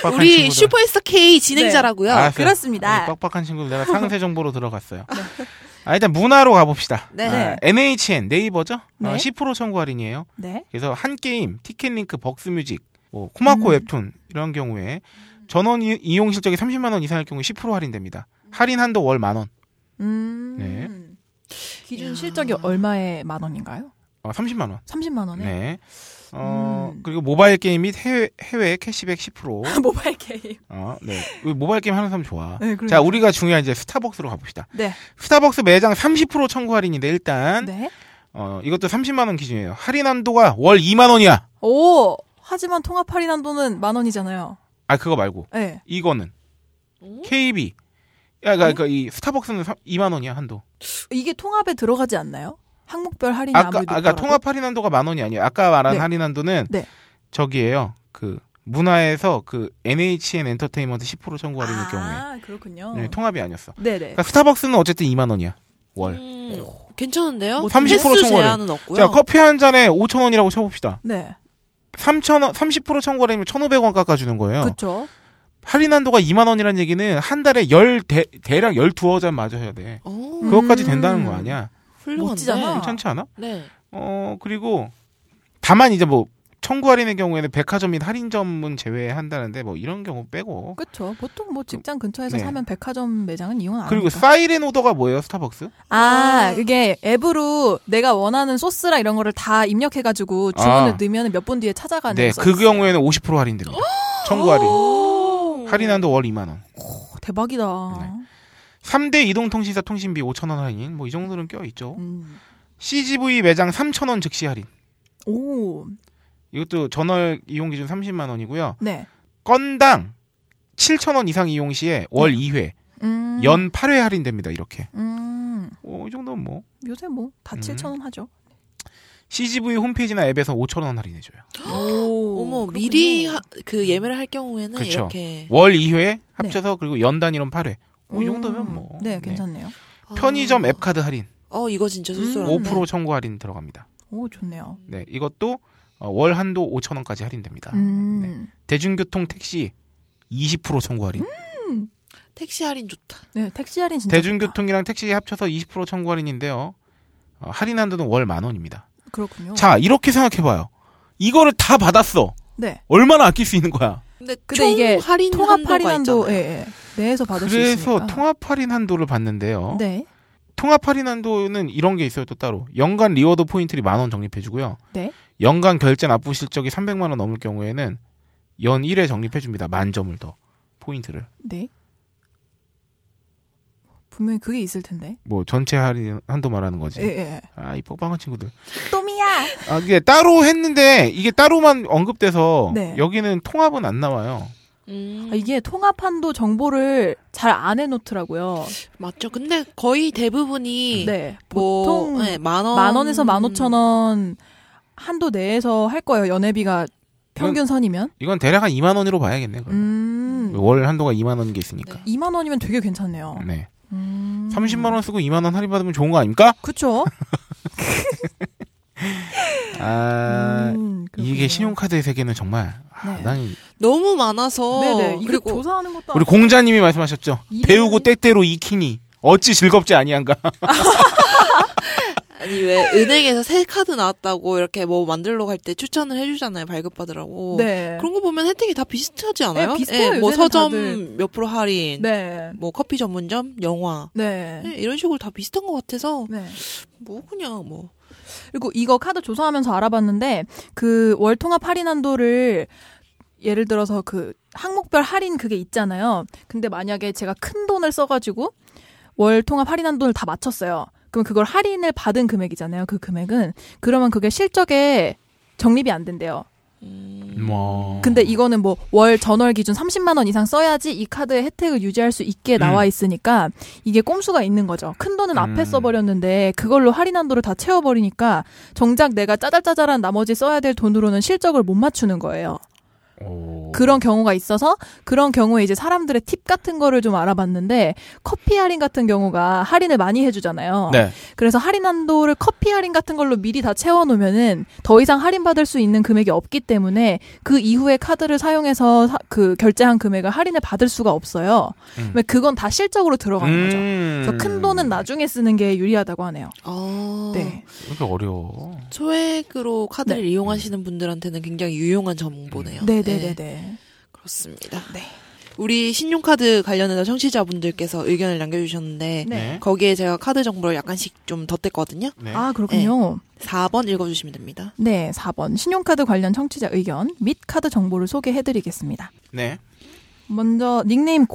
[SPEAKER 4] 빡빡한
[SPEAKER 6] 우리
[SPEAKER 4] 아, 친구들.
[SPEAKER 6] 슈퍼스타 K 진행자라고요.
[SPEAKER 4] 아,
[SPEAKER 5] 그렇습니다. 네.
[SPEAKER 4] 이 빡빡한 친구들 내가 상세 정보로 들어갔어요. 아, 일단 문화로 가봅시다.
[SPEAKER 6] 네.
[SPEAKER 4] 아, NHN 네이버죠?
[SPEAKER 5] 네.
[SPEAKER 4] 어, 10% 청구 할인이에요.
[SPEAKER 5] 네.
[SPEAKER 4] 그래서 한 게임, 티켓링크, 벅스뮤직, 뭐 코마코
[SPEAKER 5] 음.
[SPEAKER 4] 웹툰 이런 경우에 전원 이- 이용 실적이 30만 원 이상일 경우 10% 할인됩니다. 할인 한도 월 만 원,
[SPEAKER 5] 음.
[SPEAKER 4] 네.
[SPEAKER 5] 기준
[SPEAKER 6] 야.
[SPEAKER 5] 실적이 얼마에 만 원인가요?
[SPEAKER 4] 어, 30만 원.
[SPEAKER 5] 30만 원에.
[SPEAKER 4] 네. 어,
[SPEAKER 5] 음.
[SPEAKER 4] 그리고 모바일 게임 및 해외, 해외 캐시백 10%.
[SPEAKER 5] 모바일 게임.
[SPEAKER 4] 어, 네. 우리 모바일 게임 하는 사람 좋아.
[SPEAKER 5] 네, 그러니까.
[SPEAKER 4] 자, 우리가 중요한 이제 스타벅스로 가봅시다.
[SPEAKER 5] 네.
[SPEAKER 4] 스타벅스 매장 30% 청구 할인인데 일단
[SPEAKER 5] 네.
[SPEAKER 4] 어, 이것도 30만 원 기준이에요. 할인 한도가 월 2만 원이야.
[SPEAKER 5] 오. 하지만 통합 할인 한도는 만 원이잖아요.
[SPEAKER 4] 아, 그거 말고.
[SPEAKER 5] 네.
[SPEAKER 4] 이거는
[SPEAKER 6] 오?
[SPEAKER 4] KB. 야, 그러니까,
[SPEAKER 5] 어?
[SPEAKER 4] 그러니까 이 스타벅스는 2만 원이야, 한도.
[SPEAKER 5] 이게 통합에 들어가지 않나요? 항목별 네, 할인이
[SPEAKER 4] 아까
[SPEAKER 5] 아무래도
[SPEAKER 4] 아까
[SPEAKER 5] 있더라고요.
[SPEAKER 4] 통합 할인 한도가 만 원이 아니에요. 아까 말한
[SPEAKER 5] 네.
[SPEAKER 4] 할인 한도는
[SPEAKER 5] 네.
[SPEAKER 4] 저기예요. 그 문화에서 그 NHN 엔터테인먼트 10% 청구 할인일 경우에
[SPEAKER 5] 아, 그렇군요.
[SPEAKER 4] 네, 통합이 아니었어.
[SPEAKER 5] 네, 네.
[SPEAKER 4] 그러니까 스타벅스는 어쨌든 2만 원이야. 월.
[SPEAKER 6] 음, 괜찮은데요?
[SPEAKER 5] 뭐
[SPEAKER 6] 횟수
[SPEAKER 4] 30% 청구하래.
[SPEAKER 6] 제한은 없고요.
[SPEAKER 4] 자, 커피 한 잔에 5천 원이라고 쳐 봅시다.
[SPEAKER 5] 네.
[SPEAKER 4] 3,000원 30% 청구 할인이면 1,500원 깎아 주는 거예요.
[SPEAKER 5] 그렇죠.
[SPEAKER 4] 할인 한도가 2만 원이라는 얘기는 한 달에 열 대, 대략 12어잔 마셔야 돼.
[SPEAKER 6] 오,
[SPEAKER 5] 음. 어.
[SPEAKER 4] 그것까지 된다는 거 아니야?
[SPEAKER 6] 훌륭한데.
[SPEAKER 5] 멋지잖아.
[SPEAKER 4] 괜찮지 않아?
[SPEAKER 6] 네.
[SPEAKER 4] 어, 그리고 다만 이제 뭐 청구 할인의 경우에는 백화점 및 할인점은 제외한다는데 뭐 이런 경우 빼고
[SPEAKER 5] 그렇죠. 보통 뭐 직장 근처에서
[SPEAKER 4] 네.
[SPEAKER 5] 사면 백화점 매장은 이용 안
[SPEAKER 4] 그리고
[SPEAKER 5] 하니까.
[SPEAKER 4] 사이렌 오더가 뭐예요 스타벅스?
[SPEAKER 5] 아, 그게 앱으로 내가 원하는 소스라 이런 거를 다 입력해가지고 주문을
[SPEAKER 4] 아.
[SPEAKER 5] 넣으면 몇 분 뒤에 찾아가는.
[SPEAKER 4] 네,
[SPEAKER 5] 서비스.
[SPEAKER 4] 그 경우에는 50% 할인됩니다. 청구 할인. 할인한도 월 2만 원.
[SPEAKER 5] 오, 대박이다.
[SPEAKER 4] 네. 3대 이동통신사 통신비 5천 원 할인. 뭐 이 정도는 껴 있죠.
[SPEAKER 5] 음.
[SPEAKER 4] CGV 매장 3천 원 즉시 할인.
[SPEAKER 5] 오,
[SPEAKER 4] 이것도 전월 이용 기준 30만 원이고요.
[SPEAKER 5] 네.
[SPEAKER 4] 건당 7천 원 이상 이용 시에 월 2회,
[SPEAKER 5] 네. 음.
[SPEAKER 4] 연 8회 할인됩니다. 이렇게.
[SPEAKER 5] 음.
[SPEAKER 4] 어, 이 정도는 뭐
[SPEAKER 5] 요새 뭐 다
[SPEAKER 4] 음.
[SPEAKER 5] 7,000원 하죠.
[SPEAKER 4] CGV 홈페이지나 앱에서 5천 원 할인해 줘요.
[SPEAKER 5] 오,
[SPEAKER 6] 어머 미리
[SPEAKER 5] 음.
[SPEAKER 6] 하- 그 예매를 할 경우에는
[SPEAKER 4] 그쵸.
[SPEAKER 6] 이렇게
[SPEAKER 4] 네. 월 2회 합쳐서 그리고 연 단위로 8회. 어, 이 정도면 뭐.
[SPEAKER 5] 네, 괜찮네요.
[SPEAKER 4] 편의점 앱 카드 할인
[SPEAKER 6] 어 이거 진짜
[SPEAKER 5] 음,
[SPEAKER 6] 쏠쏠한데.
[SPEAKER 4] 5% 청구 할인 들어갑니다.
[SPEAKER 5] 오, 좋네요.
[SPEAKER 4] 네, 이것도 어, 월 한도 5천 원까지 할인됩니다.
[SPEAKER 5] 음.
[SPEAKER 4] 대중교통 택시 20% 청구 할인.
[SPEAKER 6] 택시 할인 좋다.
[SPEAKER 5] 네. 택시 할인 진짜. 좋다.
[SPEAKER 4] 대중교통이랑 택시 합쳐서 20% 청구 할인인데요. 어, 할인 한도는 월 만 원입니다.
[SPEAKER 5] 아, 그렇군요.
[SPEAKER 4] 자, 이렇게 생각해봐요. 이거를 다 받았어.
[SPEAKER 5] 네.
[SPEAKER 4] 얼마나 아낄 수 있는 거야?
[SPEAKER 6] 근데,
[SPEAKER 5] 근데
[SPEAKER 6] 총
[SPEAKER 5] 이게
[SPEAKER 6] 할인
[SPEAKER 5] 통합
[SPEAKER 6] 한도가
[SPEAKER 5] 할인도
[SPEAKER 6] 있잖아요.
[SPEAKER 5] 예, 예. 내에서 받을 수 있으니까.
[SPEAKER 4] 그래서 통합 어? 할인 한도를 봤는데요.
[SPEAKER 5] 네.
[SPEAKER 4] 통합 할인 한도는 이런 게 있어요, 또 따로. 연간 리워드 포인트를 만 원 적립해주고요.
[SPEAKER 5] 네.
[SPEAKER 4] 연간 결제 납부 실적이 300만 원 넘을 경우에는 연 1회 적립해줍니다. 만 점을 더. 포인트를.
[SPEAKER 5] 네. 분명히 그게 있을 텐데.
[SPEAKER 4] 뭐, 전체 할인 한도 말하는 거지.
[SPEAKER 5] 예, 예.
[SPEAKER 4] 아, 이 뻑빵한 친구들.
[SPEAKER 5] 또미야.
[SPEAKER 4] 아, 이게 따로 했는데 이게 따로만 언급돼서
[SPEAKER 5] 네.
[SPEAKER 4] 여기는 통합은 안 나와요.
[SPEAKER 6] 음,
[SPEAKER 5] 아, 이게 통합한도 정보를 잘 안 해놓더라고요.
[SPEAKER 6] 맞죠. 근데 거의 대부분이
[SPEAKER 5] 네.
[SPEAKER 6] 뭐,
[SPEAKER 5] 보통
[SPEAKER 6] 네, 만 원,
[SPEAKER 5] 만 원에서 만 오천 원 한도 내에서 할 거예요. 연회비가
[SPEAKER 4] 음.
[SPEAKER 5] 평균 선이면.
[SPEAKER 4] 이건 대략 한 2만 원으로 봐야겠네. 그럼.
[SPEAKER 5] 음.
[SPEAKER 4] 월 한도가 2만 원인 게 있으니까.
[SPEAKER 6] 네.
[SPEAKER 5] 2만 원이면 되게 괜찮네요.
[SPEAKER 4] 네.
[SPEAKER 5] 음.
[SPEAKER 4] 30만 원 쓰고 2만 원 할인 받으면 좋은 거 아닙니까?
[SPEAKER 5] 그쵸?
[SPEAKER 4] 아,
[SPEAKER 5] 음, 그렇군요.
[SPEAKER 4] 이게 신용카드의 세계는 정말 아,
[SPEAKER 5] 네.
[SPEAKER 4] 난
[SPEAKER 6] 너무 많아서
[SPEAKER 5] 네네. 이거
[SPEAKER 6] 어, 그리고
[SPEAKER 5] 조사하는 것도
[SPEAKER 4] 우리 공자님이 말씀하셨죠.
[SPEAKER 5] 이름이-
[SPEAKER 4] 배우고 때때로 익히니 어찌 즐겁지 아니한가.
[SPEAKER 6] 아니 왜 은행에서 새 카드 나왔다고 이렇게 뭐 만들러 갈 때 추천을 해주잖아요 발급받으라고
[SPEAKER 5] 네.
[SPEAKER 6] 그런 거 보면 혜택이 다 비슷하지 않아요?
[SPEAKER 5] 네, 비슷해요,
[SPEAKER 6] 뭐
[SPEAKER 5] 요새는
[SPEAKER 6] 서점
[SPEAKER 5] 다들.
[SPEAKER 6] 몇 프로 할인,
[SPEAKER 5] 네.
[SPEAKER 6] 뭐 커피 전문점, 영화
[SPEAKER 5] 네.
[SPEAKER 6] 네, 이런 식으로 다 비슷한 것 같아서
[SPEAKER 5] 네.
[SPEAKER 6] 뭐 그냥 뭐
[SPEAKER 5] 그리고 이거 카드 조사하면서 알아봤는데 그 월통합 할인 한도를 예를 들어서 그 항목별 할인 그게 있잖아요. 근데 만약에 제가 큰 돈을 써가지고 월통합 할인 한도를 다 맞췄어요. 그럼 그걸 할인을 받은 금액이잖아요. 그 금액은 그러면 그게 실적에 적립이 안 된대요.
[SPEAKER 6] 음,
[SPEAKER 4] 뭐.
[SPEAKER 5] 근데 이거는 뭐 월 전월 기준 30만 원 이상 써야지 이 카드의 혜택을 유지할 수 있게 나와
[SPEAKER 4] 음.
[SPEAKER 5] 있으니까 이게 꼼수가 있는 거죠. 큰 돈은 앞에
[SPEAKER 4] 음.
[SPEAKER 5] 써버렸는데 그걸로 할인한도를 다 채워버리니까 정작 내가 짜잘짜잘한 나머지 써야 될 돈으로는 실적을 못 맞추는 거예요.
[SPEAKER 4] 오.
[SPEAKER 5] 그런 경우가 있어서 그런 경우에 이제 사람들의 팁 같은 거를 좀 알아봤는데 커피 할인 같은 경우가 할인을 많이 해주잖아요.
[SPEAKER 4] 네.
[SPEAKER 5] 그래서 할인 한도를 커피 할인 같은 걸로 미리 다 채워놓으면은 더 이상 할인받을 수 있는 금액이 없기 때문에 그 이후에 카드를 사용해서 사- 그 결제한 금액을 할인을 받을 수가 없어요.
[SPEAKER 4] 음.
[SPEAKER 5] 왜 그건 다 실적으로 들어가는 거죠.
[SPEAKER 4] 음.
[SPEAKER 5] 그래서 큰 돈은 나중에 쓰는 게 유리하다고 하네요.
[SPEAKER 6] 아,
[SPEAKER 5] 네.
[SPEAKER 4] 왜 이렇게 어려워.
[SPEAKER 6] 소액으로 카드를 이용하시는 분들한테는 굉장히 유용한 정보네요.
[SPEAKER 5] 네네네네. 네.
[SPEAKER 6] 그렇습니다. 우리 신용카드 관련해서 청취자분들께서 의견을 남겨주셨는데
[SPEAKER 5] 네.
[SPEAKER 6] 거기에 제가 카드 정보를 약간씩 좀 덧댔거든요.
[SPEAKER 4] 네.
[SPEAKER 5] 아, 그렇군요.
[SPEAKER 6] 4번 읽어주시면 됩니다.
[SPEAKER 5] 네, 4번. 신용카드 관련 청취자 의견 및 카드 정보를 소개해드리겠습니다.
[SPEAKER 4] 네.
[SPEAKER 5] 먼저 닉네임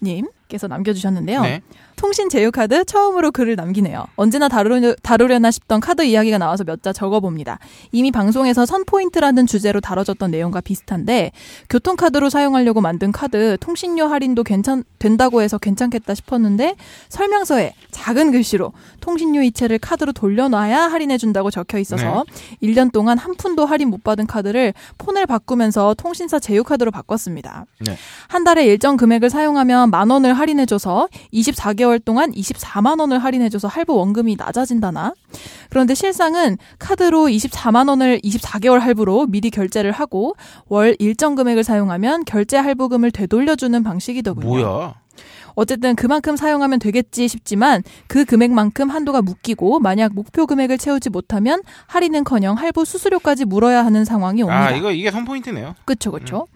[SPEAKER 5] 곧질러님께서 남겨주셨는데요.
[SPEAKER 4] 네.
[SPEAKER 5] 통신 제휴카드 처음으로 글을 남기네요. 언제나 다루려, 다루려나 싶던 카드 이야기가 나와서 몇 자 적어봅니다. 이미 방송에서 선포인트라는 주제로 다뤄졌던 내용과 비슷한데 교통카드로 사용하려고 만든 카드 통신료 할인도 괜찮 된다고 해서 괜찮겠다 싶었는데 설명서에 작은 글씨로 통신료 이체를 카드로 돌려놔야 할인해준다고 적혀 있어서 1년 동안 한 푼도 할인 못 받은 카드를 폰을 바꾸면서 통신사 제휴카드로 바꿨습니다.
[SPEAKER 4] 네.
[SPEAKER 5] 한 달에 일정 금액을 사용하면 만 원을 할인해줘서 24개월 동안 24만 원을 할인해줘서 할부 원금이 낮아진다나. 그런데 실상은 카드로 24만 원을 24개월 할부로 미리 결제를 하고 월 일정 금액을 사용하면 결제 할부금을 되돌려주는 방식이더군요.
[SPEAKER 4] 뭐야?
[SPEAKER 5] 어쨌든 그만큼 사용하면 되겠지 싶지만 그 금액만큼 한도가 묶이고 만약 목표 금액을 채우지 못하면 할인은커녕 할부 수수료까지 물어야 하는 상황이 옵니다.
[SPEAKER 4] 아 이거 음. 이게 선 포인트네요.
[SPEAKER 5] 그쵸 그쵸.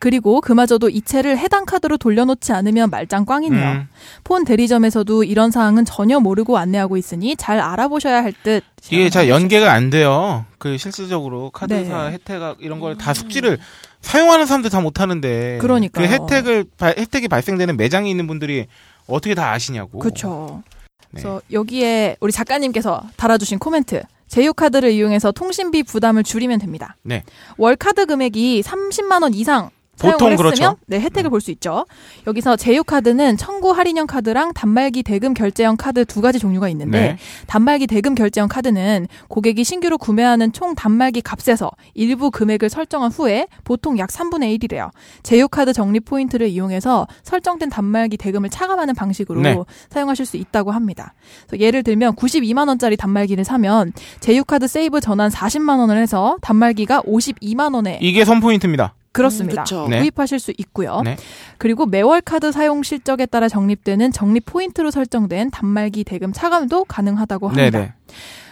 [SPEAKER 5] 그리고 그마저도 이체를 해당 카드로 돌려놓지 않으면 말짱 꽝이네요.
[SPEAKER 4] 음.
[SPEAKER 5] 폰 대리점에서도 이런 사항은 전혀 모르고 안내하고 있으니 잘 알아보셔야 할 듯.
[SPEAKER 4] 이게 잘 연계가 안 돼요. 그 실질적으로 카드사
[SPEAKER 5] 네.
[SPEAKER 4] 혜택 이런 걸 다 숙지를 사용하는 사람들 다 못하는데
[SPEAKER 5] 그러니까요.
[SPEAKER 4] 그 혜택을 발- 혜택이 발생되는 매장에 있는 분들이 어떻게 다 아시냐고.
[SPEAKER 5] 그렇죠.
[SPEAKER 4] 네.
[SPEAKER 5] 그래서 여기에 우리 작가님께서 달아주신 코멘트. 제휴카드를 이용해서 통신비 부담을 줄이면 됩니다.
[SPEAKER 4] 네.
[SPEAKER 5] 월 카드 금액이 30만 원 이상 사용을
[SPEAKER 4] 보통
[SPEAKER 5] 했으면
[SPEAKER 4] 그렇죠.
[SPEAKER 5] 네, 혜택을 볼 수 있죠. 여기서 제휴카드는 청구 할인형 카드랑 단말기 대금 결제형 카드 두 가지 종류가 있는데
[SPEAKER 4] 네.
[SPEAKER 5] 단말기 대금 결제형 카드는 고객이 신규로 구매하는 총 단말기 값에서 일부 금액을 설정한 후에 보통 약 3분의 1이래요. 제휴카드 적립 포인트를 이용해서 설정된 단말기 대금을 차감하는 방식으로
[SPEAKER 4] 네.
[SPEAKER 5] 사용하실 수 있다고 합니다. 그래서 예를 들면 92만 원짜리 단말기를 사면 제휴카드 세이브 전환 40만 원을 해서 단말기가 52만 원에
[SPEAKER 4] 이게 선 포인트입니다.
[SPEAKER 5] 그렇습니다.
[SPEAKER 6] 음, 그쵸.
[SPEAKER 4] 네.
[SPEAKER 5] 구입하실 수 있고요.
[SPEAKER 4] 네.
[SPEAKER 5] 그리고 매월 카드 사용 실적에 따라 적립되는 적립 포인트로 설정된 단말기 대금 차감도 가능하다고 합니다.
[SPEAKER 4] 네네.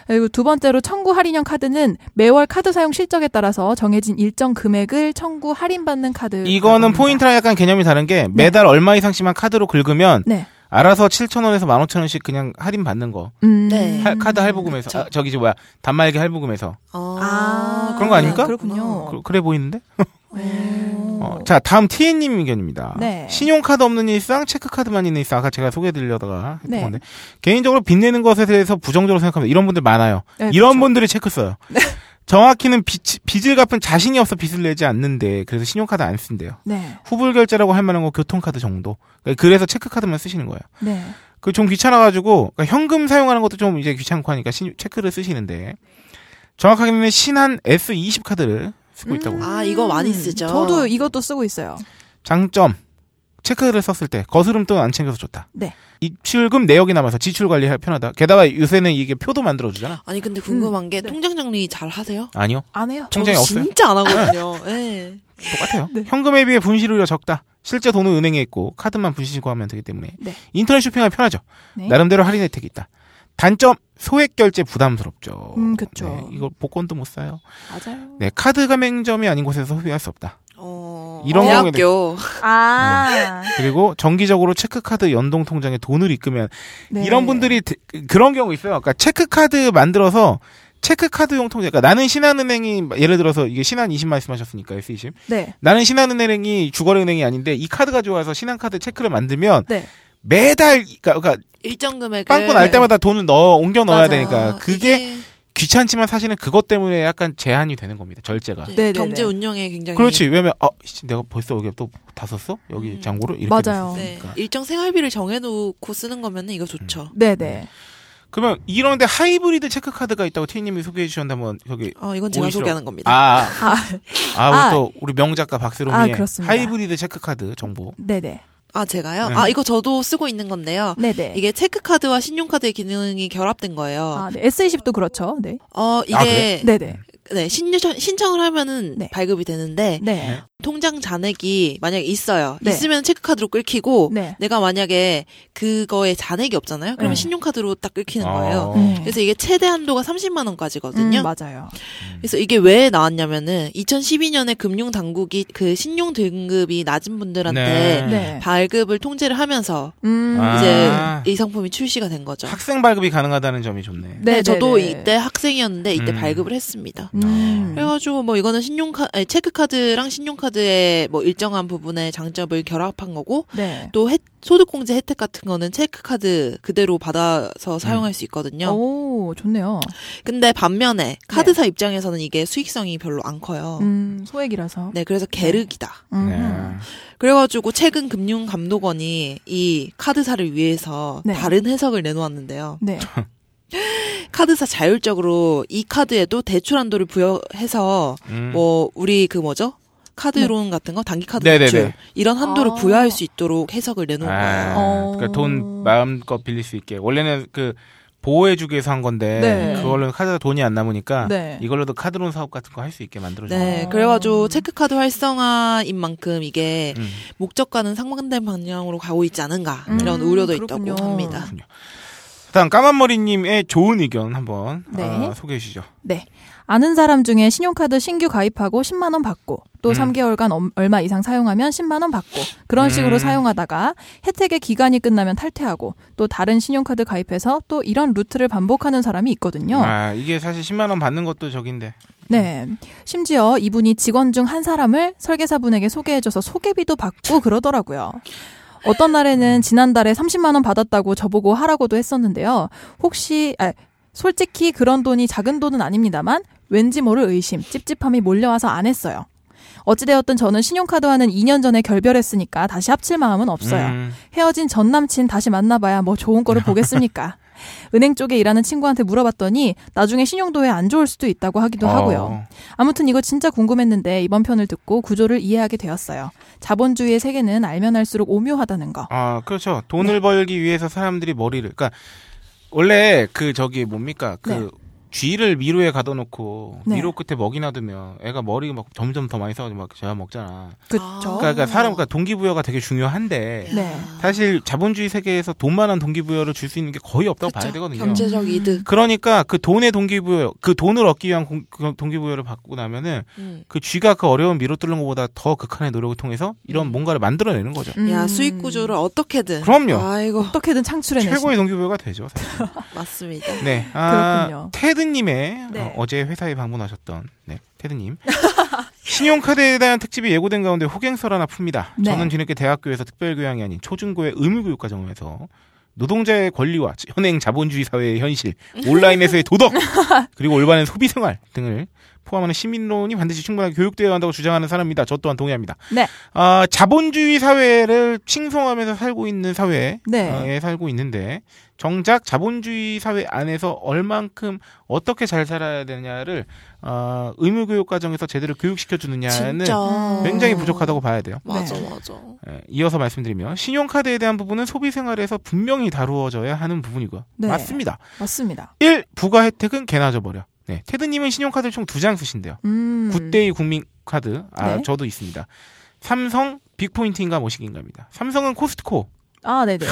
[SPEAKER 5] 그리고 두 번째로 청구 할인형 카드는 매월 카드 사용 실적에 따라서 정해진 일정 금액을 청구 할인받는 카드.
[SPEAKER 4] 이거는 포인트랑 약간 개념이 다른 게 매달 얼마 이상씩만 카드로 긁으면
[SPEAKER 5] 네.
[SPEAKER 4] 알아서 7,000원에서 15,000원씩 그냥 할인 받는 거.
[SPEAKER 5] 음.
[SPEAKER 6] 네.
[SPEAKER 4] 할- 카드 할부금에서 아, 저기 저 뭐야 단말기 할부금에서
[SPEAKER 5] 아,
[SPEAKER 4] 그런 거 아닙니까?
[SPEAKER 5] 그렇군요.
[SPEAKER 4] 그, 래 보이는데?
[SPEAKER 5] 음.
[SPEAKER 4] 어, 자 다음 티에님 의견입니다.
[SPEAKER 5] 네.
[SPEAKER 4] 신용카드 없는 일상 체크카드만 있는 일상 아까 제가 소개해드리려다가 했던
[SPEAKER 5] 네.
[SPEAKER 4] 건데 개인적으로 빚내는 것에 대해서 부정적으로 생각합니다. 이런 분들 많아요.
[SPEAKER 5] 네,
[SPEAKER 4] 이런
[SPEAKER 5] 그렇죠.
[SPEAKER 4] 분들이 체크 써요. 정확히는 빚, 빚을 갚은 자신이 없어 빚을 내지 않는데 그래서 신용카드 안 쓴대요.
[SPEAKER 5] 네.
[SPEAKER 4] 후불 결제라고 할 만한 거 교통카드 정도. 그러니까 그래서 체크카드만 쓰시는 거예요.
[SPEAKER 5] 네.
[SPEAKER 4] 그 좀 귀찮아가지고 그러니까 현금 사용하는 것도 좀 이제 귀찮고 하니까 신- 체크를 쓰시는데 정확하게는 신한 S20 카드를 쓰고
[SPEAKER 5] 음.
[SPEAKER 4] 있다고.
[SPEAKER 6] 아, 이거 많이 쓰죠.
[SPEAKER 5] 저도 이것도 쓰고 있어요.
[SPEAKER 4] 장점 체크를 썼을 때 거스름 돈 안 챙겨서 좋다.
[SPEAKER 5] 네.
[SPEAKER 4] 입출금 내역이 남아서 지출 관리 할 편하다. 게다가 요새는 이게 표도 만들어 주잖아.
[SPEAKER 6] 아니 근데
[SPEAKER 5] 음,
[SPEAKER 6] 궁금한
[SPEAKER 5] 네.
[SPEAKER 6] 게 통장 정리 잘 하세요?
[SPEAKER 4] 아니요.
[SPEAKER 5] 안 해요.
[SPEAKER 4] 통장이
[SPEAKER 6] 저
[SPEAKER 4] 없어요. 네.
[SPEAKER 6] 진짜 안 하거든요. 예.
[SPEAKER 4] 똑같아요.
[SPEAKER 5] 네.
[SPEAKER 4] 현금에 비해 분실율이 적다. 실제 돈은 은행에 있고 카드만 분실고 하면 되기 때문에
[SPEAKER 5] 네.
[SPEAKER 4] 인터넷 쇼핑하면 편하죠.
[SPEAKER 5] 네.
[SPEAKER 4] 나름대로 할인 혜택이 있다. 단점 소액 결제 부담스럽죠. 네,
[SPEAKER 5] 음, 그쵸.
[SPEAKER 4] 이거 복권도 못 사요.
[SPEAKER 5] 맞아요.
[SPEAKER 4] 네, 카드 가맹점이 아닌 곳에서 소비할 수 없다.
[SPEAKER 6] 어,
[SPEAKER 4] 이런 경우에는-
[SPEAKER 6] 대학교
[SPEAKER 5] 아.
[SPEAKER 4] 그리고 정기적으로 체크카드 연동 통장에 돈을 입금해야
[SPEAKER 5] 네.
[SPEAKER 4] 이런 분들이 드- 그런 경우 있어요. 그러니까 체크카드 만들어서 체크카드용 통장. 그러니까 나는 신한은행이 예를 들어서 이게 신한 20 말씀하셨으니까 S20.
[SPEAKER 5] 네.
[SPEAKER 4] 나는 신한은행이 주거래은행이 아닌데 이 카드가 좋아서 신한카드 체크를 만들면
[SPEAKER 5] 네.
[SPEAKER 4] 매달 그러니까, 그러니까
[SPEAKER 6] 일정 금액을
[SPEAKER 4] 빵꾸 날 때마다 돈을 넣어 옮겨 넣어야
[SPEAKER 6] 네. 맞아.
[SPEAKER 4] 되니까 그게
[SPEAKER 6] 이게
[SPEAKER 4] 귀찮지만 사실은 그것 때문에 약간 제한이 되는 겁니다. 절제가.
[SPEAKER 6] 이제
[SPEAKER 5] 네, 네,
[SPEAKER 6] 경제
[SPEAKER 5] 네.
[SPEAKER 6] 운영에 굉장히
[SPEAKER 4] 그렇지. 왜냐면 아 씨, 내가 벌써 여기 또 다 썼어? 여기
[SPEAKER 6] 음.
[SPEAKER 4] 잔고를 이렇게 그러니까.
[SPEAKER 5] 맞아요.
[SPEAKER 6] 네.
[SPEAKER 4] 됐으니까.
[SPEAKER 6] 일정 생활비를 정해놓고 쓰는 거면 이거 좋죠.
[SPEAKER 4] 음.
[SPEAKER 5] 네네.
[SPEAKER 4] 그러면 이런데 하이브리드 체크카드가 있다고 티님이 소개해 주셨다면 여기
[SPEAKER 6] 어, 이건 제가
[SPEAKER 4] 오이시러-
[SPEAKER 6] 소개하는 겁니다.
[SPEAKER 4] 아,
[SPEAKER 5] 아.
[SPEAKER 4] 아, 우리
[SPEAKER 5] 아.
[SPEAKER 4] 또 우리 명작가 박세롬이의
[SPEAKER 5] 아, 그렇습니다.
[SPEAKER 4] 하이브리드 체크카드 정보.
[SPEAKER 5] 네네.
[SPEAKER 6] 아 제가요?
[SPEAKER 4] 네.
[SPEAKER 6] 아 이거 저도 쓰고 있는 건데요.
[SPEAKER 5] 네네.
[SPEAKER 6] 이게 체크카드와 신용카드의 기능이 결합된 거예요.
[SPEAKER 5] 아, 네. S20도 그렇죠. 네.
[SPEAKER 6] 어 이게
[SPEAKER 4] 아, 그래?
[SPEAKER 5] 네네.
[SPEAKER 6] 네 신청 신청을 하면은
[SPEAKER 5] 네.
[SPEAKER 6] 발급이 되는데
[SPEAKER 5] 네.
[SPEAKER 6] 통장 잔액이 만약에 있어요.
[SPEAKER 5] 네.
[SPEAKER 6] 있으면 체크카드로 끓이고
[SPEAKER 5] 네.
[SPEAKER 6] 내가 만약에 그거에 잔액이 없잖아요. 그러면
[SPEAKER 5] 네.
[SPEAKER 6] 신용카드로 딱
[SPEAKER 4] 아.
[SPEAKER 6] 끓이는 거예요.
[SPEAKER 4] 어.
[SPEAKER 5] 네.
[SPEAKER 6] 그래서 이게 최대 한도가 30만 원까지거든요.
[SPEAKER 5] 음, 맞아요.
[SPEAKER 6] 그래서 이게 왜 나왔냐면은 2012년에 금융 당국이 그 신용 등급이 낮은 분들한테
[SPEAKER 4] 네.
[SPEAKER 5] 네.
[SPEAKER 6] 발급을 통제를 하면서
[SPEAKER 5] 음.
[SPEAKER 4] 아.
[SPEAKER 6] 이제 이 상품이 출시가 된 거죠.
[SPEAKER 4] 학생 발급이 가능하다는 점이 좋네.
[SPEAKER 6] 네, 저도
[SPEAKER 5] 네네.
[SPEAKER 6] 이때 학생이었는데 이때
[SPEAKER 4] 음.
[SPEAKER 6] 발급을 했습니다.
[SPEAKER 5] 음.
[SPEAKER 6] 그래가지고 뭐 이거는 신용카 아니, 체크카드랑 신용카드의 뭐 일정한 부분의 장점을 결합한 거고
[SPEAKER 5] 네.
[SPEAKER 6] 또 혜- 소득공제 혜택 같은 거는 체크카드 그대로 받아서
[SPEAKER 5] 음.
[SPEAKER 6] 사용할 수
[SPEAKER 5] 네.
[SPEAKER 6] 있거든요.
[SPEAKER 5] 오, 좋네요.
[SPEAKER 6] 근데 반면에 카드사 입장에서는 이게 수익성이 별로 안 커요.
[SPEAKER 5] 네. 음, 소액이라서.
[SPEAKER 6] 네, 그래서 게르기다.
[SPEAKER 5] 음.
[SPEAKER 4] 네.
[SPEAKER 6] 그래가지고 최근 금융감독원이 이 카드사를 위해서
[SPEAKER 5] 네.
[SPEAKER 6] 다른 해석을 내놓았는데요.
[SPEAKER 5] 네.
[SPEAKER 6] 카드사 자율적으로 이 카드에도 대출 한도를 부여해서
[SPEAKER 4] 음.
[SPEAKER 6] 뭐 우리 그 뭐죠? 카드론 같은 거 단기 카드
[SPEAKER 4] 네네네.
[SPEAKER 6] 대출 이런
[SPEAKER 5] 네.
[SPEAKER 6] 한도를
[SPEAKER 5] 아.
[SPEAKER 6] 부여할 수 있도록 해석을 내놓은 거예요.
[SPEAKER 4] 아,
[SPEAKER 5] 어.
[SPEAKER 4] 그러니까 돈 마음껏 빌릴 수 있게. 원래는 그 보호해주기 위해서 한 건데
[SPEAKER 5] 네.
[SPEAKER 4] 그걸로 카드가 돈이 안 남으니까
[SPEAKER 5] 네.
[SPEAKER 4] 이걸로도 카드론 사업 같은 거 할 수 있게 만들어준 거예요.
[SPEAKER 5] 아.
[SPEAKER 6] 네, 그래가지고 체크카드 활성화인 만큼 이게
[SPEAKER 4] 음.
[SPEAKER 6] 목적과는 상반된 방향으로 가고 있지 않은가
[SPEAKER 5] 음,
[SPEAKER 6] 이런 우려도
[SPEAKER 5] 그렇군요.
[SPEAKER 6] 있다고 합니다.
[SPEAKER 4] 일단 까만머리님의 좋은 의견 한번
[SPEAKER 5] 네.
[SPEAKER 4] 아, 소개해 주시죠.
[SPEAKER 5] 아는 사람 중에 신용카드 신규 가입하고 10만 원 받고 또
[SPEAKER 4] 음.
[SPEAKER 5] 3개월간 엄- 얼마 이상 사용하면 10만 원 받고 그런 식으로
[SPEAKER 4] 음.
[SPEAKER 5] 사용하다가 혜택의 기간이 끝나면 탈퇴하고 또 다른 신용카드 가입해서 또 이런 루트를 반복하는 사람이 있거든요.
[SPEAKER 4] 아 이게 사실 10만 원 받는 것도 적인데
[SPEAKER 5] 네. 심지어 이분이 직원 중 한 사람을 설계사분에게 소개해줘서 소개비도 받고 그러더라고요. 어떤 날에는 지난달에 30만원 받았다고 저보고 하라고도 했었는데요. 혹시, 아, 솔직히 그런 돈이 작은 돈은 아닙니다만 왠지 모를 의심, 찝찝함이 몰려와서 안 했어요. 어찌되었든 저는 신용카드와는 2년 전에 결별했으니까 다시 합칠 마음은 없어요.
[SPEAKER 4] 음.
[SPEAKER 5] 헤어진 전 남친 다시 만나봐야 뭐 좋은 거를 보겠습니까? 은행 쪽에 일하는 친구한테 물어봤더니 나중에 신용도에 안 좋을 수도 있다고 하기도 하고요.
[SPEAKER 4] 어.
[SPEAKER 5] 아무튼 이거 진짜 궁금했는데 이번 편을 듣고 구조를 이해하게 되었어요. 자본주의의 세계는 알면 알수록 오묘하다는 거.
[SPEAKER 4] 아 그렇죠. 돈을 벌기 위해서 사람들이 머리를 그러니까 원래 그 저기 뭡니까 그
[SPEAKER 5] 네.
[SPEAKER 4] 쥐를 미로에 가둬놓고
[SPEAKER 5] 네.
[SPEAKER 4] 미로 끝에 먹이 놔두면 애가 머리 막 점점 더 많이 싸가지고 막 제가 먹잖아.
[SPEAKER 5] 그렇죠.
[SPEAKER 4] 그러니까, 그러니까 사람 그러니까 동기부여가 되게 중요한데
[SPEAKER 5] 네.
[SPEAKER 4] 사실 자본주의 세계에서 돈만한 동기부여를 줄 수 있는 게 거의 없다고 봐야 되거든요.
[SPEAKER 5] 음.
[SPEAKER 6] 경제적 이득.
[SPEAKER 4] 그러니까 그 돈의 동기부여, 그 돈을 얻기 위한 공- 그 동기부여를 받고 나면은
[SPEAKER 6] 음.
[SPEAKER 4] 그 쥐가 그 어려운 미로 뚫는 것보다 더 극한의 노력을 통해서 이런 뭔가를 만들어내는 거죠.
[SPEAKER 6] 야
[SPEAKER 5] 음,
[SPEAKER 6] 수익 구조를 어떻게든.
[SPEAKER 4] 그럼요.
[SPEAKER 6] 아이고
[SPEAKER 5] 어떻게든 창출해내시
[SPEAKER 4] 최고의 동기부여가 되죠. 사실.
[SPEAKER 6] 맞습니다.
[SPEAKER 4] 네. 아,
[SPEAKER 5] 그렇군요.
[SPEAKER 4] 테드님의
[SPEAKER 5] 네.
[SPEAKER 4] 어, 어제 회사에 방문하셨던 네, 테드님. 신용카드에 대한 특집이 예고된 가운데 호갱설 하나 풉니다.
[SPEAKER 5] 네.
[SPEAKER 4] 저는 뒤늦게 대학교에서 특별교양이 아닌 초중고의 의무교육과정에서 노동자의 권리와 현행 자본주의 사회의 현실, 온라인에서의 도덕, 그리고 올바른 소비생활 등을 포함하는 시민론이 반드시 충분하게 교육되어야 한다고 주장하는 사람입니다. 저 또한 동의합니다.
[SPEAKER 5] 네.
[SPEAKER 4] 아, 자본주의 사회를 칭송하면서 살고 있는 사회에
[SPEAKER 5] 네.
[SPEAKER 4] 살고 있는데 정작 자본주의 사회 안에서 얼만큼 어떻게 잘 살아야 되냐를 아, 의무교육 과정에서 제대로 교육시켜 주느냐는
[SPEAKER 6] 진짜
[SPEAKER 4] 굉장히 부족하다고 봐야 돼요.
[SPEAKER 6] 맞아
[SPEAKER 5] 네.
[SPEAKER 6] 맞아.
[SPEAKER 4] 예, 이어서 말씀드리면 신용카드에 대한 부분은 소비 생활에서 분명히 다루어져야 하는 부분이고요.
[SPEAKER 5] 네.
[SPEAKER 4] 맞습니다.
[SPEAKER 5] 맞습니다.
[SPEAKER 4] 1. 부가 혜택은 개나 져버려. 네, 테드님은 신용카드를 총 두 장 쓰신대요.
[SPEAKER 5] 음.
[SPEAKER 4] 굿데이 국민카드 아
[SPEAKER 5] 네.
[SPEAKER 4] 저도 있습니다. 삼성 빅포인트인가 뭐시긴가입니다. 삼성은 코스트코
[SPEAKER 5] 아, 네네.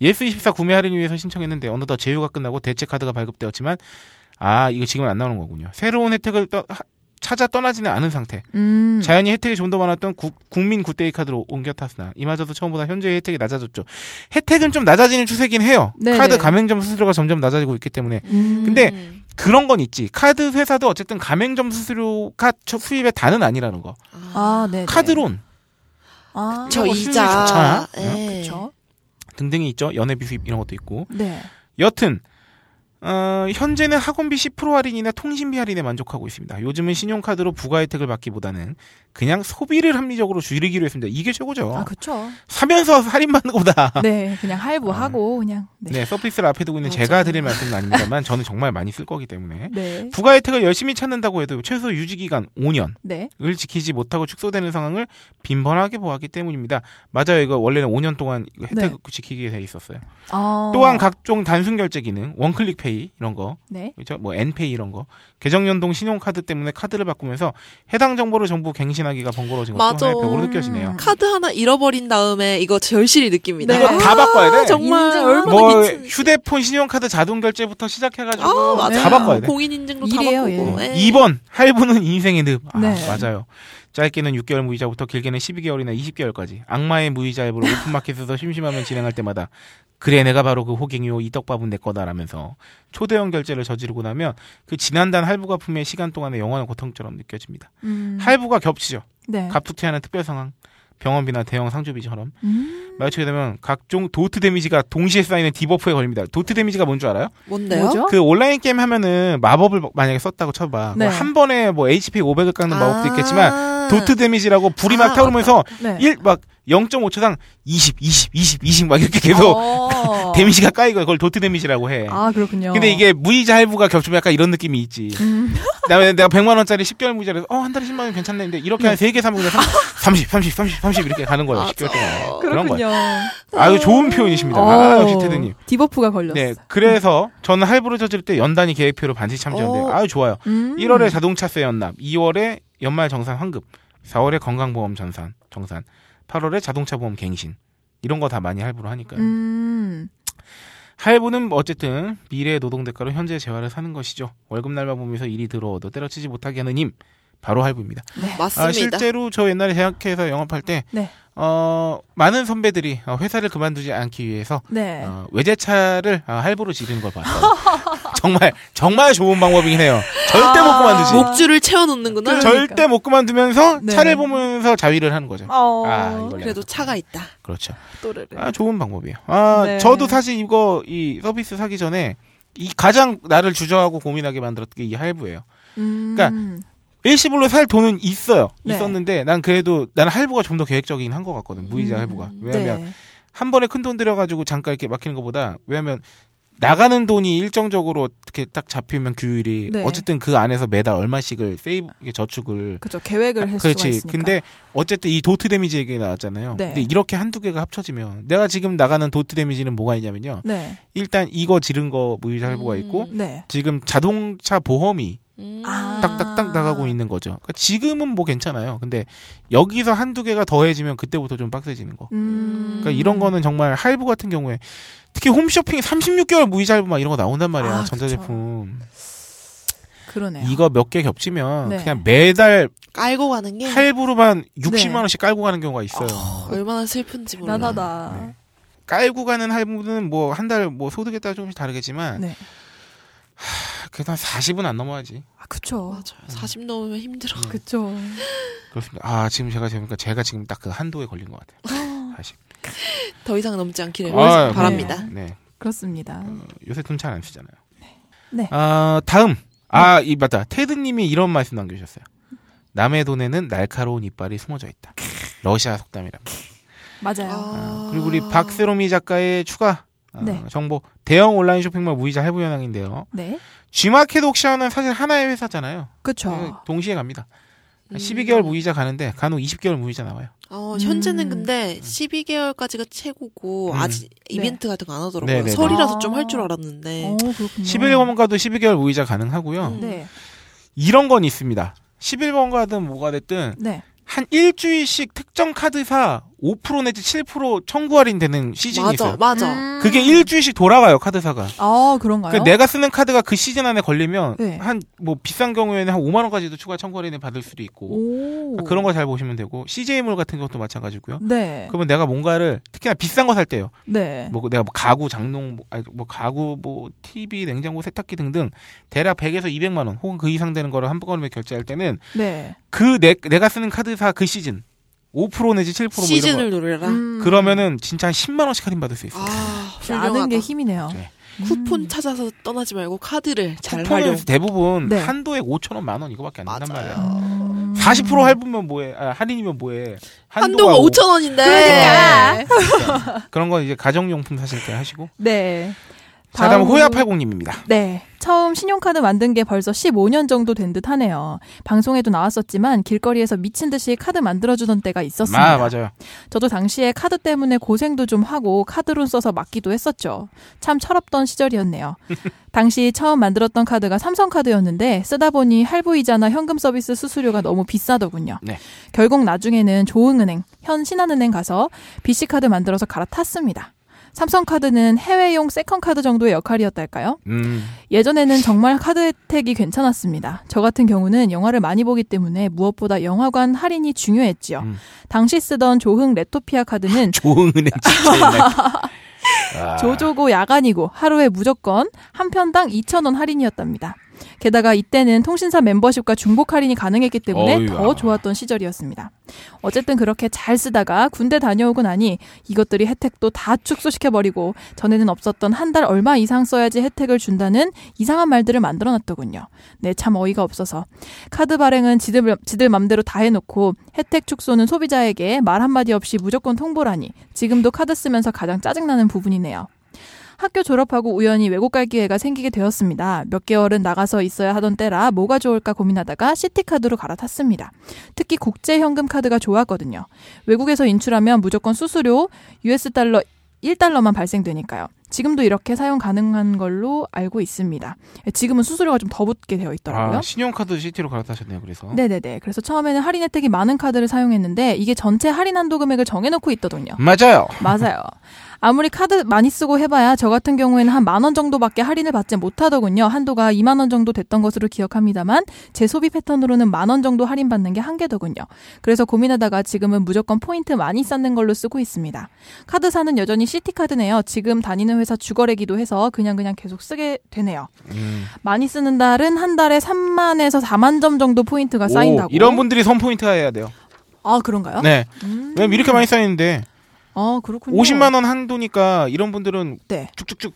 [SPEAKER 4] 예스24 구매 할인 위해서 신청했는데 어느덧 제휴가 끝나고 대체 카드가 발급되었지만 아 이거 지금은 안 나오는 거군요. 새로운 혜택을 떠- 하- 찾아 떠나지는 않은 상태.
[SPEAKER 5] 음.
[SPEAKER 4] 자연히 혜택이 좀 더 많았던 구- 국민 굿데이 카드로 옮겨 탔으나 이마저도 처음보다 현재의 혜택이 낮아졌죠. 혜택은 좀 낮아지는 추세긴 해요.
[SPEAKER 5] 네네.
[SPEAKER 4] 카드 가맹점 수수료가 점점 낮아지고 있기 때문에
[SPEAKER 5] 음.
[SPEAKER 4] 근데
[SPEAKER 6] 음.
[SPEAKER 4] 그런 건 있지. 카드 회사도 어쨌든 가맹점 수수료가 첫 수입의 단은 아니라는 거.
[SPEAKER 5] 아, 네.
[SPEAKER 4] 카드론
[SPEAKER 5] 아,
[SPEAKER 6] 저
[SPEAKER 4] 이거 어, 수익이
[SPEAKER 6] 이자.
[SPEAKER 4] 좋잖아. 음,
[SPEAKER 6] 예.
[SPEAKER 5] 그렇죠.
[SPEAKER 4] 등등이 있죠. 연회비 수입 이런 것도 있고.
[SPEAKER 5] 네.
[SPEAKER 4] 여튼 어, 현재는 학원비 10% 할인이나 통신비 할인에 만족하고 있습니다. 요즘은 신용카드로 부가 혜택을 받기보다는 그냥 소비를 합리적으로 줄이기로 했습니다. 이게 최고죠.
[SPEAKER 5] 아, 그렇죠.
[SPEAKER 4] 사면서 할인 받는 것보다.
[SPEAKER 5] 네, 그냥 할부하고 그냥 네.
[SPEAKER 4] 네, 서피스를 앞에 두고 있는 제가 드릴 말씀은 아닙니다만 저는 정말 많이 쓸 거기 때문에
[SPEAKER 5] 네.
[SPEAKER 4] 부가 혜택을 열심히 찾는다고 해도 최소 유지 기간 5년
[SPEAKER 5] 네.
[SPEAKER 4] 을 지키지 못하고 축소되는 상황을 빈번하게 보았기 때문입니다. 맞아요. 이거 원래는 5년 동안 이거 혜택
[SPEAKER 5] 네.
[SPEAKER 4] 지키게 돼 있었어요.
[SPEAKER 5] 어.
[SPEAKER 4] 또한 각종 단순 결제 기능, 원클릭 페이 이런 거,
[SPEAKER 5] 네.
[SPEAKER 4] 그렇죠? 뭐 엔페이 이런 거, 계정 연동 신용카드 때문에 카드를 바꾸면서 해당 정보를 전부 갱신하기가 번거로워진 것도
[SPEAKER 6] 맞아. 음.
[SPEAKER 4] 하나의 벽으로 느껴지네요.
[SPEAKER 6] 카드 하나 잃어버린 다음에 이거 절실히 느낍니다. 아,
[SPEAKER 5] 네.
[SPEAKER 4] 이거 다 바꿔야 돼.
[SPEAKER 6] 정말
[SPEAKER 5] 인증.
[SPEAKER 6] 얼마나
[SPEAKER 4] 뭐
[SPEAKER 6] 미친.
[SPEAKER 4] 휴대폰 신용카드 자동 결제부터 시작해가지고
[SPEAKER 6] 아 맞아.
[SPEAKER 4] 다 바꿔야 돼.
[SPEAKER 6] 공인 인증도 다
[SPEAKER 5] 일이에요,
[SPEAKER 6] 바꾸고.
[SPEAKER 4] 네.
[SPEAKER 6] 예.
[SPEAKER 4] 2번 할부는 인생의 늪. 아,
[SPEAKER 5] 네.
[SPEAKER 4] 맞아요. 짧게는 6개월 무이자부터 길게는 12개월이나 20개월까지 악마의 무이자 앱으로 오픈마켓에서 심심하면 진행할 때마다 그래 내가 바로 그 호갱이요 이 떡밥은 내 거다라면서 초대형 결제를 저지르고 나면 그 지난단 할부가 품의 시간 동안의 영원한 고통처럼 느껴집니다.
[SPEAKER 5] 음.
[SPEAKER 4] 할부가 겹치죠.
[SPEAKER 5] 네.
[SPEAKER 4] 갑툭튀하는 특별 상황. 병원비나 대형 상주비처럼
[SPEAKER 5] 음.
[SPEAKER 4] 마주치게 되면 각종 도트 데미지가 동시에 쌓이는 디버프에 걸립니다. 도트 데미지가 뭔 줄 알아요?
[SPEAKER 6] 뭔데요?
[SPEAKER 5] 뭐죠?
[SPEAKER 4] 그 온라인 게임 하면은 마법을 만약에 썼다고 쳐봐.
[SPEAKER 5] 어? 네.
[SPEAKER 4] 뭐한 번에 뭐 HP 500을 깎는 마법도 있겠지만
[SPEAKER 6] 아.
[SPEAKER 4] 도트 데미지라고 불이
[SPEAKER 6] 아,
[SPEAKER 4] 막 타오르면서
[SPEAKER 5] 네.
[SPEAKER 4] 그 일 막 0.5초당 20, 20, 20, 20 막 이렇게 계속
[SPEAKER 5] 어.
[SPEAKER 4] 데미지가 까이고 그걸 도트 데미지라고 해.
[SPEAKER 5] 아 그렇군요.
[SPEAKER 4] 근데 이게 무이자 할부가 겹치면 약간 이런 느낌이 있지. 그다음에 내가 100만 원짜리 10개월 무이자를 해서 어한 달에 10만 원 괜찮네. 근데 이렇게 한 3개 사면 그냥 30, 30, 30, 30, 30 이렇게 가는 거예요. 10개월 동안. 그런 거예요.
[SPEAKER 5] 아, 그렇군요. 어.
[SPEAKER 4] 아유 좋은 표현이십니다. 아, 역시 테드님.
[SPEAKER 5] 디버프가 걸렸어.
[SPEAKER 4] 네, 그래서 저는 할부를 저질 때 연단위 계획표로 반드시 참조하는데
[SPEAKER 6] 어.
[SPEAKER 4] 아유 좋아요.
[SPEAKER 5] 음.
[SPEAKER 4] 1월에 자동차세 연납, 2월에 연말 정산 환급, 4월에 건강보험 전산, 정산, 8월에 자동차 보험 갱신 이런 거 다 많이 할부로 하니까요.
[SPEAKER 5] 음.
[SPEAKER 4] 할부는 뭐 어쨌든 미래의 노동 대가로 현재 재화를 사는 것이죠. 월급 날만 보면서 일이 들어와도 때려치지 못하게 하는 힘 바로 할부입니다.
[SPEAKER 6] 맞습니다.
[SPEAKER 4] 아, 실제로 저 옛날에 대학에서 영업할 때
[SPEAKER 5] 네.
[SPEAKER 4] 어, 많은 선배들이 어, 회사를 그만두지 않기 위해서
[SPEAKER 5] 네.
[SPEAKER 4] 어, 외제차를 어, 할부로 지르는 걸 봤어요. 정말 정말 좋은 방법이긴 해요. 절대
[SPEAKER 5] 아,
[SPEAKER 4] 못 그만두지.
[SPEAKER 6] 목줄을 채워놓는구나.
[SPEAKER 5] 절-
[SPEAKER 4] 절대 못 그만두면서
[SPEAKER 5] 네.
[SPEAKER 4] 차를 보면서 자위를 하는 거죠.
[SPEAKER 5] 어.
[SPEAKER 4] 아, 이걸
[SPEAKER 6] 그래도
[SPEAKER 4] 내가
[SPEAKER 6] 차가 있다.
[SPEAKER 4] 그렇죠.
[SPEAKER 5] 또르르.
[SPEAKER 4] 아, 좋은 방법이에요. 아,
[SPEAKER 5] 네.
[SPEAKER 4] 저도 사실 이거 이 서비스 사기 전에 이 가장 나를 주저하고 고민하게 만들었던 게 이 할부예요.
[SPEAKER 5] 음.
[SPEAKER 4] 그러니까 일시불로 살 돈은 있어요.
[SPEAKER 5] 네.
[SPEAKER 4] 있었는데 난 그래도 나는 할부가 좀 더 계획적이긴 한 것 같거든. 무이자
[SPEAKER 5] 음.
[SPEAKER 4] 할부가. 왜냐면
[SPEAKER 5] 네.
[SPEAKER 4] 한 번에 큰 돈 들여가지고 잠깐 이렇게 막히는 것보다 왜냐면 나가는 돈이 일정적으로 이렇게 딱 잡히면 규율이
[SPEAKER 5] 네. 아.
[SPEAKER 4] 어쨌든 그 안에서 매달 얼마씩을 세이브 이게 저축을
[SPEAKER 5] 그렇죠. 계획을 할 수가
[SPEAKER 4] 그렇지.
[SPEAKER 5] 있으니까.
[SPEAKER 4] 근데 어쨌든 이 도트 데미지 얘기 나왔잖아요.
[SPEAKER 5] 네.
[SPEAKER 4] 근데 이렇게 한두 개가 합쳐지면 내가 지금 나가는 도트 데미지는 뭐가 있냐면요.
[SPEAKER 5] 네.
[SPEAKER 4] 일단 이거 지른 거뭐 무이자 할부가 있고
[SPEAKER 6] 음.
[SPEAKER 5] 네.
[SPEAKER 4] 지금 자동차 보험이
[SPEAKER 6] 음.
[SPEAKER 5] 아.
[SPEAKER 4] 딱딱딱 나가고 있는 거죠. 그러니까 지금은 뭐 괜찮아요. 근데 여기서 한두 개가 더해지면 그때부터 좀 빡세지는 거.
[SPEAKER 5] 음.
[SPEAKER 4] 그러니까 이런 거는 정말 할부 같은 경우에 특히 홈쇼핑 36개월 무이자 할부 막 이런 거 나온단 말이야.
[SPEAKER 5] 아,
[SPEAKER 4] 전자제품.
[SPEAKER 5] 그러네요.
[SPEAKER 4] 이거 몇 개 겹치면
[SPEAKER 5] 네.
[SPEAKER 4] 그냥 매달
[SPEAKER 6] 깔고 가는 게
[SPEAKER 4] 할부로만 60만
[SPEAKER 5] 네.
[SPEAKER 4] 원씩 깔고 가는 경우가 있어요.
[SPEAKER 6] 얼마나 슬픈지 몰라.
[SPEAKER 5] 나나다.
[SPEAKER 4] 네. 깔고 가는 할부는 뭐 한 달 뭐 소득에 따라 조금씩 다르겠지만
[SPEAKER 5] 네.
[SPEAKER 4] 그래도 한 40은 안 넘어야지.
[SPEAKER 5] 아, 그쵸.
[SPEAKER 4] 음.
[SPEAKER 6] 맞아요. 40 넘으면 힘들어.
[SPEAKER 5] 그쵸.
[SPEAKER 4] 그렇습니다. 아 지금 제가 재보니까 제가 지금 딱 그 한도에 걸린 것 같아요. 40.
[SPEAKER 6] 더 이상 넘지 않기를
[SPEAKER 4] 아,
[SPEAKER 6] 바랍니다.
[SPEAKER 4] 네.
[SPEAKER 5] 그렇습니다.
[SPEAKER 4] 요새 돈 잘 안 쓰잖아요.
[SPEAKER 5] 네.
[SPEAKER 4] 아 다음. 아 이 맞다. 테드님이 이런 말씀 남겨주셨어요. 남의 돈에는 날카로운 이빨이 숨어져 있다. 러시아 속담이랍니다.
[SPEAKER 5] 맞아요.
[SPEAKER 6] 아.
[SPEAKER 4] 그리고 우리 박세롬이 작가의 추가 아,
[SPEAKER 5] 네.
[SPEAKER 4] 정보. 대형 온라인 쇼핑몰 무이자 할부 현황인데요.
[SPEAKER 5] 네.
[SPEAKER 4] G마켓 옥션은 사실 하나의 회사잖아요. 네,
[SPEAKER 5] 그쵸.
[SPEAKER 4] 동시에 갑니다.
[SPEAKER 6] 음.
[SPEAKER 4] 12개월 무이자 가는데 간혹 20개월 무이자 나와요.
[SPEAKER 6] 어,
[SPEAKER 5] 음.
[SPEAKER 6] 현재는 근데 12개월까지가 최고고
[SPEAKER 4] 네. 음.
[SPEAKER 6] 아직 이벤트 같은 거 안 하더라고요.
[SPEAKER 4] 네네네.
[SPEAKER 6] 설이라서 좀
[SPEAKER 5] 네. 아.
[SPEAKER 6] 할 줄
[SPEAKER 4] 네.
[SPEAKER 6] 알았는데.
[SPEAKER 5] 어, 그렇군요.
[SPEAKER 4] 11번가도 12개월 무이자 가능하고요.
[SPEAKER 6] 음.
[SPEAKER 5] 네.
[SPEAKER 4] 이런 건 있습니다. 11번가든 뭐가 됐든
[SPEAKER 5] 네.
[SPEAKER 4] 한 일주일씩 특정 카드사 5% 내지 7% 청구 할인 되는 시즌이
[SPEAKER 6] 맞아,
[SPEAKER 4] 있어요.
[SPEAKER 6] 맞아.
[SPEAKER 5] 음.
[SPEAKER 4] 그게 일주일씩 돌아가요 카드사가.
[SPEAKER 5] 아, 그런가요?
[SPEAKER 4] 그러니까 내가 쓰는 카드가 그 시즌 안에 걸리면
[SPEAKER 5] 네.
[SPEAKER 4] 한 뭐 비싼 경우에는 한 5만 원까지도 추가 청구 할인을 받을 수도 있고 그러니까
[SPEAKER 5] 오.
[SPEAKER 4] 아, 그런 거 잘 보시면 되고 CJ몰 같은 것도 마찬가지고요.
[SPEAKER 5] 네.
[SPEAKER 4] 그러면 내가 뭔가를 특히나 비싼 거 살 때요.
[SPEAKER 5] 네.
[SPEAKER 4] 뭐 내가 뭐 가구 장롱 뭐, 아니, 뭐 가구 뭐 TV 냉장고 세탁기 등등 대략 100에서 200만 원 혹은 그 이상 되는 거를 한 번에 결제할 때는
[SPEAKER 5] 네.
[SPEAKER 4] 그 내, 내가 쓰는 카드사 그 시즌 5% 내지 7%뭐 이런
[SPEAKER 6] 시즌을 노려라.
[SPEAKER 4] 거
[SPEAKER 5] 음.
[SPEAKER 4] 그러면은 진짜 한 10만 원씩 할인 받을 수 있어요.
[SPEAKER 6] 아,
[SPEAKER 5] 아는
[SPEAKER 6] 훌륭하다.
[SPEAKER 5] 게 음. 힘이네요.
[SPEAKER 4] 네.
[SPEAKER 6] 쿠폰 찾아서 떠나지 말고 카드를 잘 활용.
[SPEAKER 4] 쿠폰은 대부분
[SPEAKER 5] 네. 음.
[SPEAKER 4] 한도액 5천 원, 만 원 이거밖에 안 된단
[SPEAKER 6] 맞아요.
[SPEAKER 4] 말이야. 40% 할부면 뭐해? 아, 할인이면 뭐해?
[SPEAKER 6] 한도가 5천 원인데. 그러니까.
[SPEAKER 4] 그런 건 이제 가정용품 사실 때 하시고.
[SPEAKER 5] 네.
[SPEAKER 4] 자, 다음
[SPEAKER 5] 다음으로-
[SPEAKER 4] 호야팔공님입니다.
[SPEAKER 5] 네. 처음 신용카드 만든 게 벌써 15년 정도 된 듯 하네요. 방송에도 나왔었지만 길거리에서 미친 듯이 카드 만들어주던 때가 있었습니다.
[SPEAKER 4] 아 맞아요.
[SPEAKER 5] 저도 당시에 카드 때문에 고생도 좀 하고 카드로 써서 맡기도 했었죠. 참 철없던 시절이었네요. 당시 처음 만들었던 카드가 삼성카드였는데 쓰다 보니 할부이자나 현금 서비스 수수료가 너무 비싸더군요.
[SPEAKER 4] 네.
[SPEAKER 5] 결국 나중에는 좋은은행, 현 신한은행 가서 BC카드 만들어서 갈아탔습니다. 삼성카드는 해외용 세컨카드 정도의 역할이었달까요?
[SPEAKER 4] 음.
[SPEAKER 5] 예전에는 정말 카드 혜택이 괜찮았습니다. 저 같은 경우는 영화를 많이 보기 때문에 무엇보다 영화관 할인이 중요했지요.
[SPEAKER 4] 음.
[SPEAKER 5] 당시 쓰던 조흥 레토피아 카드는
[SPEAKER 4] 좋은 은행 진짜 옛날. 아,
[SPEAKER 5] 조조고 야간이고 하루에 무조건 한 편당 2,000원 할인이었답니다. 게다가 이때는 통신사 멤버십과 중복 할인이 가능했기 때문에
[SPEAKER 4] 어이,
[SPEAKER 5] 더
[SPEAKER 4] 아.
[SPEAKER 5] 좋았던 시절이었습니다. 어쨌든 그렇게 잘 쓰다가 군대 다녀오고 나니 이것들이 혜택도 다 축소시켜버리고 전에는 없었던 한 달 얼마 이상 써야지 혜택을 준다는 이상한 말들을 만들어놨더군요. 네, 참 어이가 없어서. 카드 발행은 지들, 지들 맘대로 다 해놓고 혜택 축소는 소비자에게 말 한마디 없이 무조건 통보라니 지금도 카드 쓰면서 가장 짜증나는 부분이네요. 학교 졸업하고 우연히 외국 갈 기회가 생기게 되었습니다. 몇 개월은 나가서 있어야 하던 때라 뭐가 좋을까 고민하다가 시티카드로 갈아탔습니다. 특히 국제 현금 카드가 좋았거든요. 외국에서 인출하면 무조건 수수료 US 달러 1달러만 발생되니까요. 지금도 이렇게 사용 가능한 걸로 알고 있습니다. 지금은 수수료가 좀 더 붙게 되어 있더라고요.
[SPEAKER 4] 아, 신용카드 시티로 갈아타셨네요. 그래서
[SPEAKER 5] 네네네. 그래서 처음에는 할인 혜택이 많은 카드를 사용했는데 이게 전체 할인 한도 금액을 정해놓고 있더군요.
[SPEAKER 4] 맞아요.
[SPEAKER 5] 맞아요. 아무리 카드 많이 쓰고 해봐야 저 같은 경우에는 한 만 원 정도밖에 할인을 받지 못하더군요. 한도가 2만 원 정도 됐던 것으로 기억합니다만 제 소비 패턴으로는 만 원 정도 할인 받는 게 한계더군요. 그래서 고민하다가 지금은 무조건 포인트 많이 쌓는 걸로 쓰고 있습니다. 카드사는 여전히 시티카드네요. 지금 다니는 회사 주거래기도 해서 그냥 그냥 계속 쓰게 되네요.
[SPEAKER 4] 음.
[SPEAKER 5] 많이 쓰는 달은 한 달에 3만에서 4만 점 정도 포인트가 쌓인다고.
[SPEAKER 4] 오, 이런 분들이 선 포인트 해야 돼요.
[SPEAKER 5] 아 그런가요?
[SPEAKER 4] 네.
[SPEAKER 5] 음.
[SPEAKER 4] 왜냐면 이렇게 많이 쌓이는데
[SPEAKER 5] 아 그렇군요.
[SPEAKER 4] 50만 원 한도니까 이런 분들은
[SPEAKER 5] 네.
[SPEAKER 4] 쭉쭉쭉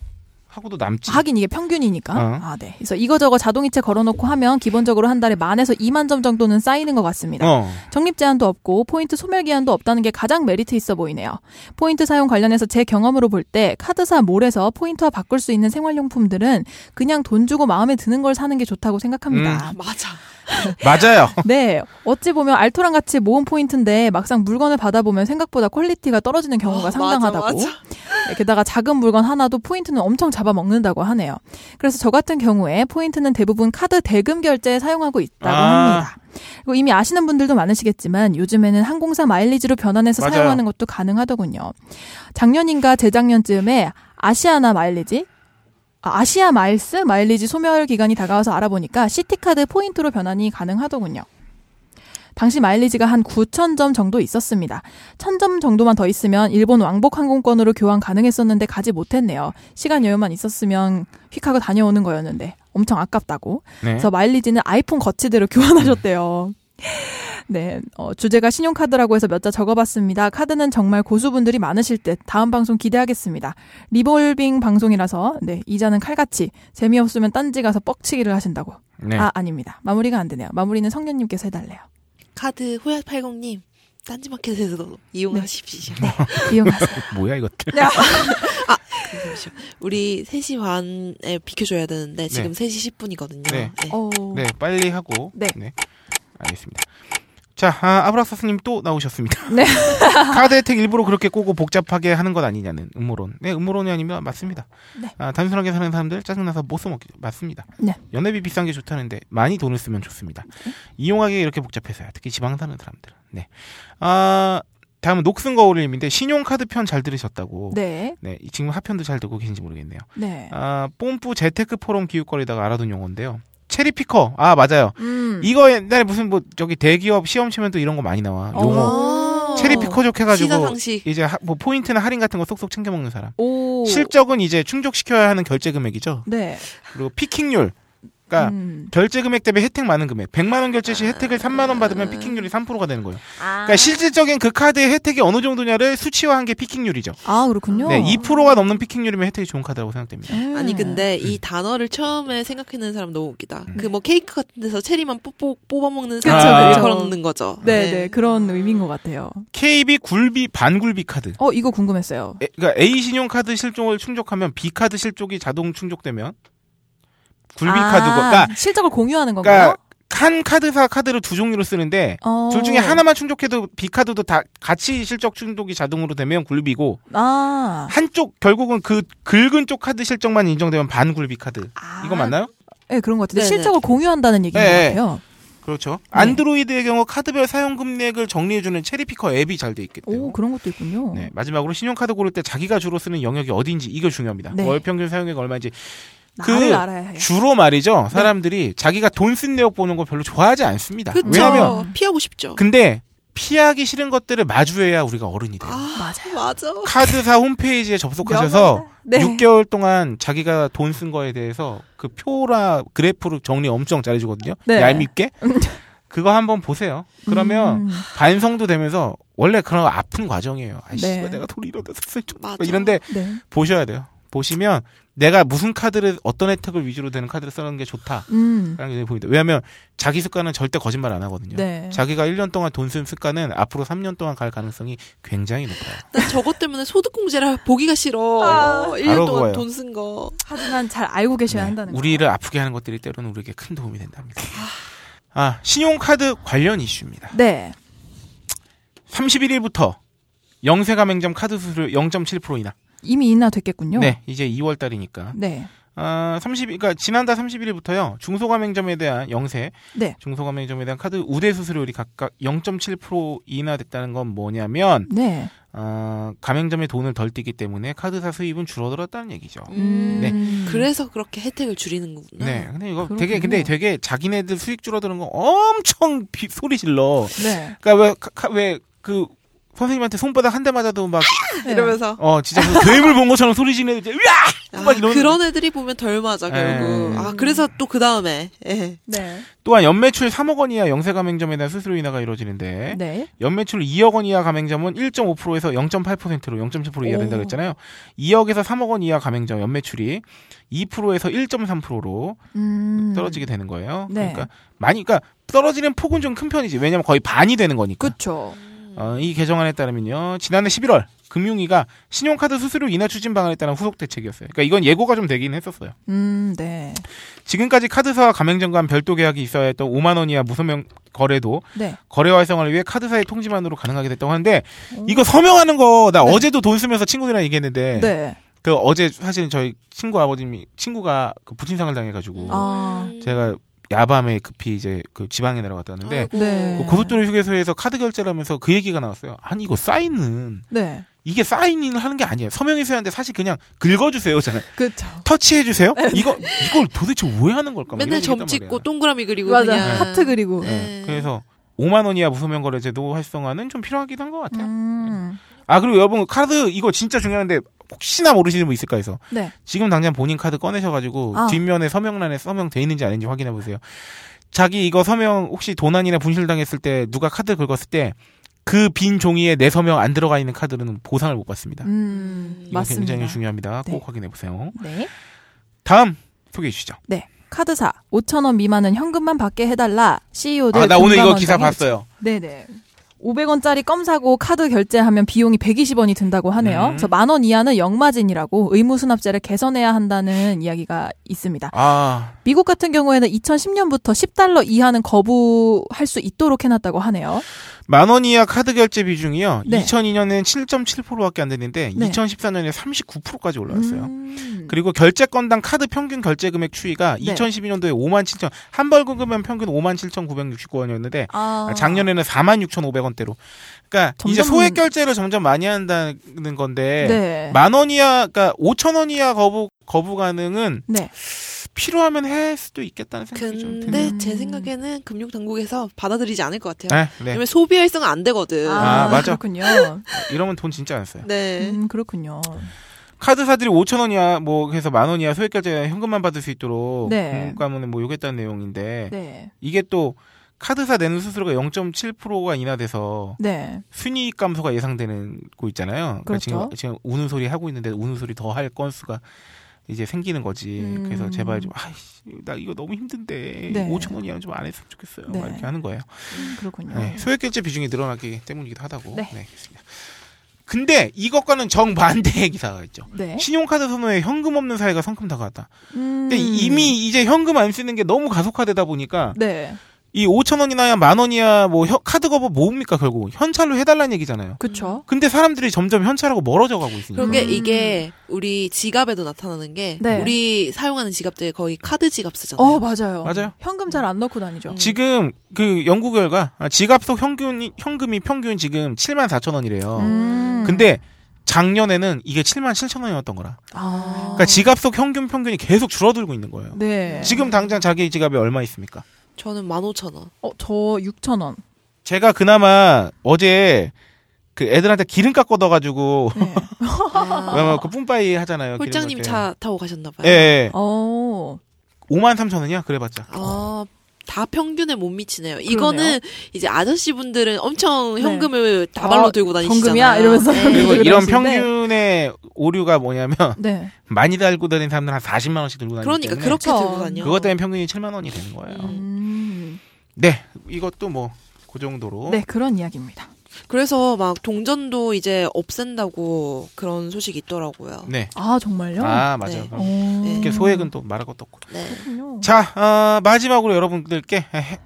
[SPEAKER 4] 하고도 남지.
[SPEAKER 5] 하긴 이게 평균이니까.
[SPEAKER 4] 어.
[SPEAKER 5] 아, 네. 그래서 이거저거 자동이체 걸어놓고 하면 기본적으로 한 달에 만에서 2만 점 정도는 쌓이는 것 같습니다.
[SPEAKER 4] 어.
[SPEAKER 5] 적립 제한도 없고 포인트 소멸 기한도 없다는 게 가장 메리트 있어 보이네요. 포인트 사용 관련해서 제 경험으로 볼 때 카드사 몰에서 포인트와 바꿀 수 있는 생활용품들은 그냥 돈 주고 마음에 드는 걸 사는 게 좋다고
[SPEAKER 4] 음.
[SPEAKER 5] 생각합니다.
[SPEAKER 6] 맞아.
[SPEAKER 4] 맞아요.
[SPEAKER 5] 네, 어찌 보면 알토랑 같이 모은 포인트인데 막상 물건을 받아보면 생각보다 퀄리티가 떨어지는 경우가
[SPEAKER 6] 아,
[SPEAKER 5] 상당하다고.
[SPEAKER 6] 맞아, 맞아.
[SPEAKER 5] 네, 게다가 작은 물건 하나도 포인트는 엄청 잡아먹는다고 하네요. 그래서 저 같은 경우에 포인트는 대부분 카드 대금 결제에 사용하고 있다고
[SPEAKER 4] 아.
[SPEAKER 5] 합니다. 그리고 이미 아시는 분들도 많으시겠지만 요즘에는 항공사 마일리지로 변환해서
[SPEAKER 4] 맞아요.
[SPEAKER 5] 사용하는 것도 가능하더군요. 작년인가 재작년쯤에 아시아나 마일리지 아, 아시아 마일스 마일리지 소멸 기간이 다가와서 알아보니까 시티카드 포인트로 변환이 가능하더군요. 당시 마일리지가 한 9,000점 정도 있었습니다. 1,000점 정도만 더 있으면 일본 왕복 항공권으로 교환 가능했었는데 가지 못했네요. 시간 여유만 있었으면 휙하고 다녀오는 거였는데 엄청 아깝다고.
[SPEAKER 4] 네.
[SPEAKER 5] 그래서 마일리지는 아이폰 거치대로 교환하셨대요. 네, 어, 주제가 신용카드라고 해서 몇 자 적어봤습니다. 카드는 정말 고수분들이 많으실 듯 다음 방송 기대하겠습니다. 리볼빙 방송이라서 네 이자는 칼같이 재미없으면 딴지 가서 뻑치기를 하신다고.
[SPEAKER 4] 네.
[SPEAKER 5] 아 아닙니다. 마무리가 안 되네요. 마무리는 성년님께서 해달래요.
[SPEAKER 6] 카드 호야80님 딴지마켓에서도 이용하십시오.
[SPEAKER 5] 네. 이용하세요.
[SPEAKER 4] 그 뭐야 이것들.
[SPEAKER 6] 잠시만. 우리 3시 반에 비켜줘야 되는데 지금 3시 10분이거든요.
[SPEAKER 4] 네.
[SPEAKER 5] 어,
[SPEAKER 4] 네, 빨리 하고.
[SPEAKER 5] 네.
[SPEAKER 4] 알겠습니다. 자, 아, 아브라사스님 또 나오셨습니다.
[SPEAKER 5] 네.
[SPEAKER 4] 카드 혜택 일부러 그렇게 꼬고 복잡하게 하는 것 아니냐는 음모론. 네, 음모론이 아니면 맞습니다.
[SPEAKER 5] 네.
[SPEAKER 4] 아, 단순하게 사는 사람들 짜증나서 못 써먹기 맞습니다.
[SPEAKER 5] 네.
[SPEAKER 4] 연회비 비싼 게 좋다는데 많이 돈을 쓰면 좋습니다. 이용하기 이렇게 복잡해서요. 특히 지방 사는 사람들은. 네. 아, 다음은 녹슨 거울님인데 신용카드 편 잘 들으셨다고.
[SPEAKER 5] 네,
[SPEAKER 4] 네, 이 지금 하편도 잘 듣고 계신지 모르겠네요.
[SPEAKER 5] 네.
[SPEAKER 4] 아, 뽐뿌 재테크 포럼 기웃거리다가 알아둔 용어인데요. 체리 피커. 아, 맞아요.
[SPEAKER 5] 음.
[SPEAKER 4] 이거 옛날에 무슨 뭐 저기 대기업 시험 치면 또 이런 거 많이 나와. 용어.
[SPEAKER 5] 어.
[SPEAKER 4] 체리 피커족
[SPEAKER 6] 시사
[SPEAKER 4] 해가지고
[SPEAKER 6] 상식.
[SPEAKER 4] 이제 하- 뭐 포인트나 할인 같은 거 쏙쏙 챙겨 먹는 사람.
[SPEAKER 5] 오.
[SPEAKER 4] 실적은 이제 충족시켜야 하는 결제 금액이죠.
[SPEAKER 5] 네.
[SPEAKER 4] 그리고 피킹률. 그러니까
[SPEAKER 5] 음.
[SPEAKER 4] 결제 금액 대비 혜택 많은 금액. 100만 원 결제 시 혜택을 3만 원 받으면 피킹률이 3%가 되는 거예요.
[SPEAKER 1] 아,
[SPEAKER 3] 아.
[SPEAKER 4] 그러니까 실질적인 그 카드의 혜택이 어느 정도냐를 수치화한 게 피킹률이죠.
[SPEAKER 5] 아 그렇군요.
[SPEAKER 4] 네, 2%가 넘는 피킹률이면 혜택이 좋은 카드라고 생각됩니다.
[SPEAKER 5] 음.
[SPEAKER 6] 아니 근데 이 단어를 처음에 생각해낸 사람 너무 웃기다.
[SPEAKER 4] 음.
[SPEAKER 6] 그 뭐 케이크 같은 데서 체리만 뽑, 뽑아 먹는
[SPEAKER 5] 그쵸,
[SPEAKER 6] 사람을
[SPEAKER 5] 그쵸.
[SPEAKER 6] 걸어놓는 거죠.
[SPEAKER 5] 네, 네, 그런 의미인 것 같아요.
[SPEAKER 4] KB 굴비 반굴비 카드.
[SPEAKER 5] 어, 이거 궁금했어요.
[SPEAKER 4] 에, 그러니까 A 신용카드 실종을 충족하면 B 카드 실족이 자동 충족되면 굴비
[SPEAKER 5] 아,
[SPEAKER 4] 카드가 그러니까
[SPEAKER 5] 실적을 공유하는 건가요?
[SPEAKER 4] 그러니까 한 카드사 카드를 두 종류로 쓰는데
[SPEAKER 5] 어.
[SPEAKER 4] 둘 중에 하나만 충족해도 B 카드도 다 같이 실적 충족이 자동으로 되면 굴비고
[SPEAKER 5] 아,
[SPEAKER 4] 한쪽 결국은 그 긁은 쪽 카드 실적만 인정되면 반굴비 카드. 이거 맞나요?
[SPEAKER 5] 예, 그런 것 같은데
[SPEAKER 6] 네네.
[SPEAKER 5] 실적을 공유한다는 얘기인
[SPEAKER 4] 네.
[SPEAKER 5] 것 같아요.
[SPEAKER 4] 그렇죠. 안드로이드의 경우 카드별 사용 금액을 정리해주는 체리피커 앱이 잘 돼 있기 때문에.
[SPEAKER 5] 오, 그런 것도 있군요.
[SPEAKER 4] 네, 마지막으로 신용카드 고를 때 자기가 주로 쓰는 영역이 어디인지 이거 중요합니다.
[SPEAKER 5] 네.
[SPEAKER 4] 월 평균 사용액 얼마인지
[SPEAKER 5] 나를
[SPEAKER 4] 그
[SPEAKER 5] 알아야
[SPEAKER 6] 네.
[SPEAKER 5] 해요.
[SPEAKER 4] 주로 말이죠. 사람들이 자기가 돈 쓴 내역 보는 걸 별로 좋아하지 않습니다.
[SPEAKER 6] 그쵸.
[SPEAKER 4] 왜냐면
[SPEAKER 6] 피하고 싶죠.
[SPEAKER 4] 근데 피하기 싫은 것들을 마주해야 우리가 어른이 돼요.
[SPEAKER 6] 맞아요. 맞아.
[SPEAKER 4] 카드사 홈페이지에 접속하셔서
[SPEAKER 5] 네.
[SPEAKER 4] 6개월 동안 자기가 돈 쓴 거에 대해서 그 표라 그래프로 정리 엄청 잘해주거든요.
[SPEAKER 5] 네.
[SPEAKER 4] 얄밉게. 그거 한번 보세요. 그러면
[SPEAKER 5] 음.
[SPEAKER 4] 반성도 되면서 원래 그런 아픈 과정이에요. 아이씨,
[SPEAKER 5] 네.
[SPEAKER 4] 내가 돈 이러다 샀을 줄
[SPEAKER 6] 맞아.
[SPEAKER 4] 이런데
[SPEAKER 5] 네.
[SPEAKER 4] 보셔야 돼요. 보시면 내가 무슨 카드를 어떤 혜택을 위주로 되는 카드를 쓰는 게 좋다.
[SPEAKER 5] 음.
[SPEAKER 4] 라는 게 보입니다. 왜냐하면 자기 습관은 절대 거짓말 안 하거든요.
[SPEAKER 5] 네.
[SPEAKER 4] 자기가 1년 동안 돈 쓴 습관은 앞으로 3년 동안 갈 가능성이 굉장히 높아요.
[SPEAKER 6] 난 저것 때문에 소득공제라 보기가 싫어.
[SPEAKER 5] 아.
[SPEAKER 6] 어,
[SPEAKER 4] 바로
[SPEAKER 6] 1년 동안
[SPEAKER 4] 그거예요.
[SPEAKER 6] 돈 쓴 거.
[SPEAKER 5] 하지만 잘 알고 계셔야
[SPEAKER 4] 네,
[SPEAKER 5] 한다는 거.
[SPEAKER 4] 우리를 아프게 하는 것들이 때로는 우리에게 큰 도움이 된답니다. 아, 신용카드 관련 이슈입니다.
[SPEAKER 5] 네.
[SPEAKER 4] 31일부터 영세가 맹점 카드 수수료 0.7% 인하.
[SPEAKER 5] 이미 인하됐겠군요.
[SPEAKER 4] 네, 이제 2월 달이니까.
[SPEAKER 5] 네.
[SPEAKER 4] 아, 30, 그러니까 지난달 31일부터요. 중소가 맹점에 대한 영세,
[SPEAKER 5] 네.
[SPEAKER 4] 중소가 맹점에 대한 카드 우대 수수료율이 각각 0.7% 인하됐다는 건 뭐냐면
[SPEAKER 5] 네.
[SPEAKER 4] 아, 가맹점에 돈을 덜 떼기 때문에 카드사 수입은 줄어들었다는 얘기죠.
[SPEAKER 6] 음.
[SPEAKER 4] 네.
[SPEAKER 6] 그래서 그렇게 혜택을 줄이는 거구나.
[SPEAKER 4] 네, 근데 이거
[SPEAKER 5] 그렇군요.
[SPEAKER 4] 되게 근데 되게 자기네들 수익 줄어드는 거 엄청 비, 소리 질러.
[SPEAKER 5] 네.
[SPEAKER 4] 그러니까 왜왜그 선생님한테 손바닥 한 대 맞아도
[SPEAKER 6] 이러면서
[SPEAKER 4] 막 어 진짜 그 괴물 본 것처럼 소리 지내는 이제 으아!
[SPEAKER 6] 아,
[SPEAKER 4] 막 이런-
[SPEAKER 6] 그런 애들이 보면 덜 맞아 결국.
[SPEAKER 4] 예.
[SPEAKER 6] 아 그래서 또 그 다음에 예.
[SPEAKER 5] 네.
[SPEAKER 4] 또한 연매출 3억 원 이하 영세 가맹점에 대한 수수료 인하가 이루어지는데
[SPEAKER 5] 네.
[SPEAKER 4] 연매출 2억 원 이하 가맹점은 1.5%에서 0.8%로 0.7% 이하 된다고 했잖아요. 2억에서 3억 원 이하 가맹점 연매출이 2%에서 1.3%로
[SPEAKER 5] 음.
[SPEAKER 4] 떨어지게 되는 거예요.
[SPEAKER 5] 네.
[SPEAKER 4] 그러니까 많이 그러니까 떨어지는 폭은 좀 큰 편이지. 왜냐면 거의 반이 되는 거니까.
[SPEAKER 5] 그렇죠.
[SPEAKER 4] 어, 이 개정안에 따르면요. 지난해 11월 금융위가 신용카드 수수료 인하 추진 방안에 따른 후속 대책이었어요. 그러니까 이건 예고가 좀 되긴 했었어요.
[SPEAKER 5] 음, 네.
[SPEAKER 4] 지금까지 카드사와 가맹점 간 별도 계약이 있어야 했던 5만 원 이하 무서명 거래도
[SPEAKER 5] 네.
[SPEAKER 4] 거래 활성화를 위해 카드사의 통지만으로 가능하게 됐다고 하는데 이거 서명하는 거 나 어제도 돈 쓰면서 친구들이랑 얘기했는데
[SPEAKER 5] 네.
[SPEAKER 4] 그 어제 사실 저희 친구 아버님이 친구가 그 부친상을 당해가지고
[SPEAKER 5] 아.
[SPEAKER 4] 제가 야밤에 급히 이제 그 지방에 내려갔다 왔는데
[SPEAKER 6] 아이고.
[SPEAKER 5] 네.
[SPEAKER 4] 그 고속도로 휴게소에서 카드 결제를 하면서 그 얘기가 나왔어요. 아니 이거 사인은
[SPEAKER 5] 네.
[SPEAKER 4] 이게 사인을 하는 게 아니에요. 서명해서 하는데 사실 그냥 긁어주세요잖아요.
[SPEAKER 5] 그렇죠.
[SPEAKER 4] 터치해주세요. 이거 이걸 도대체 왜 하는 걸까? 막
[SPEAKER 6] 네.
[SPEAKER 4] 이런
[SPEAKER 6] 맨날
[SPEAKER 4] 얘기했단
[SPEAKER 6] 점 찍고
[SPEAKER 4] 말이야.
[SPEAKER 6] 동그라미 그리고
[SPEAKER 5] 맞아.
[SPEAKER 6] 그냥
[SPEAKER 5] 하트 그리고.
[SPEAKER 6] 네.
[SPEAKER 4] 예, 그래서 5만 원 이하 무소명 거래제도 활성화는 좀 필요하기도 한 것 같아요.
[SPEAKER 5] 음.
[SPEAKER 4] 아 그리고 여러분 카드 이거 진짜 중요한데 혹시나 모르시는 분 있을까 해서
[SPEAKER 5] 네.
[SPEAKER 4] 지금 당장 본인 카드 꺼내셔가지고
[SPEAKER 5] 아.
[SPEAKER 4] 뒷면에 서명란에 서명돼 있는지 아닌지 확인해 보세요. 자기 이거 서명 혹시 도난이나 분실당했을 때 누가 카드 긁었을 때 그 빈 종이에 내 서명 안 들어가 있는 카드는 보상을 못 받습니다.
[SPEAKER 5] 음.
[SPEAKER 4] 이거
[SPEAKER 5] 맞습니다.
[SPEAKER 4] 굉장히 중요합니다. 꼭
[SPEAKER 5] 네.
[SPEAKER 4] 확인해 보세요.
[SPEAKER 5] 네.
[SPEAKER 4] 다음 소개해 주시죠.
[SPEAKER 5] 네. 카드사 5천 원 미만은 현금만 받게 해달라. E CEO들.
[SPEAKER 4] 아 나 오늘 이거
[SPEAKER 5] 금감원장이
[SPEAKER 4] 기사 봤어요.
[SPEAKER 5] 네네. 500원짜리 껌 사고 카드 결제하면 비용이 120원이 든다고 하네요.
[SPEAKER 4] 음.
[SPEAKER 5] 그래서 만 원 이하는 역마진이라고 의무수납제를 개선해야 한다는 이야기가 있습니다.
[SPEAKER 4] 아
[SPEAKER 5] 미국 같은 경우에는 2010년부터 10달러 이하는 거부할 수 있도록 해놨다고 하네요.
[SPEAKER 4] 만 원 이하 카드 결제 비중이요.
[SPEAKER 5] 네.
[SPEAKER 4] 2002년엔 7.7%밖에 안 됐는데
[SPEAKER 5] 네.
[SPEAKER 4] 2014년에 39%까지 올라왔어요.
[SPEAKER 5] 음.
[SPEAKER 4] 그리고 결제 건당 카드 평균 결제 금액 추이가
[SPEAKER 5] 네.
[SPEAKER 4] 2012년도에 5만 7천 한 벌 긁으면 평균 5만 7,969원이었는데
[SPEAKER 5] 아,
[SPEAKER 4] 작년에는 4만 6,500원대로. 그러니까 이제
[SPEAKER 5] 점점-
[SPEAKER 4] 소액 결제를 점점 많이 한다는 건데
[SPEAKER 5] 네.
[SPEAKER 4] 만 원 이하 그러니까 5천 원 이하 거부 거부 가능은
[SPEAKER 5] 네.
[SPEAKER 4] 필요하면 할 수도 있겠다는 생각이 좀 드네요.
[SPEAKER 6] 근데 제 생각에는 금융당국에서 받아들이지 않을 것 같아요.
[SPEAKER 4] 네, 네.
[SPEAKER 6] 왜냐면 소비 활성화 안 되거든.
[SPEAKER 4] 아, 맞아.
[SPEAKER 5] 그렇군요.
[SPEAKER 4] 이러면 돈 진짜 안 써요.
[SPEAKER 6] 네.
[SPEAKER 5] 음, 그렇군요.
[SPEAKER 4] 카드사들이 5천 원 이하 뭐 해서 만 원 이하 소액 결제 현금만 받을 수 있도록
[SPEAKER 5] 네.
[SPEAKER 4] 공과문에 뭐 요구했다는 내용인데
[SPEAKER 5] 네.
[SPEAKER 4] 이게 또 카드사 내는 수수료가 0.7%가 인하돼서
[SPEAKER 5] 네.
[SPEAKER 4] 순이익 감소가 예상되는 거 있잖아요. 그러니까
[SPEAKER 5] 그렇죠.
[SPEAKER 4] 지금 지금 우는 소리 하고 있는데 우는 소리 더 할 건수가 이제 생기는 거지.
[SPEAKER 5] 음.
[SPEAKER 4] 그래서 제발 좀 아이씨 나 이거 너무 힘든데
[SPEAKER 5] 네.
[SPEAKER 4] 5천 원이면 좀 안 했으면 좋겠어요. 막
[SPEAKER 5] 네.
[SPEAKER 4] 이렇게 하는 거예요.
[SPEAKER 5] 음, 그렇군요.
[SPEAKER 4] 네, 소액 결제 비중이 늘어났기 때문이기도 하다고.
[SPEAKER 5] 네.
[SPEAKER 4] 알겠습니다. 근데 이것과는 정반대의 기사가 있죠.
[SPEAKER 5] 네.
[SPEAKER 4] 신용카드 선호에 현금 없는 사회가 성큼 다가왔다.
[SPEAKER 5] 음.
[SPEAKER 4] 근데 이미 이제 현금 안 쓰는 게 너무 가속화되다 보니까
[SPEAKER 5] 네.
[SPEAKER 4] 이 5천 원이나 만 원이야 뭐 혀- 카드 거부 뭡니까 결국 현찰로 해달라는 얘기잖아요.
[SPEAKER 5] 그렇죠.
[SPEAKER 4] 근데 사람들이 점점 현찰하고 멀어져 가고 있으니까.
[SPEAKER 6] 그런 게
[SPEAKER 5] 음.
[SPEAKER 6] 이게 우리 지갑에도 나타나는 게
[SPEAKER 5] 네.
[SPEAKER 6] 우리 사용하는 지갑들 거의 카드 지갑 쓰잖아요.
[SPEAKER 5] 어, 맞아요.
[SPEAKER 4] 맞아요.
[SPEAKER 5] 현금 잘 안 넣고 다니죠.
[SPEAKER 4] 지금 그 연구 결과 아, 지갑 속 현금이 현금이 평균 지금 7만 4천 원이래요.
[SPEAKER 5] 음.
[SPEAKER 4] 어. 근데 작년에는 이게 7만 7천 원이었던 거라.
[SPEAKER 5] 아.
[SPEAKER 6] 어.
[SPEAKER 4] 그러니까 지갑 속 현금 평균이 계속 줄어들고 있는 거예요.
[SPEAKER 5] 네.
[SPEAKER 4] 지금 당장 자기 지갑에 얼마 있습니까?
[SPEAKER 6] 저는 15,000원.
[SPEAKER 5] 어, 저 6,000원.
[SPEAKER 4] 제가 그나마 어제 그 애들한테 기름 깎아 넣어가지고
[SPEAKER 5] 네.
[SPEAKER 4] 왜냐면 그 뿜빠이 하잖아요. 기름
[SPEAKER 6] 아. 홀장님
[SPEAKER 4] 깎을
[SPEAKER 6] 차 타고 가셨나 봐요.
[SPEAKER 4] 때. 예, 예.
[SPEAKER 5] 어.
[SPEAKER 4] 5만 3천 원이야 그래봤자.
[SPEAKER 6] 아, 다 평균에 못 미치네요. 이거는 이제 아저씨 분들은 엄청 현금을 다발로
[SPEAKER 5] 아,
[SPEAKER 6] 들고 다니시잖아요.
[SPEAKER 5] 네.
[SPEAKER 6] 네.
[SPEAKER 5] 현금이야? 이러면서.
[SPEAKER 4] 그리고
[SPEAKER 5] 그러시는데.
[SPEAKER 4] 이런 평균의 오류가 뭐냐면
[SPEAKER 5] 네.
[SPEAKER 4] 많이 달고 다니는 사람들 한 40만 원씩 들고 다니기
[SPEAKER 6] 그러니까
[SPEAKER 4] 때문에
[SPEAKER 6] 그렇게
[SPEAKER 5] 그렇죠.
[SPEAKER 6] 들고 다녀.
[SPEAKER 4] 그것 때문에 평균이 7만 원이 되는 거예요.
[SPEAKER 5] 음.
[SPEAKER 4] 네, 이것도 뭐 그 정도로.
[SPEAKER 5] 네, 그런 이야기입니다.
[SPEAKER 6] 그래서 막 동전도 이제 없앤다고 그런 소식이 있더라고요.
[SPEAKER 4] 네.
[SPEAKER 5] 아, 정말요?
[SPEAKER 4] 아 맞아. 요
[SPEAKER 6] 네.
[SPEAKER 5] 어.
[SPEAKER 4] 이렇게 소액은 또 말할 것도 없고.
[SPEAKER 6] 네.
[SPEAKER 5] 그렇군요.
[SPEAKER 4] 자 어, 마지막으로 여러분들께 해,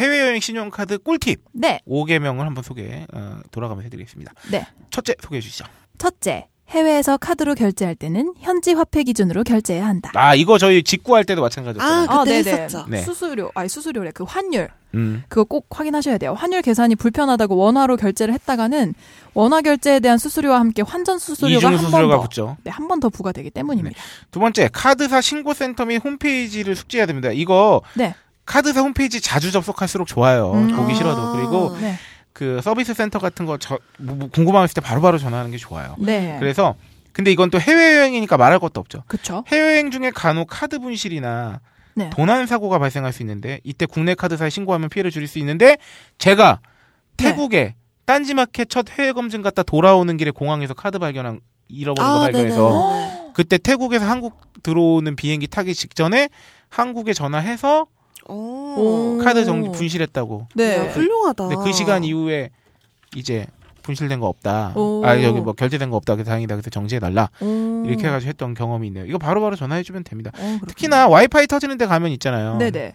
[SPEAKER 4] 외 여행 신용카드 꿀팁
[SPEAKER 5] 네.
[SPEAKER 4] 5개명을 한번 소개 어, 돌아가면서 해드리겠습니다.
[SPEAKER 5] 네.
[SPEAKER 4] 첫째 소개해 주시죠.
[SPEAKER 5] 첫째, 해외에서 카드로 결제할 때는 현지 화폐 기준으로 결제해야 한다.
[SPEAKER 4] 아 이거 저희 직구할 때도 마찬가지였어요.
[SPEAKER 6] 아,
[SPEAKER 5] 아,
[SPEAKER 6] 그때
[SPEAKER 5] 네네.
[SPEAKER 6] 했었죠.
[SPEAKER 4] 네.
[SPEAKER 5] 수수료, 아니 수수료래. 그 환율.
[SPEAKER 4] 음.
[SPEAKER 5] 그거 꼭 확인하셔야 돼요. 환율 계산이 불편하다고 원화로 결제를 했다가는 원화 결제에 대한 수수료와 함께 환전 수수료가
[SPEAKER 4] 이중
[SPEAKER 5] 한 번
[SPEAKER 4] 수수료가
[SPEAKER 5] 더.
[SPEAKER 4] 붙죠.
[SPEAKER 5] 네, 한 번 더 부과되기 때문입니다.
[SPEAKER 4] 두 번째 카드사 신고센터 및 홈페이지를 숙지해야 됩니다. 이거
[SPEAKER 5] 네.
[SPEAKER 4] 카드사 홈페이지 자주 접속할수록 좋아요.
[SPEAKER 5] 음.
[SPEAKER 4] 보기 싫어도
[SPEAKER 6] 아.
[SPEAKER 4] 그리고
[SPEAKER 5] 네.
[SPEAKER 4] 그 서비스 센터 같은 거 저, 뭐, 뭐 궁금하실 때 바로바로 전화하는 게 좋아요.
[SPEAKER 5] 네.
[SPEAKER 4] 음, 그래서 근데 이건 또 해외 여행이니까 말할 것도 없죠.
[SPEAKER 5] 그쵸?
[SPEAKER 4] 해외여행 중에 간혹 카드 분실이나
[SPEAKER 5] 네.
[SPEAKER 4] 도난 사고가 발생할 수 있는데 이때 국내 카드사에 신고하면 피해를 줄일 수 있는데 제가
[SPEAKER 6] 네.
[SPEAKER 4] 태국에 딴지마켓 첫 해외 검증 갔다 돌아오는 길에 공항에서 카드 발견한 잃어버린 거
[SPEAKER 6] 아,
[SPEAKER 4] 발견해서
[SPEAKER 6] 네네.
[SPEAKER 4] 그때 태국에서 한국 들어오는 비행기 타기 직전에 한국에 전화해서
[SPEAKER 6] 오.
[SPEAKER 5] 오.
[SPEAKER 4] 카드 정기 분실했다고.
[SPEAKER 6] 네.
[SPEAKER 5] 네.
[SPEAKER 6] 어. 훌륭하다.
[SPEAKER 4] 근데 그 시간 이후에 이제 분실된 거 없다.
[SPEAKER 5] 오. 음.
[SPEAKER 4] 아 여기 뭐 결제된 거 없다. 그래서 다행이다. 그래서 정지해 달라.
[SPEAKER 5] 오.
[SPEAKER 6] 음.
[SPEAKER 4] 이렇게 해가지고 했던 경험이 있네요. 이거 바로바로 전화해주면 됩니다.
[SPEAKER 5] 어, 그렇군요.
[SPEAKER 4] 특히나 와이파이 터지는 데 가면 있잖아요.
[SPEAKER 5] 네네.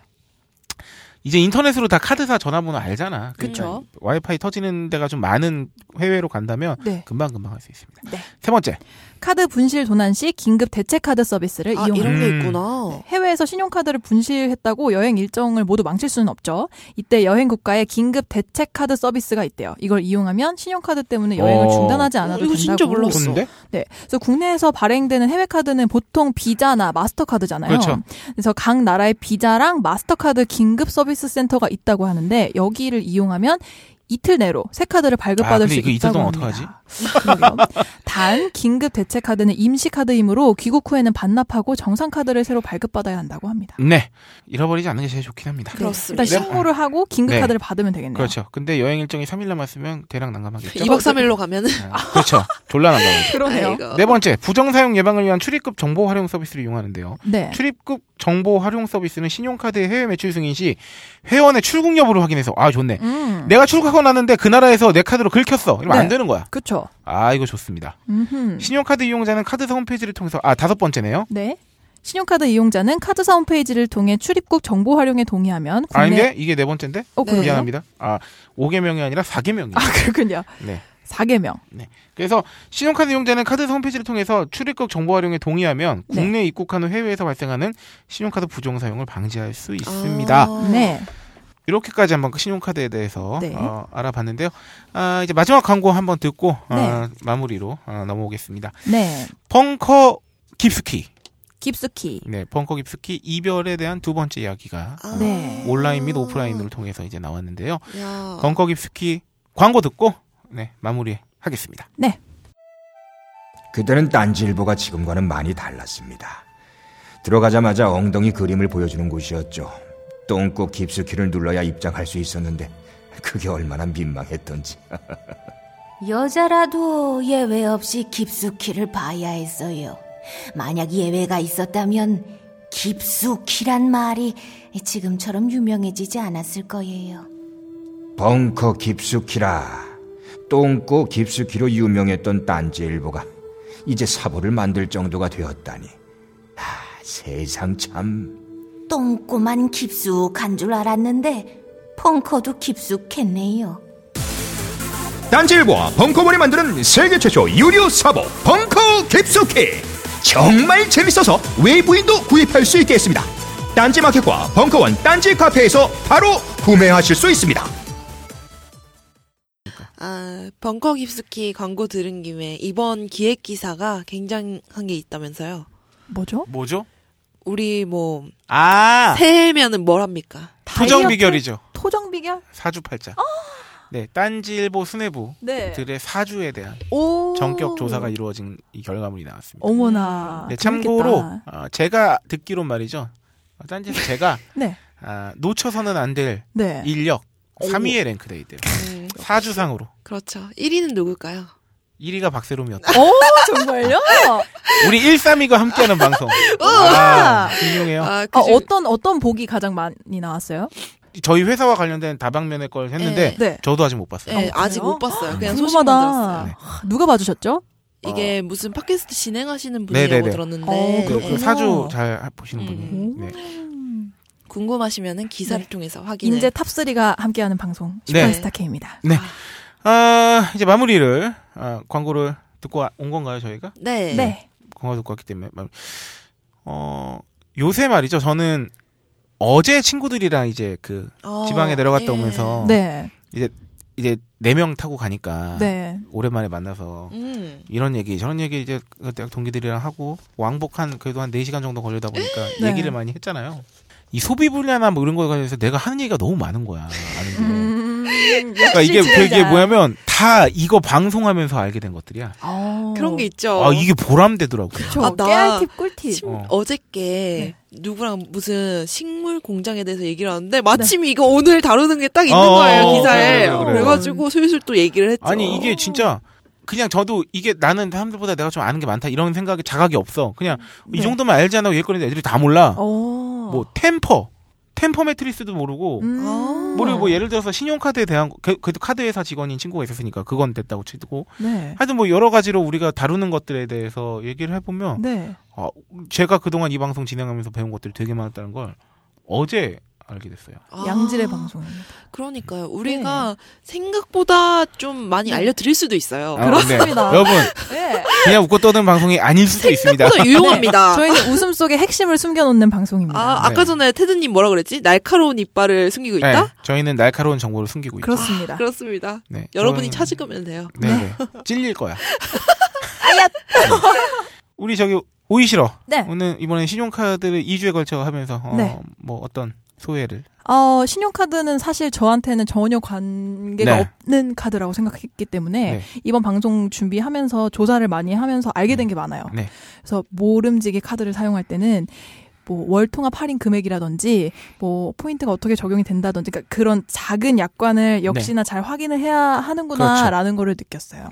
[SPEAKER 4] 이제 인터넷으로 다 카드사 전화번호 알잖아.
[SPEAKER 6] 그쵸.
[SPEAKER 4] 그러니까 와이파이 터지는 데가 좀 많은 해외로 간다면
[SPEAKER 5] 네.
[SPEAKER 4] 금방 금방 할 수 있습니다.
[SPEAKER 5] 네.
[SPEAKER 4] 세 번째.
[SPEAKER 5] 카드 분실 도난 시 긴급 대체 카드 서비스를
[SPEAKER 6] 아,
[SPEAKER 5] 네, 이용하는
[SPEAKER 6] 이런 게
[SPEAKER 4] 음.
[SPEAKER 6] 있구나.
[SPEAKER 5] 해외에서 신용카드를 분실했다고 여행 일정을 모두 망칠 수는 없죠. 이때 여행 국가에 긴급 대체 카드 서비스가 있대요. 이걸 이용하면 신용카드 때문에 여행을
[SPEAKER 4] 어.
[SPEAKER 5] 중단하지 않아도
[SPEAKER 6] 어, 이거
[SPEAKER 5] 된다고.
[SPEAKER 6] 진짜 몰랐어.
[SPEAKER 4] 좋은데
[SPEAKER 5] 네. 그래서 국내에서 발행되는 해외 카드는 보통 비자나 마스터카드잖아요.
[SPEAKER 4] 그렇죠.
[SPEAKER 5] 래서각 나라의 비자랑 마스터카드 긴급 서비스 센터가 있다고 하는데 여기를 이용하면 이틀 내로 새 카드를
[SPEAKER 4] 아,
[SPEAKER 5] 발급받을
[SPEAKER 4] 근데
[SPEAKER 5] 수
[SPEAKER 4] 이거
[SPEAKER 5] 있다고
[SPEAKER 4] 이틀 동안
[SPEAKER 5] 합니다. 그러게요. 단 긴급 대체 카드는 임시 카드이므로 귀국 후에는 반납하고 정상 카드를 새로 발급받아야 한다고 합니다.
[SPEAKER 4] 네. 잃어버리지 않는 게 제일 좋긴 합니다.
[SPEAKER 6] 그렇습니다.
[SPEAKER 5] 일단 신고를 하고 긴급
[SPEAKER 4] 네.
[SPEAKER 5] 카드를 받으면 되겠네요.
[SPEAKER 4] 그렇죠. 근데 여행 일정이 3일 남았으면 대략 난감하겠죠.
[SPEAKER 6] 2박 3일로 가면은
[SPEAKER 4] 아, 그렇죠. 졸라 난감하죠.
[SPEAKER 5] 네. 그러네요.
[SPEAKER 6] 아이고.
[SPEAKER 4] 네 번째. 부정사용 예방을 위한 출입국 정보 활용 서비스를 이용하는데요.
[SPEAKER 5] 네.
[SPEAKER 4] 출입국 정보 활용 서비스는 신용카드의 해외 매출 승인 시 회원의 출국 여부를 확인해서 아 좋네.
[SPEAKER 5] 음.
[SPEAKER 4] 내가 출국하고 나는데 그 나라에서 내 카드로 긁혔어. 이러면
[SPEAKER 5] 네.
[SPEAKER 4] 안 되는 거야.
[SPEAKER 5] 그렇죠.
[SPEAKER 4] 아 이거 좋습니다.
[SPEAKER 5] 음흠.
[SPEAKER 4] 신용카드 이용자는 카드사 홈페이지를 통해서 아 다섯 번째네요.
[SPEAKER 5] 네. 신용카드 이용자는 카드사 홈페이지를 통해 출입국 정보 활용에 동의하면 국내
[SPEAKER 4] 아닌데 이게 네 번째인데
[SPEAKER 5] 어,
[SPEAKER 6] 네.
[SPEAKER 5] 그러네요.
[SPEAKER 4] 미안합니다. 아 5개명이 아니라 4개명이에요.
[SPEAKER 5] 아, 그렇군요.
[SPEAKER 4] 네.
[SPEAKER 5] 4개명.
[SPEAKER 4] 그래서 신용카드 이용자는 카드사 홈페이지를 통해서 출입국 정보 활용에 동의하면
[SPEAKER 5] 네.
[SPEAKER 4] 국내 에 입국한 후 해외에서 발생하는 신용카드 부정 사용을 방지할 수 있습니다.
[SPEAKER 6] 아.
[SPEAKER 5] 네.
[SPEAKER 4] 이렇게까지 한번 그 신용카드에 대해서
[SPEAKER 5] 네.
[SPEAKER 4] 어, 알아봤는데요. 아, 이제 마지막 광고 한번 듣고 아,
[SPEAKER 5] 네.
[SPEAKER 4] 마무리로 아, 넘어오겠습니다.
[SPEAKER 5] 네.
[SPEAKER 4] 펑커 깁스키.
[SPEAKER 5] 깊숙이.
[SPEAKER 4] 네, 펑커 깁스키 이별에 대한 두 번째 이야기가 어,
[SPEAKER 6] 아.
[SPEAKER 5] 네. 어.
[SPEAKER 4] 온라인 및 오프라인을 통해서 이제 나왔는데요.
[SPEAKER 6] 야.
[SPEAKER 4] 벙커 깁스키 광고 듣고 네, 마무리하겠습니다.
[SPEAKER 7] 그때는 딴지일보가 지금과는 많이 달랐습니다. 들어가자마자 엉덩이 그림을 보여주는 곳이었죠. 똥꼬 깊숙이를 눌러야 입장할 수 있었는데 그게 얼마나 민망했던지.
[SPEAKER 1] 여자라도 예외 없이 깊숙이를 봐야 했어요. 만약 예외가 있었다면 깊숙이란 말이 지금처럼 유명해지지 않았을 거예요.
[SPEAKER 7] 벙커 깊숙이라 똥꼬 깊숙이로 유명했던 딴지일보가 이제 사보를 만들 정도가 되었다니. 하, 세상 참.
[SPEAKER 1] 똥꼬만 깊숙한 줄 알았는데 펑커도 깊숙했네요.
[SPEAKER 7] 딴지일보와 벙커원이 만드는 세계 최초 유료 사보 벙커 깊숙이 정말 재밌어서 외부인도 구입할 수 있게 했습니다. 딴지마켓과 벙커원 딴지 카페에서 바로 구매하실 수 있습니다.
[SPEAKER 6] 아, 벙커 깁스키 광고 들은 김에 이번 기획 기사가 굉장한 게 있다면서요.
[SPEAKER 5] 뭐죠?
[SPEAKER 4] 뭐죠?
[SPEAKER 6] 우리 뭐
[SPEAKER 4] 아,
[SPEAKER 5] 네.
[SPEAKER 6] 새해면은 뭘 합니까?
[SPEAKER 4] 부정 비결이죠.
[SPEAKER 5] 토정 비결?
[SPEAKER 4] 사주팔자. 네, 딴지일보 수뇌부
[SPEAKER 5] 네.
[SPEAKER 4] 들의 사주에 대한
[SPEAKER 5] 오.
[SPEAKER 4] 전격 조사가 이루어진 이 결과물이 나왔습니다.
[SPEAKER 6] 음.
[SPEAKER 5] 어머나.
[SPEAKER 4] 네,
[SPEAKER 5] 재밌겠다.
[SPEAKER 4] 참고로 어, 제가 듣기론 말이죠. 어, 딴지에서 제가
[SPEAKER 5] 네.
[SPEAKER 4] 아, 놓쳐서는 안 될
[SPEAKER 5] 네.
[SPEAKER 4] 인력 3위에 랭크돼 있대요.
[SPEAKER 6] 네.
[SPEAKER 4] 사주상으로
[SPEAKER 6] 그렇죠. 1위는 누굴까요?
[SPEAKER 4] 1위가 박세롬이었다.
[SPEAKER 5] 오 어, 정말요?
[SPEAKER 4] 우리 1, 3위가 함께하는 방송. 아, 훌륭해요.
[SPEAKER 6] 아, 그
[SPEAKER 5] 아,
[SPEAKER 6] 중-
[SPEAKER 5] 어떤 어떤 복이 가장 많이 나왔어요?
[SPEAKER 4] 저희 회사와 관련된 다방면의 걸 했는데
[SPEAKER 6] 네.
[SPEAKER 5] 네.
[SPEAKER 4] 저도 아직 못 봤어요.
[SPEAKER 6] 네, 아직
[SPEAKER 5] 그래요?
[SPEAKER 6] 못 봤어요. 그냥 소식만
[SPEAKER 5] 궁금하다.
[SPEAKER 6] 들었어요.
[SPEAKER 4] 네.
[SPEAKER 5] 하, 누가 봐주셨죠?
[SPEAKER 6] 이게 무슨 팟캐스트 진행하시는 분이라고
[SPEAKER 4] 아. 네네네.
[SPEAKER 6] 들었는데
[SPEAKER 5] 어,
[SPEAKER 4] 그, 그
[SPEAKER 5] 그렇군요.
[SPEAKER 4] 사주 잘 보시는 분이.
[SPEAKER 5] 음.
[SPEAKER 4] 네.
[SPEAKER 6] 궁금하시면은 기사를
[SPEAKER 5] 네.
[SPEAKER 6] 통해서 확인을
[SPEAKER 5] 인제 탑 3가 함께하는 방송
[SPEAKER 4] 네.
[SPEAKER 5] 슈퍼스타 K입니다.
[SPEAKER 4] 아, 이제 마무리를 아, 광고를 듣고 와- 온 건가요 저희가?
[SPEAKER 6] 네.
[SPEAKER 5] 네.
[SPEAKER 4] 광고 듣고 왔기 때문에 마무리. 어 요새 말이죠. 저는 어제 친구들이랑 이제 그
[SPEAKER 6] 어,
[SPEAKER 4] 지방에 내려갔다
[SPEAKER 6] 예.
[SPEAKER 4] 오면서
[SPEAKER 5] 네.
[SPEAKER 4] 이제 네 명 타고 가니까
[SPEAKER 5] 네.
[SPEAKER 4] 오랜만에 만나서
[SPEAKER 6] 음.
[SPEAKER 4] 이런 얘기 저런 얘기 이제 그때 동기들이랑 하고 왕복 한 그래도 한 4시간 정도 걸리다 보니까
[SPEAKER 5] 네.
[SPEAKER 4] 얘기를 많이 했잖아요. 이 소비 분야나 뭐 이런 거에 관해서 내가 하는 얘기가 너무 많은 거야. 아는 게.
[SPEAKER 5] 음,
[SPEAKER 4] 그러니까 이게
[SPEAKER 5] 진짜.
[SPEAKER 4] 이게 뭐냐면 다 이거 방송하면서 알게 된 것들이야.
[SPEAKER 5] 어.
[SPEAKER 6] 그런 게 있죠.
[SPEAKER 4] 아 이게 보람되더라고.
[SPEAKER 5] 그쵸.
[SPEAKER 6] 아, 나
[SPEAKER 5] 깨알팁 꿀팁.
[SPEAKER 6] 침-
[SPEAKER 4] 어.
[SPEAKER 5] 네.
[SPEAKER 6] 어저께 누구랑 무슨 식물 공장에 대해서 얘기를 하는데 마침
[SPEAKER 5] 네.
[SPEAKER 6] 이거 오늘 다루는 게 딱 있는
[SPEAKER 4] 어,
[SPEAKER 6] 거예요
[SPEAKER 4] 어,
[SPEAKER 6] 기사에
[SPEAKER 4] 그래, 그래, 그래.
[SPEAKER 6] 그래, 가지고
[SPEAKER 5] 음.
[SPEAKER 6] 슬슬 또 얘기를 했죠.
[SPEAKER 4] 아니 이게 진짜 그냥 저도 이게 나는 사람들보다 내가 좀 아는 게 많다 이런 생각이 자각이 없어. 그냥
[SPEAKER 5] 네.
[SPEAKER 4] 이 정도만 알지 않아 얘거리는 애들이 다 몰라.
[SPEAKER 5] 어.
[SPEAKER 4] 뭐 템퍼 템퍼 매트리스도 모르고
[SPEAKER 5] 음.
[SPEAKER 6] 아.
[SPEAKER 4] 모르고 뭐 예를 들어서 신용카드에 대한 거- 그, 그래도 카드회사 직원인 친구가 있었으니까 그건 됐다고 치고
[SPEAKER 5] 네.
[SPEAKER 4] 하여튼 뭐 여러 가지로 우리가 다루는 것들에 대해서 얘기를 해보면
[SPEAKER 5] 네.
[SPEAKER 4] 제가 그동안 이 방송 진행하면서 배운 것들이 되게 많았다는 걸 어제 알게 됐어요.
[SPEAKER 6] 아,
[SPEAKER 5] 양질의 방송입니다.
[SPEAKER 6] 그러니까요.
[SPEAKER 4] 네.
[SPEAKER 6] 우리가 생각보다 좀 많이 알려드릴 수도 있어요.
[SPEAKER 4] 아, 근데
[SPEAKER 5] 그렇습니다.
[SPEAKER 4] 여러분
[SPEAKER 5] 네.
[SPEAKER 4] 그냥 웃고 떠드는 방송이 아닐 수도 있습니다.
[SPEAKER 6] 생각보다 유용합니다.
[SPEAKER 5] 저희는 웃음 속에 핵심을 숨겨놓는 방송입니다.
[SPEAKER 6] 아,
[SPEAKER 4] 네.
[SPEAKER 6] 아까 전에 테드님 뭐라 그랬지? 날카로운 이빨을 숨기고
[SPEAKER 4] 네,
[SPEAKER 6] 있다?
[SPEAKER 4] 저희는 날카로운 정보를 숨기고 있죠.
[SPEAKER 5] 그렇습니다.
[SPEAKER 6] 아, 그렇습니다.
[SPEAKER 4] 네,
[SPEAKER 6] 여러분이
[SPEAKER 4] 저는-
[SPEAKER 6] 찾으면 돼요.
[SPEAKER 4] 네, 네. 찔릴 거야. 네. 우리 저기 오이시러
[SPEAKER 5] 네.
[SPEAKER 4] 오늘 이번에 신용카드를 2주에 걸쳐 하면서 어,
[SPEAKER 5] 네.
[SPEAKER 4] 뭐 어떤 소외를
[SPEAKER 5] 어, 신용카드는 사실 저한테는 전혀 관계가
[SPEAKER 4] 네.
[SPEAKER 5] 없는 카드라고 생각했기 때문에
[SPEAKER 4] 네.
[SPEAKER 5] 이번 방송 준비하면서 조사를 많이 하면서 알게 된 게 많아요.
[SPEAKER 4] 네.
[SPEAKER 5] 그래서 모름지게 카드를 사용할 때는 뭐 월통합 할인 금액이라든지 뭐 포인트가 어떻게 적용이 된다든지 그러니까 그런 작은
[SPEAKER 4] 네.
[SPEAKER 5] 약관을 역시나 잘 확인을 해야
[SPEAKER 4] 그렇죠.
[SPEAKER 5] 하는구나라는 거를 느꼈어요.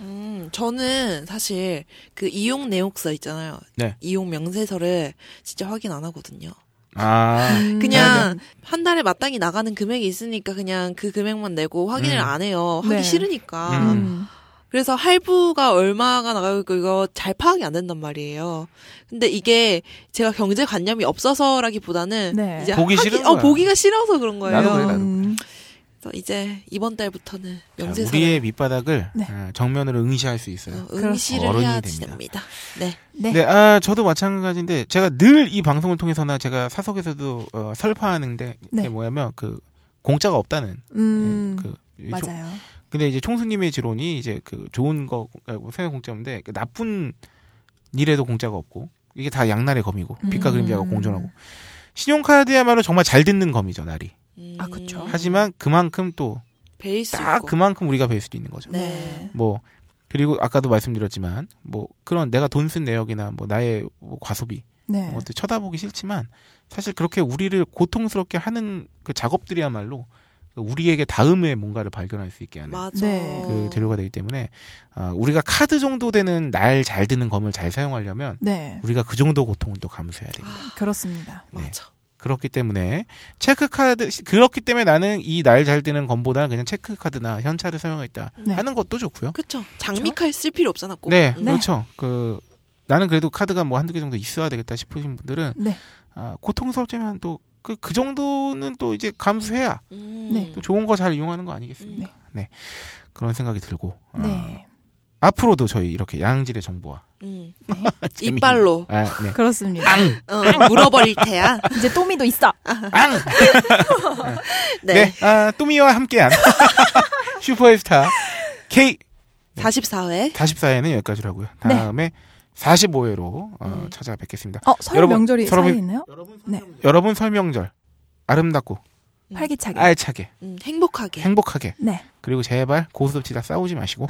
[SPEAKER 6] 음, 저는 사실 그 이용 내역서 있잖아요.
[SPEAKER 4] 네.
[SPEAKER 6] 이용 명세서를 진짜 확인 안 하거든요.
[SPEAKER 4] 아
[SPEAKER 6] 음. 그냥 한 달에 마땅히 나가는 금액이 있으니까 그냥 그 금액만 내고 확인을
[SPEAKER 4] 음.
[SPEAKER 6] 안 해요. 하기
[SPEAKER 5] 네.
[SPEAKER 6] 싫으니까.
[SPEAKER 4] 음.
[SPEAKER 6] 그래서 할부가 얼마가 나가고 있고 이거 잘 파악이 안 된단 말이에요. 근데 이게 제가 경제관념이 없어서라기보다는
[SPEAKER 5] 네.
[SPEAKER 6] 이제
[SPEAKER 4] 보기
[SPEAKER 6] 하기-
[SPEAKER 4] 싫은
[SPEAKER 6] 어,
[SPEAKER 4] 거야.
[SPEAKER 6] 보기가 싫어서 그런 거예요.
[SPEAKER 4] 나도 그래, 나도.
[SPEAKER 5] 음,
[SPEAKER 6] 그래서 이제 이번 달부터는
[SPEAKER 4] 자,
[SPEAKER 6] 명세서
[SPEAKER 4] 우리의 밑바닥을
[SPEAKER 5] 네.
[SPEAKER 4] 어, 정면으로 응시할 수 있어요.
[SPEAKER 6] 응시를
[SPEAKER 4] 어른이
[SPEAKER 6] 해야
[SPEAKER 4] 됩니다.
[SPEAKER 6] 됩니다. 네.
[SPEAKER 5] 네.
[SPEAKER 4] 네, 아 저도 마찬가지인데 제가 늘 이 방송을 통해서나 제가 사석에서도 어, 설파하는데
[SPEAKER 5] 네.
[SPEAKER 4] 이게 뭐냐면 그 공짜가 없다는
[SPEAKER 5] 음,
[SPEAKER 4] 예, 그 이 종-
[SPEAKER 5] 맞아요.
[SPEAKER 4] 근데 이제 총수님의 지론이 이제 그 좋은 거 어, 생각 공짜인데 그 나쁜 일에도 공짜가 없고 이게 다 양날의 검이고 빛과
[SPEAKER 5] 음.
[SPEAKER 4] 그림자가 공존하고 신용카드야말로 정말 잘 듣는 검이죠 날이
[SPEAKER 6] 음,
[SPEAKER 5] 아, 그쵸.
[SPEAKER 4] 하지만 그만큼 또
[SPEAKER 6] 베이스
[SPEAKER 4] 딱
[SPEAKER 6] 있고.
[SPEAKER 4] 그만큼 우리가 뵐 수도 있는 거죠
[SPEAKER 6] 네.
[SPEAKER 4] 뭐 그리고 아까도 말씀드렸지만 뭐 그런 내가 돈 쓴 내역이나 뭐 나의 뭐 과소비
[SPEAKER 5] 네.
[SPEAKER 4] 그것도 쳐다보기 싫지만 사실 그렇게 우리를 고통스럽게 하는 그 작업들이야말로 우리에게 다음에 뭔가를 발견할 수 있게 하는
[SPEAKER 6] 맞아.
[SPEAKER 5] 네.
[SPEAKER 6] 음.
[SPEAKER 4] 그 재료가 되기 때문에 아, 우리가 카드 정도 되는 날 잘 드는 검을 잘 사용하려면
[SPEAKER 5] 네.
[SPEAKER 4] 우리가 그 정도 고통은 또 감수해야 됩니다.
[SPEAKER 5] 그렇습니다.
[SPEAKER 4] 네.
[SPEAKER 6] 맞아.
[SPEAKER 4] 그렇기 때문에 체크카드 그렇기 때문에 나는 이 날 잘 드는 검보다 그냥 체크카드나 현찰을 사용했다
[SPEAKER 5] 네.
[SPEAKER 4] 하는 것도 좋고요.
[SPEAKER 6] 그쵸. 장미칼 쓸 필요 없잖아, 꼭.
[SPEAKER 4] 네,
[SPEAKER 6] 음.
[SPEAKER 4] 그렇죠. 그 나는 그래도 카드가 뭐 한두 개 정도 있어야 되겠다 싶으신 분들은
[SPEAKER 5] 네.
[SPEAKER 4] 아, 고통스럽지만 또 그 그 정도는 또 이제 감수해야
[SPEAKER 6] 음.
[SPEAKER 5] 네.
[SPEAKER 4] 또 좋은 거 잘 이용하는 거 아니겠습니까? 네. 그런 생각이 들고 아,
[SPEAKER 5] 네.
[SPEAKER 4] 앞으로도 저희 이렇게 양질의 정보와
[SPEAKER 6] 음.
[SPEAKER 4] 재밌는-
[SPEAKER 6] 이빨로
[SPEAKER 4] 아, 네.
[SPEAKER 5] 그렇습니다.
[SPEAKER 6] 어, 물어버릴 테야.
[SPEAKER 4] 아.
[SPEAKER 5] 이제 또미도 있어.
[SPEAKER 4] 네.
[SPEAKER 6] 네.
[SPEAKER 4] 아, 또미와 함께한 슈퍼스타 K
[SPEAKER 6] 44회.
[SPEAKER 4] 44회는 여기까지로 하고요. 다음에 45회로 어, 찾아뵙겠습니다.
[SPEAKER 5] 어, 설
[SPEAKER 4] 여러분,
[SPEAKER 5] 명절이
[SPEAKER 4] 서로
[SPEAKER 5] 사이에
[SPEAKER 4] 미-
[SPEAKER 5] 있나요?
[SPEAKER 4] 여러분 설명절 아름답고
[SPEAKER 5] 활기차게.
[SPEAKER 4] 알차게
[SPEAKER 6] 음, 행복하게.
[SPEAKER 4] 행복하게
[SPEAKER 5] 네.
[SPEAKER 4] 그리고 제발 고스톱치다 싸우지 마시고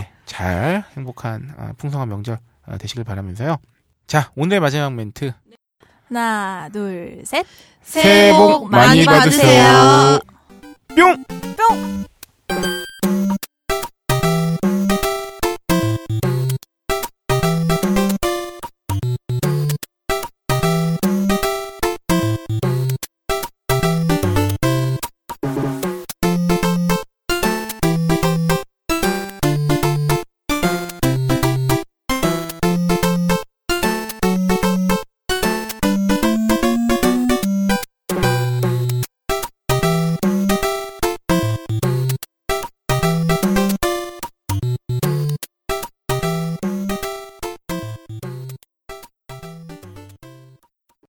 [SPEAKER 4] 네, 잘 행복한 아, 풍성한 명절 아, 되시길 바라면서요. 자 오늘 마지막 멘트
[SPEAKER 5] 하나, 둘, 셋.
[SPEAKER 4] 새해 복 많이 받으세요. 뿅.
[SPEAKER 5] 뿅!